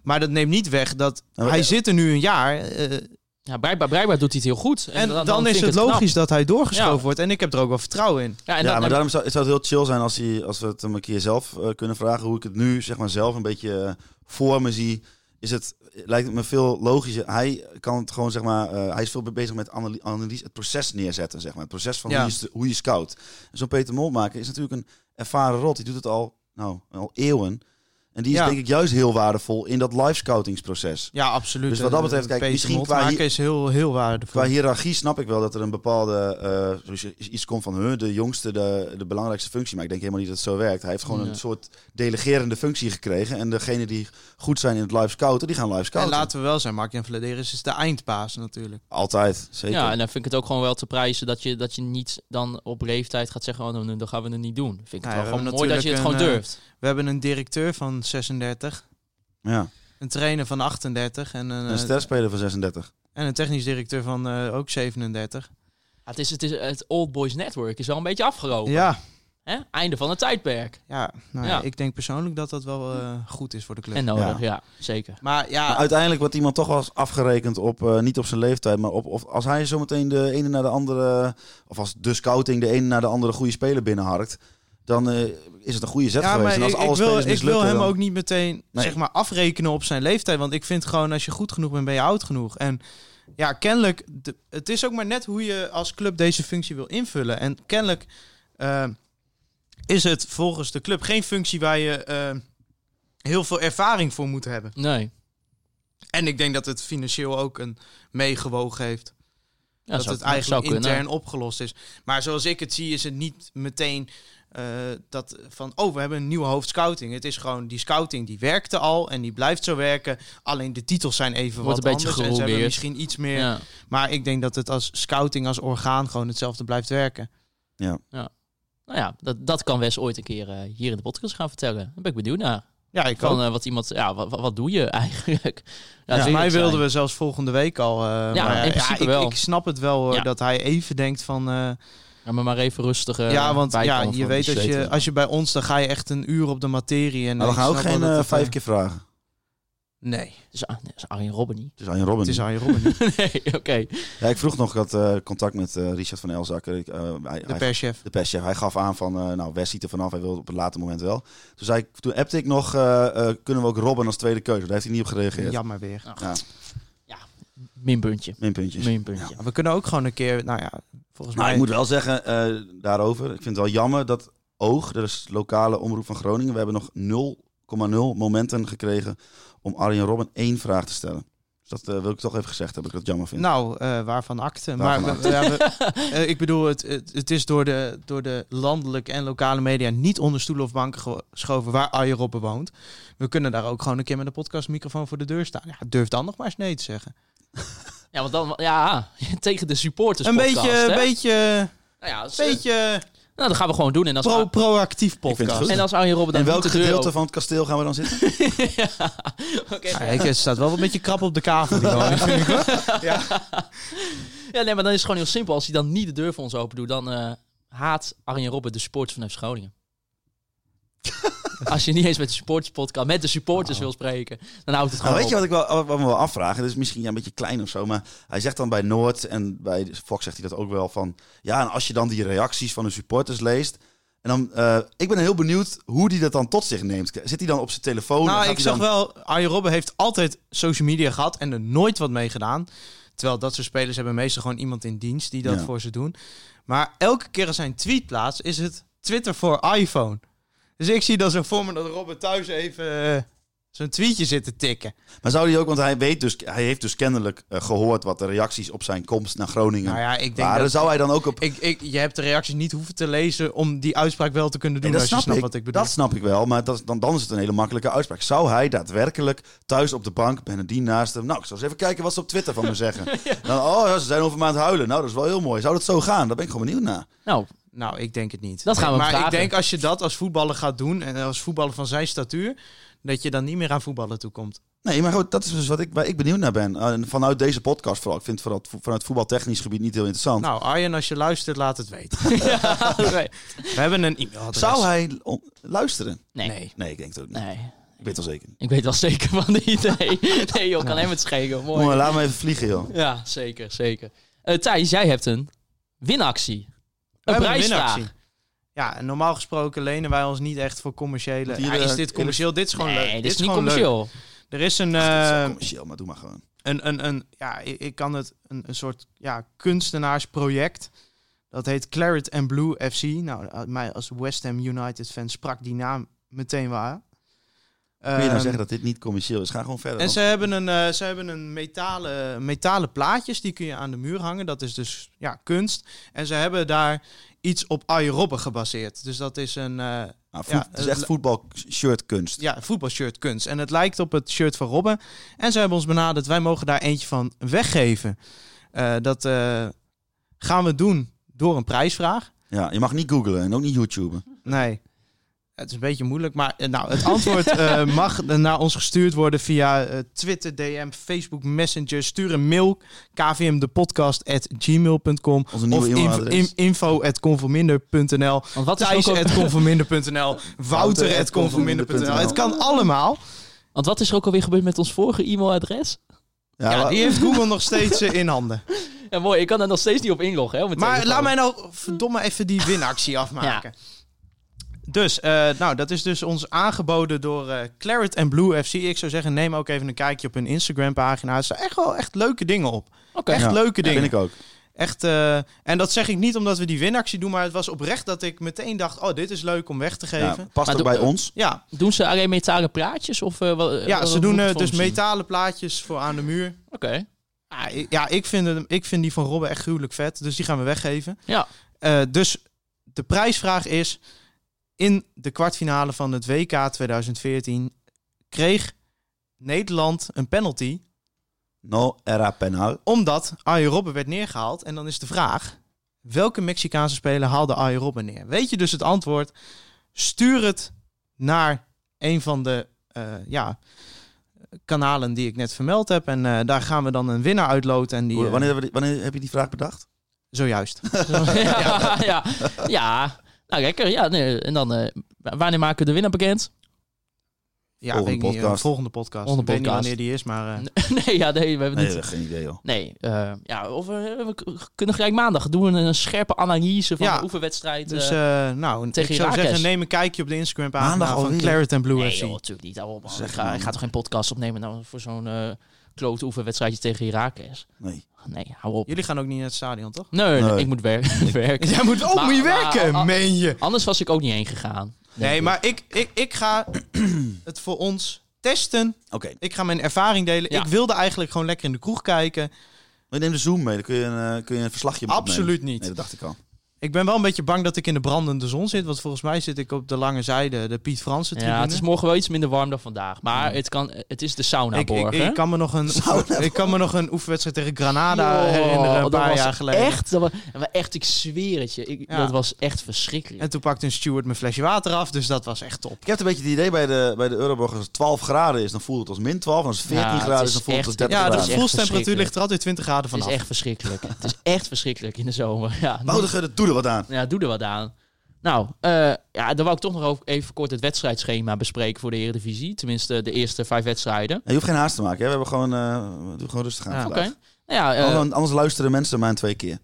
Speaker 5: Maar dat neemt niet weg dat
Speaker 6: Nou,
Speaker 5: hij
Speaker 6: eh,
Speaker 5: zit er nu een jaar. eh,
Speaker 4: Ja, blijkbaar, blijkbaar doet hij het heel goed.
Speaker 5: en dan,
Speaker 4: vind
Speaker 5: is
Speaker 4: ik
Speaker 5: het
Speaker 4: knap.
Speaker 5: logisch dat hij doorgeschoven
Speaker 4: Ja.
Speaker 5: wordt. En ik heb er ook wel vertrouwen in.
Speaker 4: Ja, en
Speaker 6: ja,
Speaker 4: dan-
Speaker 6: maar daarom zou het zou het heel chill zijn als, hij, als we het hem een keer zelf eh, kunnen vragen. Hoe ik het nu zeg maar, zelf een beetje eh, voor me zie. Is het, lijkt het me veel logischer. Hij kan het gewoon, zeg maar, eh, hij is veel bezig met analy- analyse, het proces neerzetten, zeg maar. Het proces van
Speaker 5: Ja.
Speaker 6: hoe, je, st- hoe je scout. En Zo'n Peter Molmaker is natuurlijk een ervaren rot. Die doet het al, nou, al eeuwen. En die is
Speaker 5: Ja.
Speaker 6: denk ik juist heel waardevol in dat live scoutingsproces.
Speaker 5: Ja, absoluut.
Speaker 6: Dus wat dat betreft,
Speaker 5: Eh,
Speaker 6: kijk,
Speaker 5: Peter
Speaker 6: misschien qua
Speaker 5: Moltmaker
Speaker 6: hier-
Speaker 5: is heel, heel
Speaker 6: Qua
Speaker 5: waardevol.
Speaker 6: hiërarchie snap ik wel dat er een bepaalde eh, zoals je- iets komt van huh, de jongste de, de belangrijkste functie. Maar ik denk helemaal niet dat het zo werkt. Hij heeft gewoon
Speaker 4: Ja.
Speaker 6: een soort delegerende functie gekregen. En degene die goed zijn in het live scouten, die gaan live
Speaker 5: En
Speaker 6: scouten.
Speaker 5: laten we wel zijn, Mark Jan Vladeris is de eindbaas natuurlijk.
Speaker 6: Altijd, zeker.
Speaker 4: ja, en dan vind ik het ook gewoon wel te prijzen dat je, dat je niet dan op leeftijd gaat zeggen, oh, nou, dan gaan we het niet doen. Vind ik
Speaker 5: Ja,
Speaker 4: het
Speaker 5: we
Speaker 4: wel gewoon
Speaker 5: hebben
Speaker 4: mooi dat je het
Speaker 5: natuurlijk
Speaker 4: gewoon
Speaker 5: een, eh,
Speaker 4: durft.
Speaker 5: We hebben een directeur van 36.
Speaker 6: Ja.
Speaker 5: Een trainer van 38 en een,
Speaker 6: Een
Speaker 5: eh,
Speaker 6: sterspeler van 36.
Speaker 5: en een technisch directeur van eh, ook 37.
Speaker 4: Ja, het, is, het, is, het Old Boys Network is wel een beetje afgelopen.
Speaker 5: Ja,
Speaker 4: Hè? Einde van het tijdperk.
Speaker 5: ja, nou ja,
Speaker 4: Ja.
Speaker 5: ik denk persoonlijk dat dat wel eh, goed is voor de club.
Speaker 4: En nodig, ja, zeker.
Speaker 5: maar ja,
Speaker 6: Maar uiteindelijk wordt iemand toch wel eens afgerekend op, eh, niet op zijn leeftijd, maar op, of als hij zometeen de ene naar de andere, of als de scouting de ene naar de andere goede speler binnenharkt, dan eh, is het een goede zet
Speaker 5: ja
Speaker 6: geweest.
Speaker 5: maar
Speaker 6: En als
Speaker 5: ik, ik
Speaker 6: alle
Speaker 5: wil, ik
Speaker 6: spelers
Speaker 5: wil
Speaker 6: mislukken,
Speaker 5: hem
Speaker 6: dan-
Speaker 5: ook niet meteen
Speaker 6: Nee.
Speaker 5: zeg maar, afrekenen op zijn leeftijd. Want ik vind gewoon, als je goed genoeg bent, ben je oud genoeg. En ja, kennelijk, de- het is ook maar net hoe je als club deze functie wil invullen. En kennelijk eh, is het volgens de club geen functie waar je eh, heel veel ervaring voor moet hebben.
Speaker 4: Nee.
Speaker 5: En ik denk dat het financieel ook een meegewogen heeft.
Speaker 4: Ja,
Speaker 5: dat
Speaker 4: zou-
Speaker 5: het eigenlijk
Speaker 4: zou kunnen.
Speaker 5: intern opgelost is. Maar zoals ik het zie, is het niet meteen eh, dat van... oh, we hebben een nieuwe hoofdscouting. Het is gewoon, die scouting die werkte al en die blijft zo werken. Alleen de titels zijn even
Speaker 4: Wordt
Speaker 5: wat
Speaker 4: een beetje
Speaker 5: anders. En ze hebben
Speaker 4: geroebeerd.
Speaker 5: misschien iets meer...
Speaker 4: Ja.
Speaker 5: Maar ik denk dat het als scouting, als orgaan... gewoon hetzelfde blijft werken.
Speaker 4: Nou ja, dat, dat kan Wes ooit een keer eh, hier in de podcast gaan vertellen. Daar ben ik benieuwd naar.
Speaker 5: Ja, ik
Speaker 4: Van
Speaker 5: ook.
Speaker 4: eh, wat iemand, ja, wat, wat- wat doe je eigenlijk? Ja,
Speaker 5: Volgens mij
Speaker 4: eerlijk zijn.
Speaker 5: wilden we zelfs volgende week al. eh, maar ja,
Speaker 4: in principe
Speaker 5: ik,
Speaker 4: wel.
Speaker 5: ik snap het wel hoor,
Speaker 4: Ja.
Speaker 5: dat hij even denkt van... eh,
Speaker 4: Ja, maar maar even rustig. eh,
Speaker 5: ja, want
Speaker 4: bij
Speaker 5: ja,
Speaker 4: kan
Speaker 5: je
Speaker 4: van
Speaker 5: weet
Speaker 4: die
Speaker 5: als je,
Speaker 4: zetel.
Speaker 5: als je bij ons, dan ga je echt een uur op de materie. En
Speaker 6: Maar we
Speaker 5: ik
Speaker 6: gaan ook
Speaker 5: snap wel
Speaker 6: geen
Speaker 5: dat
Speaker 6: eh,
Speaker 5: het,
Speaker 6: vijf
Speaker 5: eh,
Speaker 6: keer vragen.
Speaker 5: Nee,
Speaker 4: Dus, ah, nee, dat is Arjen Robben niet.
Speaker 6: Het is Arjen Robin.
Speaker 5: het is Arjen Robben, niet,
Speaker 4: nee, oké.
Speaker 6: Ja, ik vroeg nog dat eh, contact met eh, Richard van Elzakker. Ik, eh, hij,
Speaker 5: de
Speaker 6: hij-
Speaker 5: perschef.
Speaker 6: de perschef. Hij gaf aan van, eh, nou, Wes ziet er vanaf. Hij wil op het later moment wel. Toen, zei ik, toen appte ik nog, eh, eh, kunnen we ook Robin als tweede keuze? Daar heeft hij niet op gereageerd.
Speaker 5: Jammer weer.
Speaker 4: Nou, Minpuntje.
Speaker 6: Minpuntjes.
Speaker 4: Minpuntje.
Speaker 5: We kunnen ook gewoon een keer, nou ja, volgens
Speaker 6: Nou,
Speaker 5: mij...
Speaker 6: ik moet wel zeggen eh, daarover. Ik vind het wel jammer dat Oog, dat is lokale omroep van Groningen. We hebben nog 0,0 momenten gekregen om Arjen Robin één vraag te stellen. Dus dat eh, wil ik toch even gezegd hebben, dat ik dat jammer vind.
Speaker 5: Nou, eh, waarvan akte.
Speaker 6: Waarvan
Speaker 5: maar we-
Speaker 6: akte.
Speaker 5: ja, we- eh, ik bedoel, het, het, het is door de, door de landelijke en lokale media niet onder stoelen of banken ge- geschoven waar Arjen Robben woont. We kunnen daar ook gewoon een keer met een podcastmicrofoon voor de deur staan. Ja, durf dan nog maar eens nee te zeggen.
Speaker 4: Ja, want dan, ja, tegen de supporters.
Speaker 5: een
Speaker 4: podcast,
Speaker 5: beetje,
Speaker 4: hè?
Speaker 5: een beetje,
Speaker 4: Nou ja, dat is-
Speaker 5: beetje
Speaker 4: nou, dat gaan we gewoon doen. En als,
Speaker 5: pro, proactief
Speaker 6: vind het
Speaker 5: podcast.
Speaker 6: goed.
Speaker 4: en als Arjen Robben dan
Speaker 6: In
Speaker 4: niet
Speaker 6: welk
Speaker 4: de deur
Speaker 6: gedeelte
Speaker 4: opent-
Speaker 6: van het kasteel gaan we dan zitten?
Speaker 4: Oké.
Speaker 5: Ja, ik, het staat wel een beetje krap op de kavel. die man.
Speaker 4: Ja, nee, maar dan is het gewoon heel simpel. Als hij dan niet de deur voor ons open doet, dan eh, haat Arjen Robben de sport van FC Groningen. Als je niet eens met de supporterspodcast, met de supporters wil spreken, dan houdt het
Speaker 6: Nou,
Speaker 4: gewoon
Speaker 6: weet je
Speaker 4: op.
Speaker 6: wat ik wel, wat me wel afvraag? En Dat is misschien ja, een beetje klein of zo, maar hij zegt dan bij Noord en bij Fox zegt hij dat ook wel van... Ja, en als je dan die reacties van de supporters leest... En dan, eh, ik ben heel benieuwd hoe die dat dan tot zich neemt. Zit hij dan op zijn telefoon? en gaat
Speaker 5: Nou, ik
Speaker 6: hij
Speaker 5: zag
Speaker 6: dan-
Speaker 5: wel, Arjen Robben heeft altijd social media gehad en er nooit wat mee gedaan. Terwijl dat soort spelers hebben meestal gewoon iemand in dienst die dat
Speaker 6: Ja.
Speaker 5: voor ze doen. Maar elke keer als hij een tweet plaatst, is het Twitter voor iPhone. Dus ik zie dan zo voor me dat Robben thuis even eh, zo'n tweetje zit te tikken.
Speaker 6: Maar zou hij ook, want hij, weet dus, hij heeft dus kennelijk eh, gehoord wat de reacties op zijn komst naar Groningen
Speaker 5: Nou ja, ik denk
Speaker 6: waren.
Speaker 5: dat...
Speaker 6: Zou hij dan ook op...
Speaker 5: Ik, ik, je hebt de reacties niet hoeven te lezen om die uitspraak wel te kunnen doen.
Speaker 6: Nee,
Speaker 5: als je snapt wat ik bedoel.
Speaker 6: dat snap ik wel, maar dat, is- dan, dan is het een hele makkelijke uitspraak. Zou hij daadwerkelijk thuis op de bank, Benedien naast hem... Nou, ik zou eens even kijken wat ze op Twitter van me zeggen. dan, oh ja, ze zijn over me aan het huilen. Nou, dat is wel heel mooi. Zou dat zo gaan? Daar ben ik gewoon benieuwd naar.
Speaker 4: Nou,
Speaker 5: Nou, ik denk het niet.
Speaker 4: Dat gaan we
Speaker 5: maar
Speaker 4: vragen.
Speaker 5: ik denk als je dat als voetballer gaat doen en als voetballer van zijn statuur, dat je dan niet meer aan voetballen toekomt.
Speaker 6: Nee, maar goed, dat is dus wat ik, waar ik benieuwd naar ben. En vanuit deze podcast vooral. Ik vind het vooral het vo- vanuit voetbaltechnisch gebied niet heel interessant.
Speaker 5: Nou, Arjen, als je luistert, laat het weten. We hebben een e-mailadres.
Speaker 6: zou hij on- luisteren?
Speaker 4: nee. nee.
Speaker 5: Nee.
Speaker 6: Nee, ik denk het ook niet. Ik weet het wel zeker niet.
Speaker 4: Ik weet wel zeker van niet. Nee, nee joh, kan hem het schelen. Mooi.
Speaker 6: Jongen, laat me even vliegen, joh.
Speaker 4: Ja, zeker, zeker. Eh Thijs, jij hebt een winactie. Een
Speaker 5: hebben een
Speaker 4: prijsvraag.
Speaker 5: winactie. Ja, en normaal gesproken lenen wij ons niet echt voor commerciële...
Speaker 6: Want hier,
Speaker 5: Ja, is
Speaker 6: eh,
Speaker 5: dit commercieel? Dit is gewoon leuk.
Speaker 4: nee, dit is niet
Speaker 5: gewoon leuk.
Speaker 4: commercieel.
Speaker 5: Er is een...
Speaker 6: Ach, dit is wel
Speaker 5: eh,
Speaker 6: commercieel, maar doe maar gewoon.
Speaker 5: een, een, een ja, ik, ik kan het een, een soort ja, kunstenaarsproject. Dat heet Claret and Blue FC. Nou, uit mij als West Ham United fan sprak die naam meteen waar.
Speaker 6: Kun je nou
Speaker 5: Ehm,
Speaker 6: zeggen dat dit niet commercieel is? Ga gewoon verder.
Speaker 5: en
Speaker 6: want-
Speaker 5: ze hebben een, eh, ze hebben een metalen, metalen plaatjes, die kun je aan de muur hangen. Dat is dus ja, kunst. En ze hebben daar iets op Arjen Robben gebaseerd. Dus dat is een eh,
Speaker 6: Ah, voet-
Speaker 5: ja,
Speaker 6: het is
Speaker 5: het
Speaker 6: echt
Speaker 5: le-
Speaker 6: voetbalshirtkunst.
Speaker 5: ja, voetbalshirt kunst. En het lijkt op het shirt van Robben. En ze hebben ons benaderd, wij mogen daar eentje van weggeven. Eh, dat eh, gaan we doen door een prijsvraag.
Speaker 6: Ja, je mag niet googlen en ook niet YouTuben.
Speaker 5: Nee, het is een beetje moeilijk. Maar eh, nou, het antwoord eh, mag naar ons gestuurd worden via eh, Twitter, DM, Facebook, Messenger. Stuur een mail, kvmdepodcast.gmail.com.
Speaker 6: Onze nieuwe
Speaker 5: Of info,
Speaker 6: e-mailadres.
Speaker 5: in, info at conforminder.nl.
Speaker 4: Want wat is, ook
Speaker 5: Thijs
Speaker 4: al-
Speaker 5: at conforminder.nl. Wouter at conforminder.nl. Het kan allemaal.
Speaker 4: want wat is er ook alweer gebeurd met ons vorige e-mailadres?
Speaker 6: Ja,
Speaker 5: Ja,
Speaker 6: wa-
Speaker 5: die heeft Google nog steeds eh, in handen.
Speaker 4: Ja, mooi. Ik kan daar nog steeds niet op inloggen. Hè, op mijn
Speaker 5: Maar
Speaker 4: telefoon.
Speaker 5: laat mij nou verdomme even die winactie afmaken. Dus, eh, nou, dat is dus ons aangeboden door eh Claret en Blue FC. Ik zou zeggen, neem ook even een kijkje op hun Instagram-pagina. Er staan echt wel echt leuke dingen op.
Speaker 4: Oké.
Speaker 5: echt
Speaker 6: Ja,
Speaker 5: leuke
Speaker 6: vind
Speaker 5: dingen.
Speaker 6: ik ook.
Speaker 5: Echt, eh, en dat zeg ik niet omdat we die winactie doen, maar het was oprecht dat ik meteen dacht, oh, dit is leuk om weg te
Speaker 6: Ja,
Speaker 5: geven.
Speaker 6: past
Speaker 4: Maar
Speaker 6: ook
Speaker 4: doe-
Speaker 6: bij ons.
Speaker 5: Ja,
Speaker 4: Doen ze alleen metalen praatjes? Of, eh, wel-
Speaker 5: ja,
Speaker 4: eh,
Speaker 5: ze
Speaker 4: wat
Speaker 5: doen
Speaker 4: moet ik
Speaker 5: eh,
Speaker 4: van
Speaker 5: dus
Speaker 4: hem zien?
Speaker 5: metalen plaatjes voor aan de muur.
Speaker 4: Oké.
Speaker 5: Ja, ik- Ah, ja ik, vind hem, ik vind die van Robben echt gruwelijk vet. Dus die gaan we weggeven.
Speaker 4: Ja.
Speaker 5: Eh, dus de prijsvraag is... In de kwartfinale van het WK 2014 kreeg Nederland een penalty...
Speaker 6: No era penal.
Speaker 5: omdat Arjen Robben werd neergehaald. En dan is de vraag... Welke Mexicaanse speler haalde Arjen Robben neer? Weet je dus het antwoord? Stuur het naar een van de eh, ja, kanalen die ik net vermeld heb. En eh, daar gaan we dan een winnaar uitloten. En die,
Speaker 6: Hoe-
Speaker 5: eh,
Speaker 6: Wanneer, hebben we die- wanneer heb je die vraag bedacht?
Speaker 5: Zojuist.
Speaker 4: ja, ja. ja. Nou, lekker. Ja, nee. En dan, eh, wa- wanneer maken we de winnaar bekend?
Speaker 5: Ja,
Speaker 6: Volgende
Speaker 5: weet ik niet,
Speaker 6: podcast.
Speaker 5: eh, volgende podcast.
Speaker 4: Volgende
Speaker 5: ik weet niet
Speaker 4: podcast.
Speaker 5: wanneer die is, maar... eh,
Speaker 4: nee, ja, nee, we hebben
Speaker 6: Nee,
Speaker 4: niet...
Speaker 6: geen idee, joh.
Speaker 4: Nee, eh, ja, of eh, we k- kunnen gelijk maandag doen we een, een scherpe analyse van
Speaker 5: Ja.
Speaker 4: de oefenwedstrijd.
Speaker 5: dus,
Speaker 4: eh.
Speaker 5: eh, nou,
Speaker 4: tegen
Speaker 5: ik zou
Speaker 4: Heracles.
Speaker 5: zeggen, neem een kijkje op de Instagram-pagina
Speaker 6: Maandag
Speaker 5: van
Speaker 6: alweer.
Speaker 5: Claret and Blue
Speaker 4: nee,
Speaker 5: FC.
Speaker 4: joh, natuurlijk niet. Hou op, man.
Speaker 6: Zeg
Speaker 4: ik, ga,
Speaker 6: nou.
Speaker 4: ik ga toch geen podcast opnemen nou, voor zo'n eh klote oefenwedstrijdje tegen Herakles.
Speaker 6: Nee.
Speaker 4: Nee, hou op.
Speaker 5: Jullie gaan ook niet naar het stadion, toch?
Speaker 4: Nee, nee,
Speaker 6: Nee.
Speaker 4: ik moet werken. werken.
Speaker 5: Jij moet ook
Speaker 4: Maar-
Speaker 5: moet je
Speaker 4: maar-
Speaker 5: werken,
Speaker 4: ah, ah.
Speaker 5: meen je?
Speaker 4: Anders was ik ook niet heen gegaan. denk
Speaker 5: Nee,
Speaker 4: ik.
Speaker 5: maar ik, ik, ik ga het voor ons testen.
Speaker 6: Oké.
Speaker 5: Ik ga mijn ervaring delen.
Speaker 4: Ja.
Speaker 5: Ik wilde eigenlijk gewoon lekker in de kroeg kijken.
Speaker 6: Maar neem de Zoom mee. Dan kun je een, eh, kun je een verslagje mee
Speaker 5: Absoluut niet.
Speaker 6: Nee, dat dacht ik al.
Speaker 5: Ik ben wel een beetje bang dat ik in de brandende zon zit. Want volgens mij zit ik op de lange zijde, de Piet Fransen tribune.
Speaker 4: Ja, het is morgen wel iets minder warm dan vandaag. Maar het, kan, het is de sauna
Speaker 5: ik, ik,
Speaker 4: borg,
Speaker 5: ik,
Speaker 4: hè?
Speaker 5: kan me nog een oefen- ik kan me nog een oefenwedstrijd tegen Granada
Speaker 4: Joh,
Speaker 5: herinneren een
Speaker 4: dat
Speaker 5: paar
Speaker 4: was
Speaker 5: jaar geleden.
Speaker 4: Echt, dat was, maar echt, ik zweer het je. Ik,
Speaker 5: Ja.
Speaker 4: Dat was echt verschrikkelijk.
Speaker 5: En toen pakte een steward mijn flesje water af, dus dat was echt top.
Speaker 6: Ik heb een beetje het idee bij de, bij de Euroborg, als het 12 graden is, dan voelt het als min 12. En als het 14
Speaker 4: Ja, het
Speaker 6: graden
Speaker 4: is
Speaker 6: is, dan voelt het als
Speaker 4: echt-
Speaker 6: 30
Speaker 4: Ja,
Speaker 5: Ja,
Speaker 4: dat
Speaker 5: de
Speaker 4: is
Speaker 6: graden.
Speaker 4: echt
Speaker 5: gevoelstemperatuur
Speaker 4: verschrikkelijk.
Speaker 5: ligt er altijd 20 graden
Speaker 4: het
Speaker 5: vanaf.
Speaker 4: is echt verschrikkelijk. het is echt verschrikkelijk in de zomer. Ja,
Speaker 6: Woudiger, dat doe er wat aan.
Speaker 4: Ja, doe er wat aan. Nou, eh, ja, dan wou ik toch nog over- even kort het wedstrijdschema bespreken voor de Eredivisie. Tenminste, de eerste vijf wedstrijden.
Speaker 6: Ja, je hoeft geen haast te maken. Hè? We hebben gewoon, eh, we doen gewoon rustig aan
Speaker 5: Ja.
Speaker 4: Oké.
Speaker 6: vandaag.
Speaker 4: Nou ja, eh,
Speaker 6: Anders- Anders luisteren mensen maar twee keer.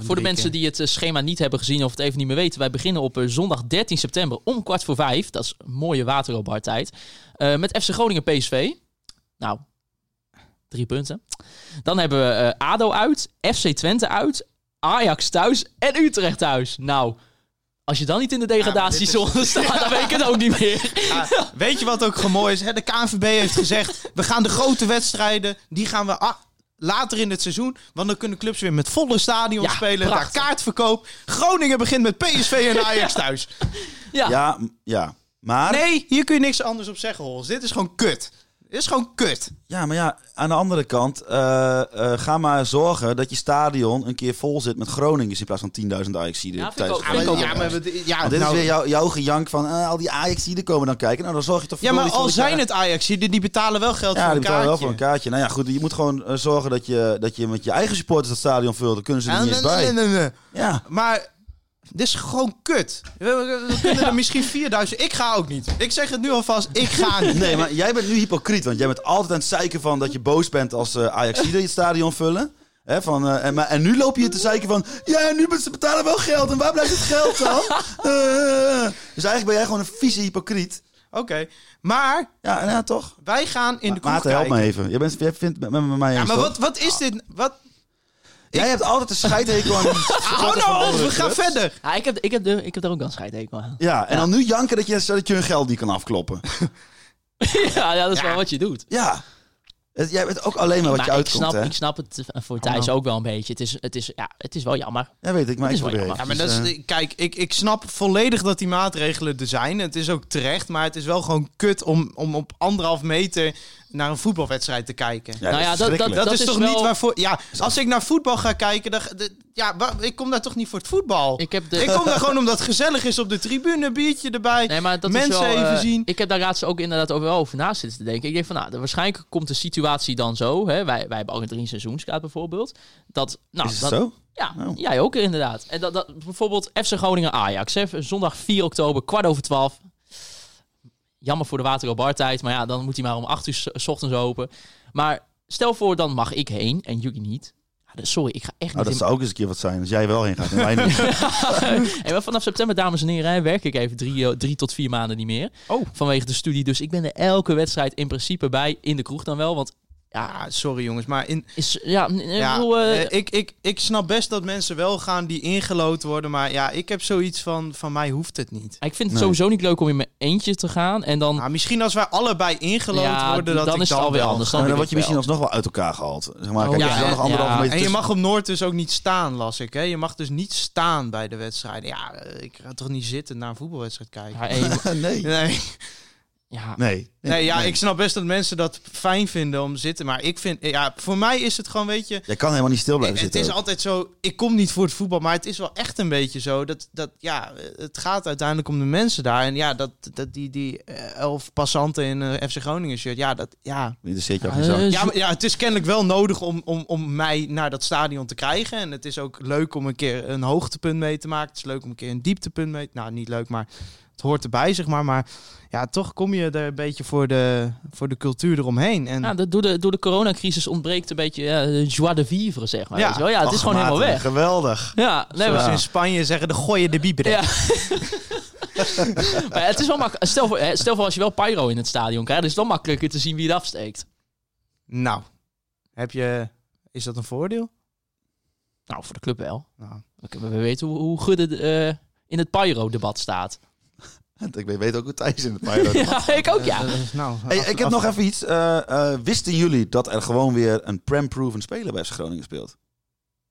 Speaker 4: voor de mensen die het eh, schema niet hebben gezien of het even niet meer weten. Wij beginnen op eh, zondag 13 september om kwart voor vijf. Dat is een mooie waterloopbaartijd. Eh met FC Groningen PSV. Nou, drie punten. Dan hebben we eh, ADO uit, FC Twente uit, Ajax thuis en Utrecht thuis. Nou... Als je dan niet in de degradatiezone staat, dan weet ik het ook niet meer.
Speaker 5: Ah, weet je wat ook gewoon mooi is? Hè? De KNVB heeft gezegd, we gaan de grote wedstrijden, die gaan we ah, later in het seizoen. Want dan kunnen clubs weer met volle stadion
Speaker 4: Ja,
Speaker 5: spelen, daar
Speaker 4: prachtig.
Speaker 5: kaartverkoop. Groningen begint met PSV en Ajax thuis.
Speaker 4: Ja.
Speaker 6: Ja, m- ja. Maar,
Speaker 5: Nee, hier kun je niks anders op zeggen, Hols. Dit is gewoon kut. Dit is gewoon kut.
Speaker 6: ja, maar ja, aan de andere kant, eh, eh, ga maar zorgen dat je stadion een keer vol zit met Groningers in plaats van 10.000 Ajaxiden.
Speaker 4: Ja, vind
Speaker 6: op
Speaker 4: ik
Speaker 6: tijd.
Speaker 4: ook- vind ik ook
Speaker 5: ja, maar, we- ja,
Speaker 6: Want dit
Speaker 5: nou-
Speaker 6: is weer jouw, jouw gejank van eh, al die Ajaxiden komen dan kijken. Nou, dan zorg je toch
Speaker 5: ja, maar
Speaker 6: verdorie
Speaker 5: al
Speaker 6: voor dat je-
Speaker 5: zijn het Ajax, die, die betalen wel geld
Speaker 6: Ja,
Speaker 5: voor
Speaker 6: die
Speaker 5: een
Speaker 6: betalen
Speaker 5: kaartje.
Speaker 6: wel voor een kaartje. Nou ja, goed, je moet gewoon eh, zorgen dat je, dat je met je eigen supporters dat stadion vult. Dan kunnen ze er niet eens
Speaker 5: Ah, nee,
Speaker 6: bij.
Speaker 5: nee, nee, nee.
Speaker 6: Ja.
Speaker 5: Maar dit is gewoon kut. We, we- we kunnen er misschien 4000. Ik ga ook niet. Ik zeg het nu alvast. Ik ga niet.
Speaker 6: Nee, maar jij bent nu hypocriet, want jij bent altijd aan het zeiken van dat je boos bent als eh Ajaxiden het stadion vullen. Hè, van, eh, en, maar, en nu loop je te zeiken van, ja, nu bet- ze betalen wel geld en waar blijft het geld dan? Eh, dus eigenlijk ben jij gewoon een vieze hypocriet.
Speaker 5: Oké. Maar
Speaker 6: Ja, nou ja, toch?
Speaker 5: wij gaan in de kroeg
Speaker 6: Maarten, help
Speaker 5: kijken.
Speaker 6: me even. Jij bent, jij vindt met, met, met mij
Speaker 5: Ja,
Speaker 6: eens,
Speaker 5: maar
Speaker 6: toch?
Speaker 5: wat, wat is dit? Wat?
Speaker 6: Jij hebt altijd een scheidhekel aan...
Speaker 5: Hou nou op, we gaan
Speaker 6: clubs.
Speaker 5: verder.
Speaker 4: Ja, ik, heb, ik, heb de, ik heb daar ook een scheidhekel aan.
Speaker 6: Ja, en dan nu janken dat je, dat je hun geld niet kan afkloppen.
Speaker 4: ja, ja, dat is wel wat je doet.
Speaker 6: Ja. Het- jij weet ook alleen maar wat je
Speaker 4: Maar ik
Speaker 6: uitkomt,
Speaker 4: snap,
Speaker 6: hè?
Speaker 4: ik snap het eh, voor Thijs ook wel een beetje. Het is, het is, ja, het is wel jammer.
Speaker 6: Ja, weet ik, maar
Speaker 4: Dat
Speaker 6: ik
Speaker 4: is wel
Speaker 6: probeer
Speaker 4: jammer.
Speaker 5: Ja,
Speaker 6: even,
Speaker 5: maar dat
Speaker 6: eh,
Speaker 5: is, kijk, ik, ik snap volledig dat die maatregelen er zijn. Het is ook terecht, maar het is wel gewoon kut om, om op anderhalf meter naar een voetbalwedstrijd te kijken.
Speaker 6: ja,
Speaker 4: Nou ja, dat-
Speaker 6: verschrikkelijk.
Speaker 5: Dat,
Speaker 4: Dat
Speaker 5: is,
Speaker 4: is
Speaker 5: toch
Speaker 4: wel-
Speaker 5: niet waarvoor. Ja, als ik naar voetbal ga kijken, dan, de- ja, wa- ik kom daar toch niet voor het voetbal. Ik,
Speaker 4: Ik heb de,
Speaker 5: kom daar gewoon omdat het gezellig is op de tribune, biertje erbij.
Speaker 4: nee, maar dat
Speaker 5: mensen
Speaker 4: is wel, eh,
Speaker 5: even zien.
Speaker 4: Ik heb daar laatst ook inderdaad ook wel over na zitten te denken. Ik denk van, nou, de- waarschijnlijk komt de situatie dan zo. Hè? Wij, wij hebben ook een drie seizoenskaart bijvoorbeeld. Dat, nou,
Speaker 6: Is het
Speaker 4: dat,
Speaker 6: zo?
Speaker 4: Ja,
Speaker 6: Oh.
Speaker 4: jij ook inderdaad. En dat, dat, bijvoorbeeld FC Groningen-Ajax. hè, Zondag 4 oktober, kwart over 12. Jammer voor de Waterloo tijd, maar ja, dan moet hij maar om 8 uur s- s ochtends open. Maar stel voor, dan mag ik heen en jullie niet. Ja, dat- Sorry, ik ga echt
Speaker 6: Nou, dat
Speaker 4: niet
Speaker 6: zou ook eens een keer wat zijn. Als jij wel heen gaat en wij niet.
Speaker 4: in... En wel vanaf september, dames en heren, hè, werk ik even drie, eh, drie tot vier maanden niet meer.
Speaker 5: Oh.
Speaker 4: Vanwege de studie. Dus ik ben er elke wedstrijd in principe bij, in de kroeg dan wel. Want ja,
Speaker 5: Ja, sorry jongens, maar in,
Speaker 4: is, ja, n- ik
Speaker 5: ja,
Speaker 4: bedoel, eh,
Speaker 5: eh, ik, ik, ik snap best dat mensen wel gaan die ingelood worden. Maar ja, ik heb zoiets van, van mij hoeft het niet.
Speaker 4: ik vind het
Speaker 6: nee.
Speaker 4: sowieso niet leuk om in mijn eentje te gaan. En dan
Speaker 5: Nou, misschien als wij allebei ingelood
Speaker 4: Hm. Ja,
Speaker 5: worden, dat
Speaker 4: dan
Speaker 5: ik
Speaker 4: is het alweer
Speaker 5: wel
Speaker 4: anders.
Speaker 5: ga.
Speaker 6: Maar
Speaker 4: ik
Speaker 6: dan
Speaker 4: het
Speaker 6: word je misschien
Speaker 4: wel.
Speaker 6: alsnog wel uit elkaar gehaald. Zeg maar,
Speaker 4: Oh,
Speaker 6: kijk,
Speaker 4: ja,
Speaker 6: als je dan
Speaker 4: en-
Speaker 6: nog anderhalve
Speaker 4: ja.
Speaker 6: meter
Speaker 5: En je
Speaker 6: tussen-
Speaker 5: mag op Noord dus ook niet staan, las ik. Hè? Je mag dus niet staan bij de wedstrijd. Ja, eh, ik ga toch niet zitten naar een voetbalwedstrijd kijken.
Speaker 4: ja, één-
Speaker 6: nee.
Speaker 5: Nee.
Speaker 4: ja,
Speaker 6: Nee.
Speaker 5: Nee, ja, ik snap best dat mensen dat fijn vinden om zitten. Maar ik vind, ja, voor mij is het gewoon, weet je.
Speaker 6: Jij kan helemaal niet stil blijven
Speaker 5: Het
Speaker 6: zitten.
Speaker 5: is
Speaker 6: ook.
Speaker 5: altijd zo, ik kom niet voor het voetbal, maar het is wel echt een beetje zo. Dat, dat ja, het gaat uiteindelijk om de mensen daar. En ja, dat, dat die, die eh, elf passanten in een FC Groningen shirt, ja, dat, ja.
Speaker 6: Dit zit je ook
Speaker 4: Ja,
Speaker 6: geen zak.
Speaker 4: eh,
Speaker 5: Ja, maar, ja, het is kennelijk wel nodig om, om, om mij naar dat stadion te krijgen. En het is ook leuk om een keer een hoogtepunt mee te maken. Het is leuk om een keer een dieptepunt mee Nou, niet leuk, maar het hoort erbij, zeg maar. Maar ja, toch kom je er een beetje voor de, voor de cultuur eromheen. En
Speaker 4: Ja, de, door, de, door de coronacrisis ontbreekt een beetje ja, de joie de vivre, zeg maar.
Speaker 5: Ja.
Speaker 4: Ja, ja het is
Speaker 6: Ach,
Speaker 4: gewoon helemaal
Speaker 6: Maarten,
Speaker 4: weg.
Speaker 6: Geweldig.
Speaker 4: Ja, nee,
Speaker 5: zoals
Speaker 4: maar,
Speaker 5: ze in Spanje zeggen, de gooien de bieber.
Speaker 4: Ja. maar het is wel makkelijk. Stel voor, hè, stel voor als je wel pyro in het stadion krijgt, is het wel makkelijker te zien wie het afsteekt.
Speaker 5: Nou, heb je... Is dat een voordeel?
Speaker 4: Nou, voor de club wel.
Speaker 5: Nou.
Speaker 4: We, we weten hoe, hoe Gudde eh, in het pyro-debat staat.
Speaker 6: Ik weet ook hoe Thijs in het Feyenoord is.
Speaker 4: dus- Ja, Eh, ik ook, ja.
Speaker 5: Dat is nou,
Speaker 6: Hey,
Speaker 5: af-
Speaker 6: ik heb
Speaker 5: af-
Speaker 6: nog even iets. Eh, eh, wisten jullie dat er gewoon weer een prem-proven speler bij FC Groningen speelt?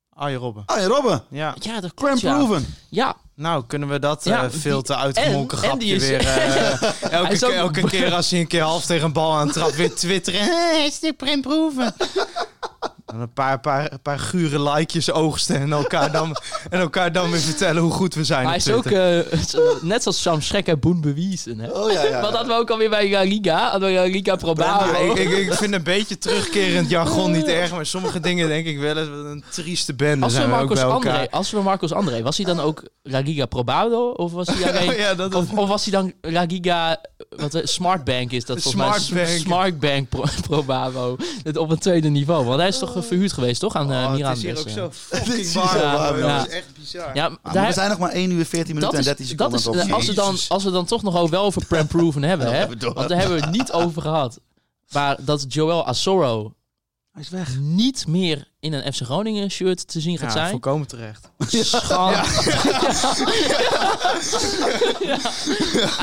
Speaker 5: Arjen Robben.
Speaker 6: Ah, ja, Robben.
Speaker 5: Ja,
Speaker 4: Ja, dat
Speaker 6: Cram
Speaker 4: klopt, ja.
Speaker 6: proven.
Speaker 4: ja.
Speaker 5: nou kunnen we dat
Speaker 4: Ja,
Speaker 5: eh, veel te
Speaker 4: die-
Speaker 5: uitgemolken
Speaker 4: en- en
Speaker 5: grapje
Speaker 4: die is-
Speaker 5: weer... eh, elke
Speaker 4: Hij is ook-
Speaker 5: keer, elke keer als hij een keer half tegen een bal aan trapt, weer twitteren. Hé, is dit Prem Proeven? Dan een paar, paar, een paar gure likejes oogsten en elkaar, dan, en elkaar dan weer vertellen hoe goed we zijn
Speaker 4: Maar hij
Speaker 5: op
Speaker 4: is ook,
Speaker 5: Twitter.
Speaker 4: eh, zo- net zoals Sam Schrek en Boen bewezen. Hè?
Speaker 6: Oh ja, ja.
Speaker 4: Wat hadden we ook alweer bij La Liga? Hadden we La Liga Probao.
Speaker 5: Ja, ik, ik, ik vind een beetje terugkerend jargon niet erg, maar sommige dingen denk ik wel eens wat een trieste bende
Speaker 4: als, we
Speaker 5: zijn we ook bij
Speaker 4: Marcos
Speaker 5: elkaar.
Speaker 4: André, als we Marcos André, was hij dan ook La Liga Probado? Of was hij alleen...
Speaker 5: Oh ja, dat
Speaker 4: Of, of was hij dan La Liga, wat eh, Smartbank is dat volgens mij?
Speaker 5: Smartbank.
Speaker 4: S- Smartbank Pro, Probabo. Het Op een tweede niveau. Want hij is toch eh, verhuurd geweest, toch? Aan eh
Speaker 5: Oh,
Speaker 4: Miran
Speaker 5: het is hier ook
Speaker 4: Dessers.
Speaker 5: zo
Speaker 6: Dit
Speaker 5: fucking
Speaker 6: is
Speaker 5: warm.
Speaker 6: zo
Speaker 5: Ja,
Speaker 6: warm,
Speaker 4: ja.
Speaker 5: Dat is echt bizar.
Speaker 4: Ja,
Speaker 6: Ah, maar
Speaker 4: daar-
Speaker 6: we zijn nog maar 1 uur 14
Speaker 4: dat
Speaker 6: minuten
Speaker 4: is,
Speaker 6: en
Speaker 4: dat
Speaker 6: 13 seconden
Speaker 4: is,
Speaker 6: aan het
Speaker 4: eh, als, we dan,
Speaker 6: opnemen.
Speaker 4: als we dan toch nog wel- wel over Prem Proven hebben, hè?
Speaker 6: hebben we door.
Speaker 4: want daar hebben we het niet over gehad. Maar dat Joel Asoro
Speaker 6: Hij is weg.
Speaker 4: niet meer in een FC Groningen shirt te zien gaat
Speaker 5: Ja,
Speaker 4: zijn.
Speaker 5: volkomen terecht.
Speaker 4: Schand- Ja.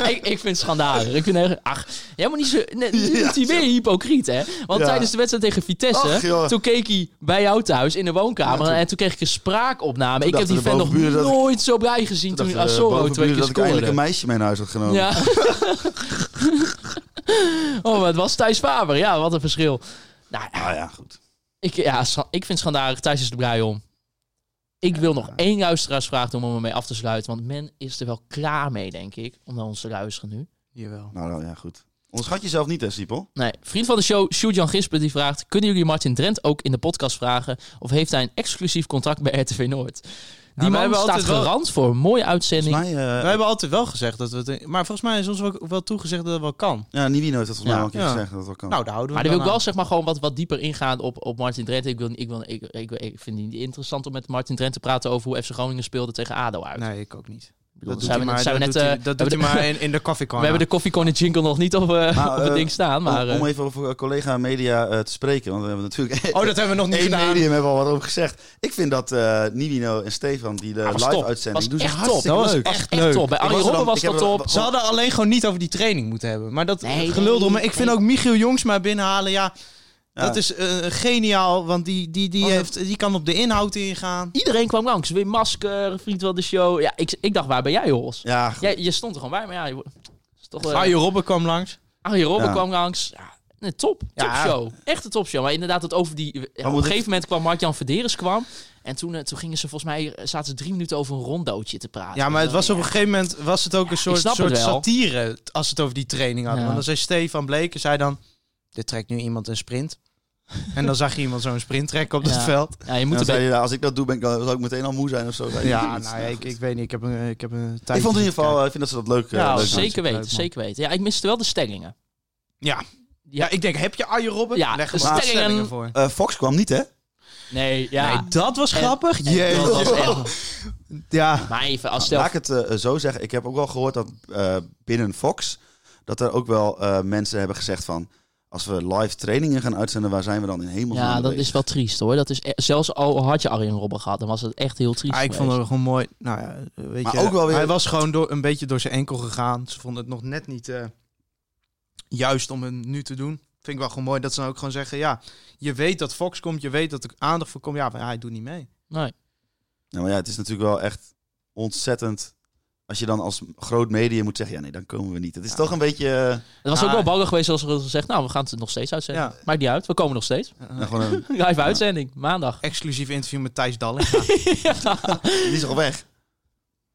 Speaker 4: Ik, ik vind het schandalig. Ik vind echt, ach, jij moet niet zo... Nee, nu wordt hij weer hypocriet, hè? Want
Speaker 6: Ja.
Speaker 4: tijdens de wedstrijd tegen Vitesse,
Speaker 6: Ach, joh.
Speaker 4: toen keek hij bij jou thuis in de woonkamer. en toen kreeg ik een spraakopname. ik heb
Speaker 6: dachten
Speaker 4: die
Speaker 6: de
Speaker 4: fan nog
Speaker 6: bovenburen dat ik-
Speaker 4: nooit zo blij gezien toen,
Speaker 6: Dacht, eh,
Speaker 4: Asoro twee
Speaker 6: bovenburen
Speaker 4: keer
Speaker 6: dat ik eindelijk een
Speaker 4: scoorde.
Speaker 6: meisje mee naar huis had genomen.
Speaker 4: Ja. oh, maar het was Thijs Faber. Ja, wat een verschil. Nou, ja,
Speaker 6: Nou ja, goed.
Speaker 4: ik, ja, scha- ik vind het schandalig. Thijs is er blij om. Ik wil nog één luisteraarsvraag doen om ermee af te sluiten. Want men is er wel klaar mee, denk ik. Om naar ons te luisteren nu.
Speaker 5: Jawel.
Speaker 6: Nou nou, ja, goed. Onderschat jezelf niet, hè, Siepel?
Speaker 4: Nee, vriend van de show, Sjoerd-Jan Gispen, die vraagt... Kunnen jullie Martin Drent ook in de podcast vragen? Of heeft hij een exclusief contract bij RTV Noord? Die
Speaker 5: wij
Speaker 4: man
Speaker 5: hebben
Speaker 4: staat
Speaker 5: altijd wel-
Speaker 4: garant voor een mooie uitzending.
Speaker 6: Volgens mij, eh,
Speaker 5: We hebben altijd wel gezegd dat we het... Maar volgens mij is ons ook wel toegezegd dat dat wel kan.
Speaker 4: Oh.
Speaker 6: ja, Nivino heeft dat volgens mij
Speaker 4: Ja.
Speaker 6: al een keer
Speaker 5: Ja.
Speaker 6: gezegd. Dat het wel kan.
Speaker 5: Nou, daar houden we
Speaker 4: Maar dan wil ik
Speaker 5: dan
Speaker 4: wel zeg maar gewoon wat, wat dieper ingaan op, op Martin Drent. Ik, wil, ik, wil, ik, ik, ik vind het niet interessant om met Martin Drent te praten over hoe FC Groningen speelde tegen ADO uit.
Speaker 5: aan. Nee, ik ook niet.
Speaker 4: Ik bedoel,
Speaker 5: doet
Speaker 4: zijn
Speaker 5: hij
Speaker 4: we-
Speaker 5: maar-
Speaker 4: zijn we
Speaker 5: dat
Speaker 4: net,
Speaker 5: doet
Speaker 4: eh,
Speaker 5: hij- dat
Speaker 4: we
Speaker 5: doet hij
Speaker 4: hebben
Speaker 5: maar in, in de
Speaker 4: We
Speaker 5: koffiecorner.
Speaker 4: hebben de koffiecorner jingle nog niet op, eh,
Speaker 6: Maar,
Speaker 4: op het
Speaker 6: eh,
Speaker 4: ding staan,
Speaker 6: Om-
Speaker 4: maar...
Speaker 6: om,
Speaker 4: eh,
Speaker 6: even over eh, collega media eh, te spreken, want we hebben natuurlijk
Speaker 5: Oh, dat hebben we nog niet
Speaker 6: Eén
Speaker 5: gedaan.
Speaker 6: medium hebben we al wat over gezegd. Ik vind dat eh Nivino en Stefan, die de
Speaker 4: Ah, was top. Was
Speaker 6: live-uitzending doen, ze
Speaker 4: echt top.
Speaker 6: hartstikke
Speaker 5: Dat was
Speaker 6: leuk.
Speaker 5: echt
Speaker 4: echt
Speaker 5: leuk.
Speaker 4: top. Bij
Speaker 6: Ik
Speaker 4: Arjen
Speaker 6: was er
Speaker 4: Robben
Speaker 6: dan-
Speaker 4: was
Speaker 6: ik
Speaker 4: dat
Speaker 6: heb er-
Speaker 4: top.
Speaker 5: Ze hadden alleen gewoon niet over die training moeten hebben. Maar dat eh,
Speaker 4: Nee,
Speaker 5: gelul
Speaker 4: nee,
Speaker 5: door me. Ik vind
Speaker 4: nee.
Speaker 5: ook Michiel Jongsma binnenhalen. Ja,
Speaker 6: Ja.
Speaker 5: dat is eh, geniaal. Want die, die, die,
Speaker 6: Oh, dat-
Speaker 5: heeft, die kan op de inhoud ingaan.
Speaker 4: Iedereen kwam langs. Wim Masker, vriend van de show. Ja, ik, ik dacht, waar ben jij, Hols?
Speaker 6: Ja, goed.
Speaker 4: Jij, je stond er gewoon bij, maar ja... Je, is toch, eh,
Speaker 5: Arjen Robben kwam langs.
Speaker 4: Arjen Ah, Robben
Speaker 6: Ja.
Speaker 4: kwam langs. Ja, nee, top.
Speaker 5: Ja.
Speaker 4: Topshow. Echt een topshow. Maar inderdaad, dat over die... ja, op een
Speaker 6: moet ik-
Speaker 4: gegeven moment kwam Mark-Jan Verderes kwam. En toen, eh, toen gingen ze volgens mij... eh, zaten ze drie minuten over een rondootje te praten.
Speaker 5: Ja, maar het was op een gegeven moment was het ook een soort,
Speaker 4: snap het
Speaker 5: soort
Speaker 4: wel.
Speaker 5: satire als het over die training had.
Speaker 4: Ja.
Speaker 5: Want dan zei Stefan Bleken, zei dan, dit trekt nu iemand een sprint. En dan zag je iemand zo'n sprint trekken op het
Speaker 4: Ja.
Speaker 5: veld.
Speaker 4: Ja, je
Speaker 6: En
Speaker 4: moet
Speaker 6: dan
Speaker 4: er
Speaker 6: zei je, nou, als ik dat doe, ben ik, dan- zou ik meteen al moe zijn of zo. zei je
Speaker 5: Ja,
Speaker 6: iets.
Speaker 5: nou ja,
Speaker 6: goed.
Speaker 5: ik, ik weet niet, ik heb een, ik heb een
Speaker 6: Ik
Speaker 5: tijdje
Speaker 6: vond in ieder geval,
Speaker 5: gekeken.
Speaker 6: eh, ik vind dat ze dat leuk, eh,
Speaker 5: Ja,
Speaker 6: leuk doen.
Speaker 4: Zeker weten,
Speaker 5: Leuk, man.
Speaker 4: zeker weten. Ja, ik miste wel de stellingen.
Speaker 5: Ja. Ja, ik denk, heb je Arjen Robben?
Speaker 4: Ja,
Speaker 5: Leg
Speaker 4: de
Speaker 5: er maar
Speaker 4: stellingen-
Speaker 5: stellingen voor.
Speaker 6: Eh, Fox kwam niet, hè?
Speaker 4: Nee, ja.
Speaker 5: Nee, dat was
Speaker 4: En-
Speaker 5: grappig.
Speaker 4: En
Speaker 5: Jee.
Speaker 4: dat was echt-
Speaker 5: Ja.
Speaker 4: Maar even, als stel...
Speaker 6: Laat ik het eh, zo zeggen. Ik heb ook wel gehoord dat eh, binnen Fox... dat er ook wel eh, mensen hebben gezegd van... als we live trainingen gaan uitzenden... waar zijn we dan in hemelsnaam
Speaker 4: Ja, dat
Speaker 6: bezig?
Speaker 4: is wel triest hoor. Dat is e- zelfs al had je Arjen Robben gehad, dan was het echt heel triest.
Speaker 5: Ah, ik vond
Speaker 4: geweest.
Speaker 5: het gewoon mooi. Nou ja, weet
Speaker 6: Maar
Speaker 5: je,
Speaker 6: ook wel weer-
Speaker 5: hij was gewoon door, een beetje door zijn enkel gegaan. Ze vonden het nog net niet eh, juist om het nu te doen. Vind ik wel gewoon mooi dat ze dan ook gewoon zeggen, ja, je weet dat Fox komt, je weet dat er aandacht voor komt. Ja, maar hij doet niet mee.
Speaker 4: Nee.
Speaker 6: Ja, Nou, maar ja, het is natuurlijk wel echt ontzettend... als je dan als groot media moet zeggen... ja, nee, dan komen we niet. Het is toch een beetje... eh,
Speaker 4: Het was
Speaker 5: Ah.
Speaker 4: ook wel ballen geweest als er gezegd, nou we gaan het nog steeds uitzenden.
Speaker 5: Ja.
Speaker 4: Maakt niet uit, we komen nog steeds.
Speaker 6: nou, gewoon een-
Speaker 4: Live uitzending, maandag.
Speaker 5: Exclusief interview met Thijs Dallinga.
Speaker 6: die is al weg.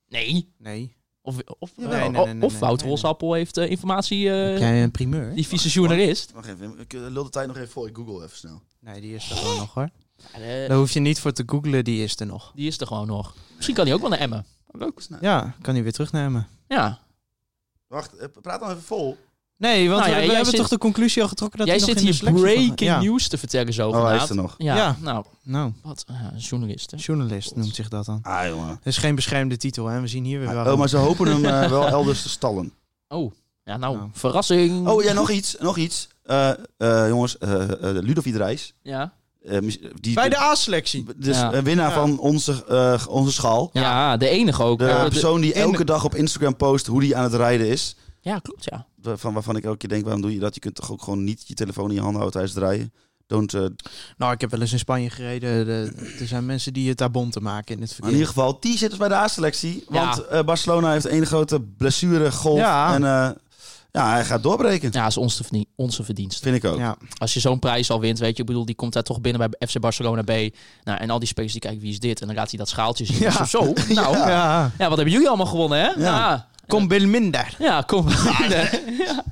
Speaker 4: Nee.
Speaker 5: nee.
Speaker 4: Of, of,
Speaker 5: Jawel.
Speaker 4: eh,
Speaker 5: Nee, nee, nee, nee,
Speaker 4: of
Speaker 5: nee,
Speaker 4: Wouter
Speaker 5: nee, nee.
Speaker 4: Holsappel heeft eh, informatie, eh,
Speaker 5: Jij een primeur?
Speaker 4: die vieze journalist.
Speaker 6: Wacht even, ik eh, lul de tijd nog even vol. Ik google even snel.
Speaker 5: Nee, die is er gewoon nog hoor.
Speaker 4: Ja, eh,
Speaker 5: Daar hoef je niet voor te googlen, die is er nog.
Speaker 4: die is er gewoon nog. Misschien kan hij ook wel naar Emmen.
Speaker 6: Leuk. Nou,
Speaker 5: Ja, kan hij weer terugnemen.
Speaker 4: Ja.
Speaker 6: wacht, eh, praat dan even vol.
Speaker 5: Nee, want
Speaker 4: Nou ja,
Speaker 5: we- we,
Speaker 4: jij
Speaker 5: hebben
Speaker 4: zit-
Speaker 5: toch de conclusie al getrokken dat
Speaker 4: Jij
Speaker 5: hij nog
Speaker 4: zit
Speaker 5: in de
Speaker 4: hier
Speaker 5: selectie van-
Speaker 4: breaking
Speaker 5: Ja.
Speaker 4: news te vertellen zo
Speaker 6: Oh, hij is er nog.
Speaker 4: ja,
Speaker 5: Ja.
Speaker 4: nou,
Speaker 5: Nou,
Speaker 4: wat, ja, journalist hè.
Speaker 5: journalist noemt zich dat dan.
Speaker 6: Ah, jongen.
Speaker 5: Dat is geen beschermde titel, hè? We zien hier weer wel.
Speaker 6: Oh, maar ze hopen hem eh, wel elders te stallen.
Speaker 4: Oh, ja nou,
Speaker 5: Nou.
Speaker 4: verrassing.
Speaker 6: Oh ja, nog iets. Nog iets. Eh, eh, jongens, eh eh, Ludovic Reis.
Speaker 4: Ja.
Speaker 6: eh, mis- die,
Speaker 5: Bij de A-selectie.
Speaker 6: dus
Speaker 4: Ja.
Speaker 6: een winnaar
Speaker 5: Ja.
Speaker 6: van onze, eh, onze schaal.
Speaker 4: ja. de enige ook. eh,
Speaker 6: De
Speaker 4: Ja, de-
Speaker 6: persoon die
Speaker 5: in-
Speaker 6: elke dag op Instagram post hoe die aan het rijden is.
Speaker 4: ja klopt ja.
Speaker 6: Wa- Van, waarvan ik elke keer denk, waarom doe je dat? Je kunt toch ook gewoon niet je telefoon in je handen houden tijdens het rijden? Don't, eh,
Speaker 5: Nou, ik heb wel eens in Spanje gereden. De- er zijn mensen die het daar bom te maken in het
Speaker 6: maar in ieder
Speaker 5: verkeer.
Speaker 6: geval, die zit dus bij de A-selectie.
Speaker 4: Ja.
Speaker 6: Want eh, Barcelona heeft één grote blessure, golf.
Speaker 5: Ja.
Speaker 6: En eh, ja, hij gaat doorbreken.
Speaker 4: Ja, is onze, verdien- onze verdienst.
Speaker 6: Vind ik ook.
Speaker 5: Ja.
Speaker 4: Als je zo'n prijs al wint, weet je, ik bedoel, die komt daar toch binnen bij FC Barcelona B. Nou, en al die spelers die kijken, wie is dit? En dan laat hij dat schaaltje zien.
Speaker 5: Ja.
Speaker 4: Zo, zo. Nou, ja.
Speaker 5: ja.
Speaker 4: wat hebben jullie allemaal gewonnen, hè? Ja,
Speaker 5: Kom Bill minder.
Speaker 4: ja kom. Ja,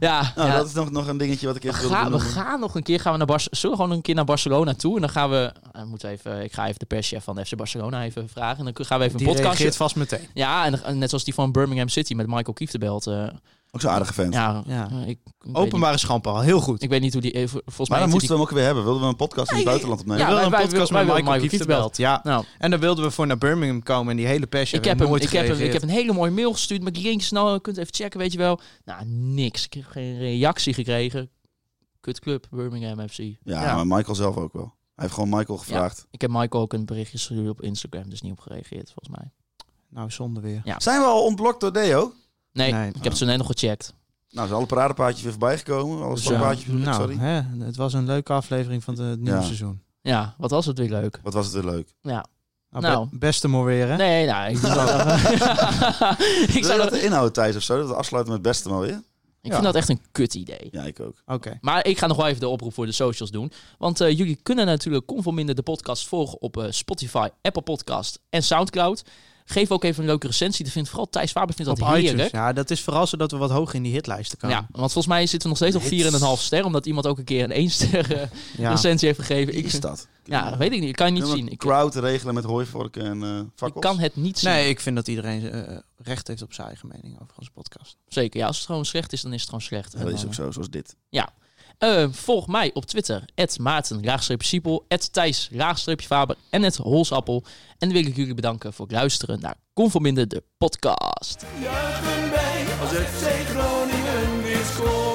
Speaker 4: ja.
Speaker 6: Nou, dat is nog, nog een dingetje wat ik even
Speaker 4: We
Speaker 6: wilde
Speaker 4: gaan, we
Speaker 6: benoemen.
Speaker 4: gaan nog een keer gaan we naar Barcelona. Zullen we gewoon een keer naar Barcelona toe? En dan gaan we. eh, we moeten even, ik ga even de perschef van FC Barcelona even vragen. En dan kun- gaan we even
Speaker 5: Die
Speaker 4: een
Speaker 5: reageert
Speaker 4: podcast.
Speaker 5: vast meteen.
Speaker 4: Ja, en dan- en net zoals die van Birmingham City met Michael Kieft belt. eh,
Speaker 6: Ook zo'n aardige vent.
Speaker 4: ja,
Speaker 5: Ja.
Speaker 4: eh, ik, ik weet niet-
Speaker 5: Openbare schampen al, heel goed.
Speaker 4: Ik weet niet hoe die. eh, vol- Volgens
Speaker 6: Maar
Speaker 4: mij
Speaker 6: dan
Speaker 4: moet
Speaker 6: moesten we hem ook weer hebben. Wilden we een podcast in het buitenland opnemen?
Speaker 4: Ja,
Speaker 5: we wilden
Speaker 4: wij-
Speaker 5: een
Speaker 4: wij
Speaker 5: podcast
Speaker 4: willen-
Speaker 5: met
Speaker 4: wij
Speaker 5: Michael
Speaker 4: willen Michael
Speaker 5: Kieftenbelt. Ja.
Speaker 4: Nou,
Speaker 5: En daar wilden we voor naar Birmingham komen en die hele passion.
Speaker 4: ik heb, hem,
Speaker 5: nooit
Speaker 4: ik, heb hem, ik
Speaker 5: gereageerd.
Speaker 4: heb een hele mooie mail gestuurd met links. Nou, je kunt even checken, weet je wel. Nou, niks. Ik heb geen reactie gekregen. Kutclub, Birmingham FC.
Speaker 6: Ja,
Speaker 5: Ja.
Speaker 6: maar Michael zelf ook wel. Hij heeft gewoon Michael gevraagd.
Speaker 4: Ik heb Michael ook een berichtje gestuurd op Instagram, dus niet op gereageerd, volgens mij.
Speaker 5: Nou, zonde weer.
Speaker 6: Zijn we al ontblokt door Deo?
Speaker 4: Nee,
Speaker 5: Nee. oh.
Speaker 4: ik heb ze net nog gecheckt.
Speaker 6: Nou, zijn alle paradepaadjes weer voorbij gekomen? Alle
Speaker 4: Zo.
Speaker 6: stokpaadjes, bedoel ik,
Speaker 5: nou,
Speaker 6: sorry.
Speaker 5: Hè, het was een leuke aflevering van het nieuwe
Speaker 6: Ja.
Speaker 5: seizoen.
Speaker 4: Ja, wat was het weer leuk.
Speaker 6: Wat was het weer leuk.
Speaker 4: Ja.
Speaker 5: Nou,
Speaker 4: Nou.
Speaker 5: be- beste maar weer, hè?
Speaker 4: Nee, nou, ik, doe dat- ik,
Speaker 6: Wil je
Speaker 4: zou dat,
Speaker 6: dat de inhoud Thijs of zo? Dat we afsluiten met het beste maar weer?
Speaker 4: ik vind dat echt een kut idee.
Speaker 6: Ja, ik ook.
Speaker 5: Oké.
Speaker 4: Maar ik ga nog wel even de oproep voor de socials doen. Want eh, jullie kunnen natuurlijk Conforminder de podcast volgen op eh, Spotify, Apple Podcast en Soundcloud. Geef ook even een leuke recensie. Dat vindt vooral Thijs Faber vindt
Speaker 5: Op
Speaker 4: dat heerlijk.
Speaker 5: iTunes. Ja, dat is vooral zodat we wat hoger in die hitlijsten komen.
Speaker 4: Ja, want volgens mij zitten we nog steeds op 4,5 ster. Omdat iemand ook een keer een 1 ster eh,
Speaker 5: Ja.
Speaker 4: recensie heeft gegeven.
Speaker 6: Wie
Speaker 4: Ik,
Speaker 6: is dat?
Speaker 4: ja, weet ik niet. Ik kan je niet
Speaker 6: Kunnen we
Speaker 4: zien.
Speaker 6: een
Speaker 4: Ik,
Speaker 6: crowd regelen met hooivorken en eh
Speaker 4: ik
Speaker 6: fakkels?
Speaker 4: kan het niet zien.
Speaker 5: Nee, ik vind dat iedereen eh, recht heeft op zijn eigen mening over onze podcast.
Speaker 4: Zeker. Ja, als het gewoon slecht is, dan is het gewoon slecht.
Speaker 6: Ja,
Speaker 4: En
Speaker 6: dat
Speaker 4: dan,
Speaker 6: is
Speaker 4: eh,
Speaker 6: ook zo, zoals dit.
Speaker 4: Eh, volg mij op Twitter, Maarten, Siepel, Thijs, Faber en het Holsappel. En dan wil ik jullie bedanken voor het luisteren naar Conforminder, de podcast.
Speaker 1: Juichen wij als FC Groningen weer scoort.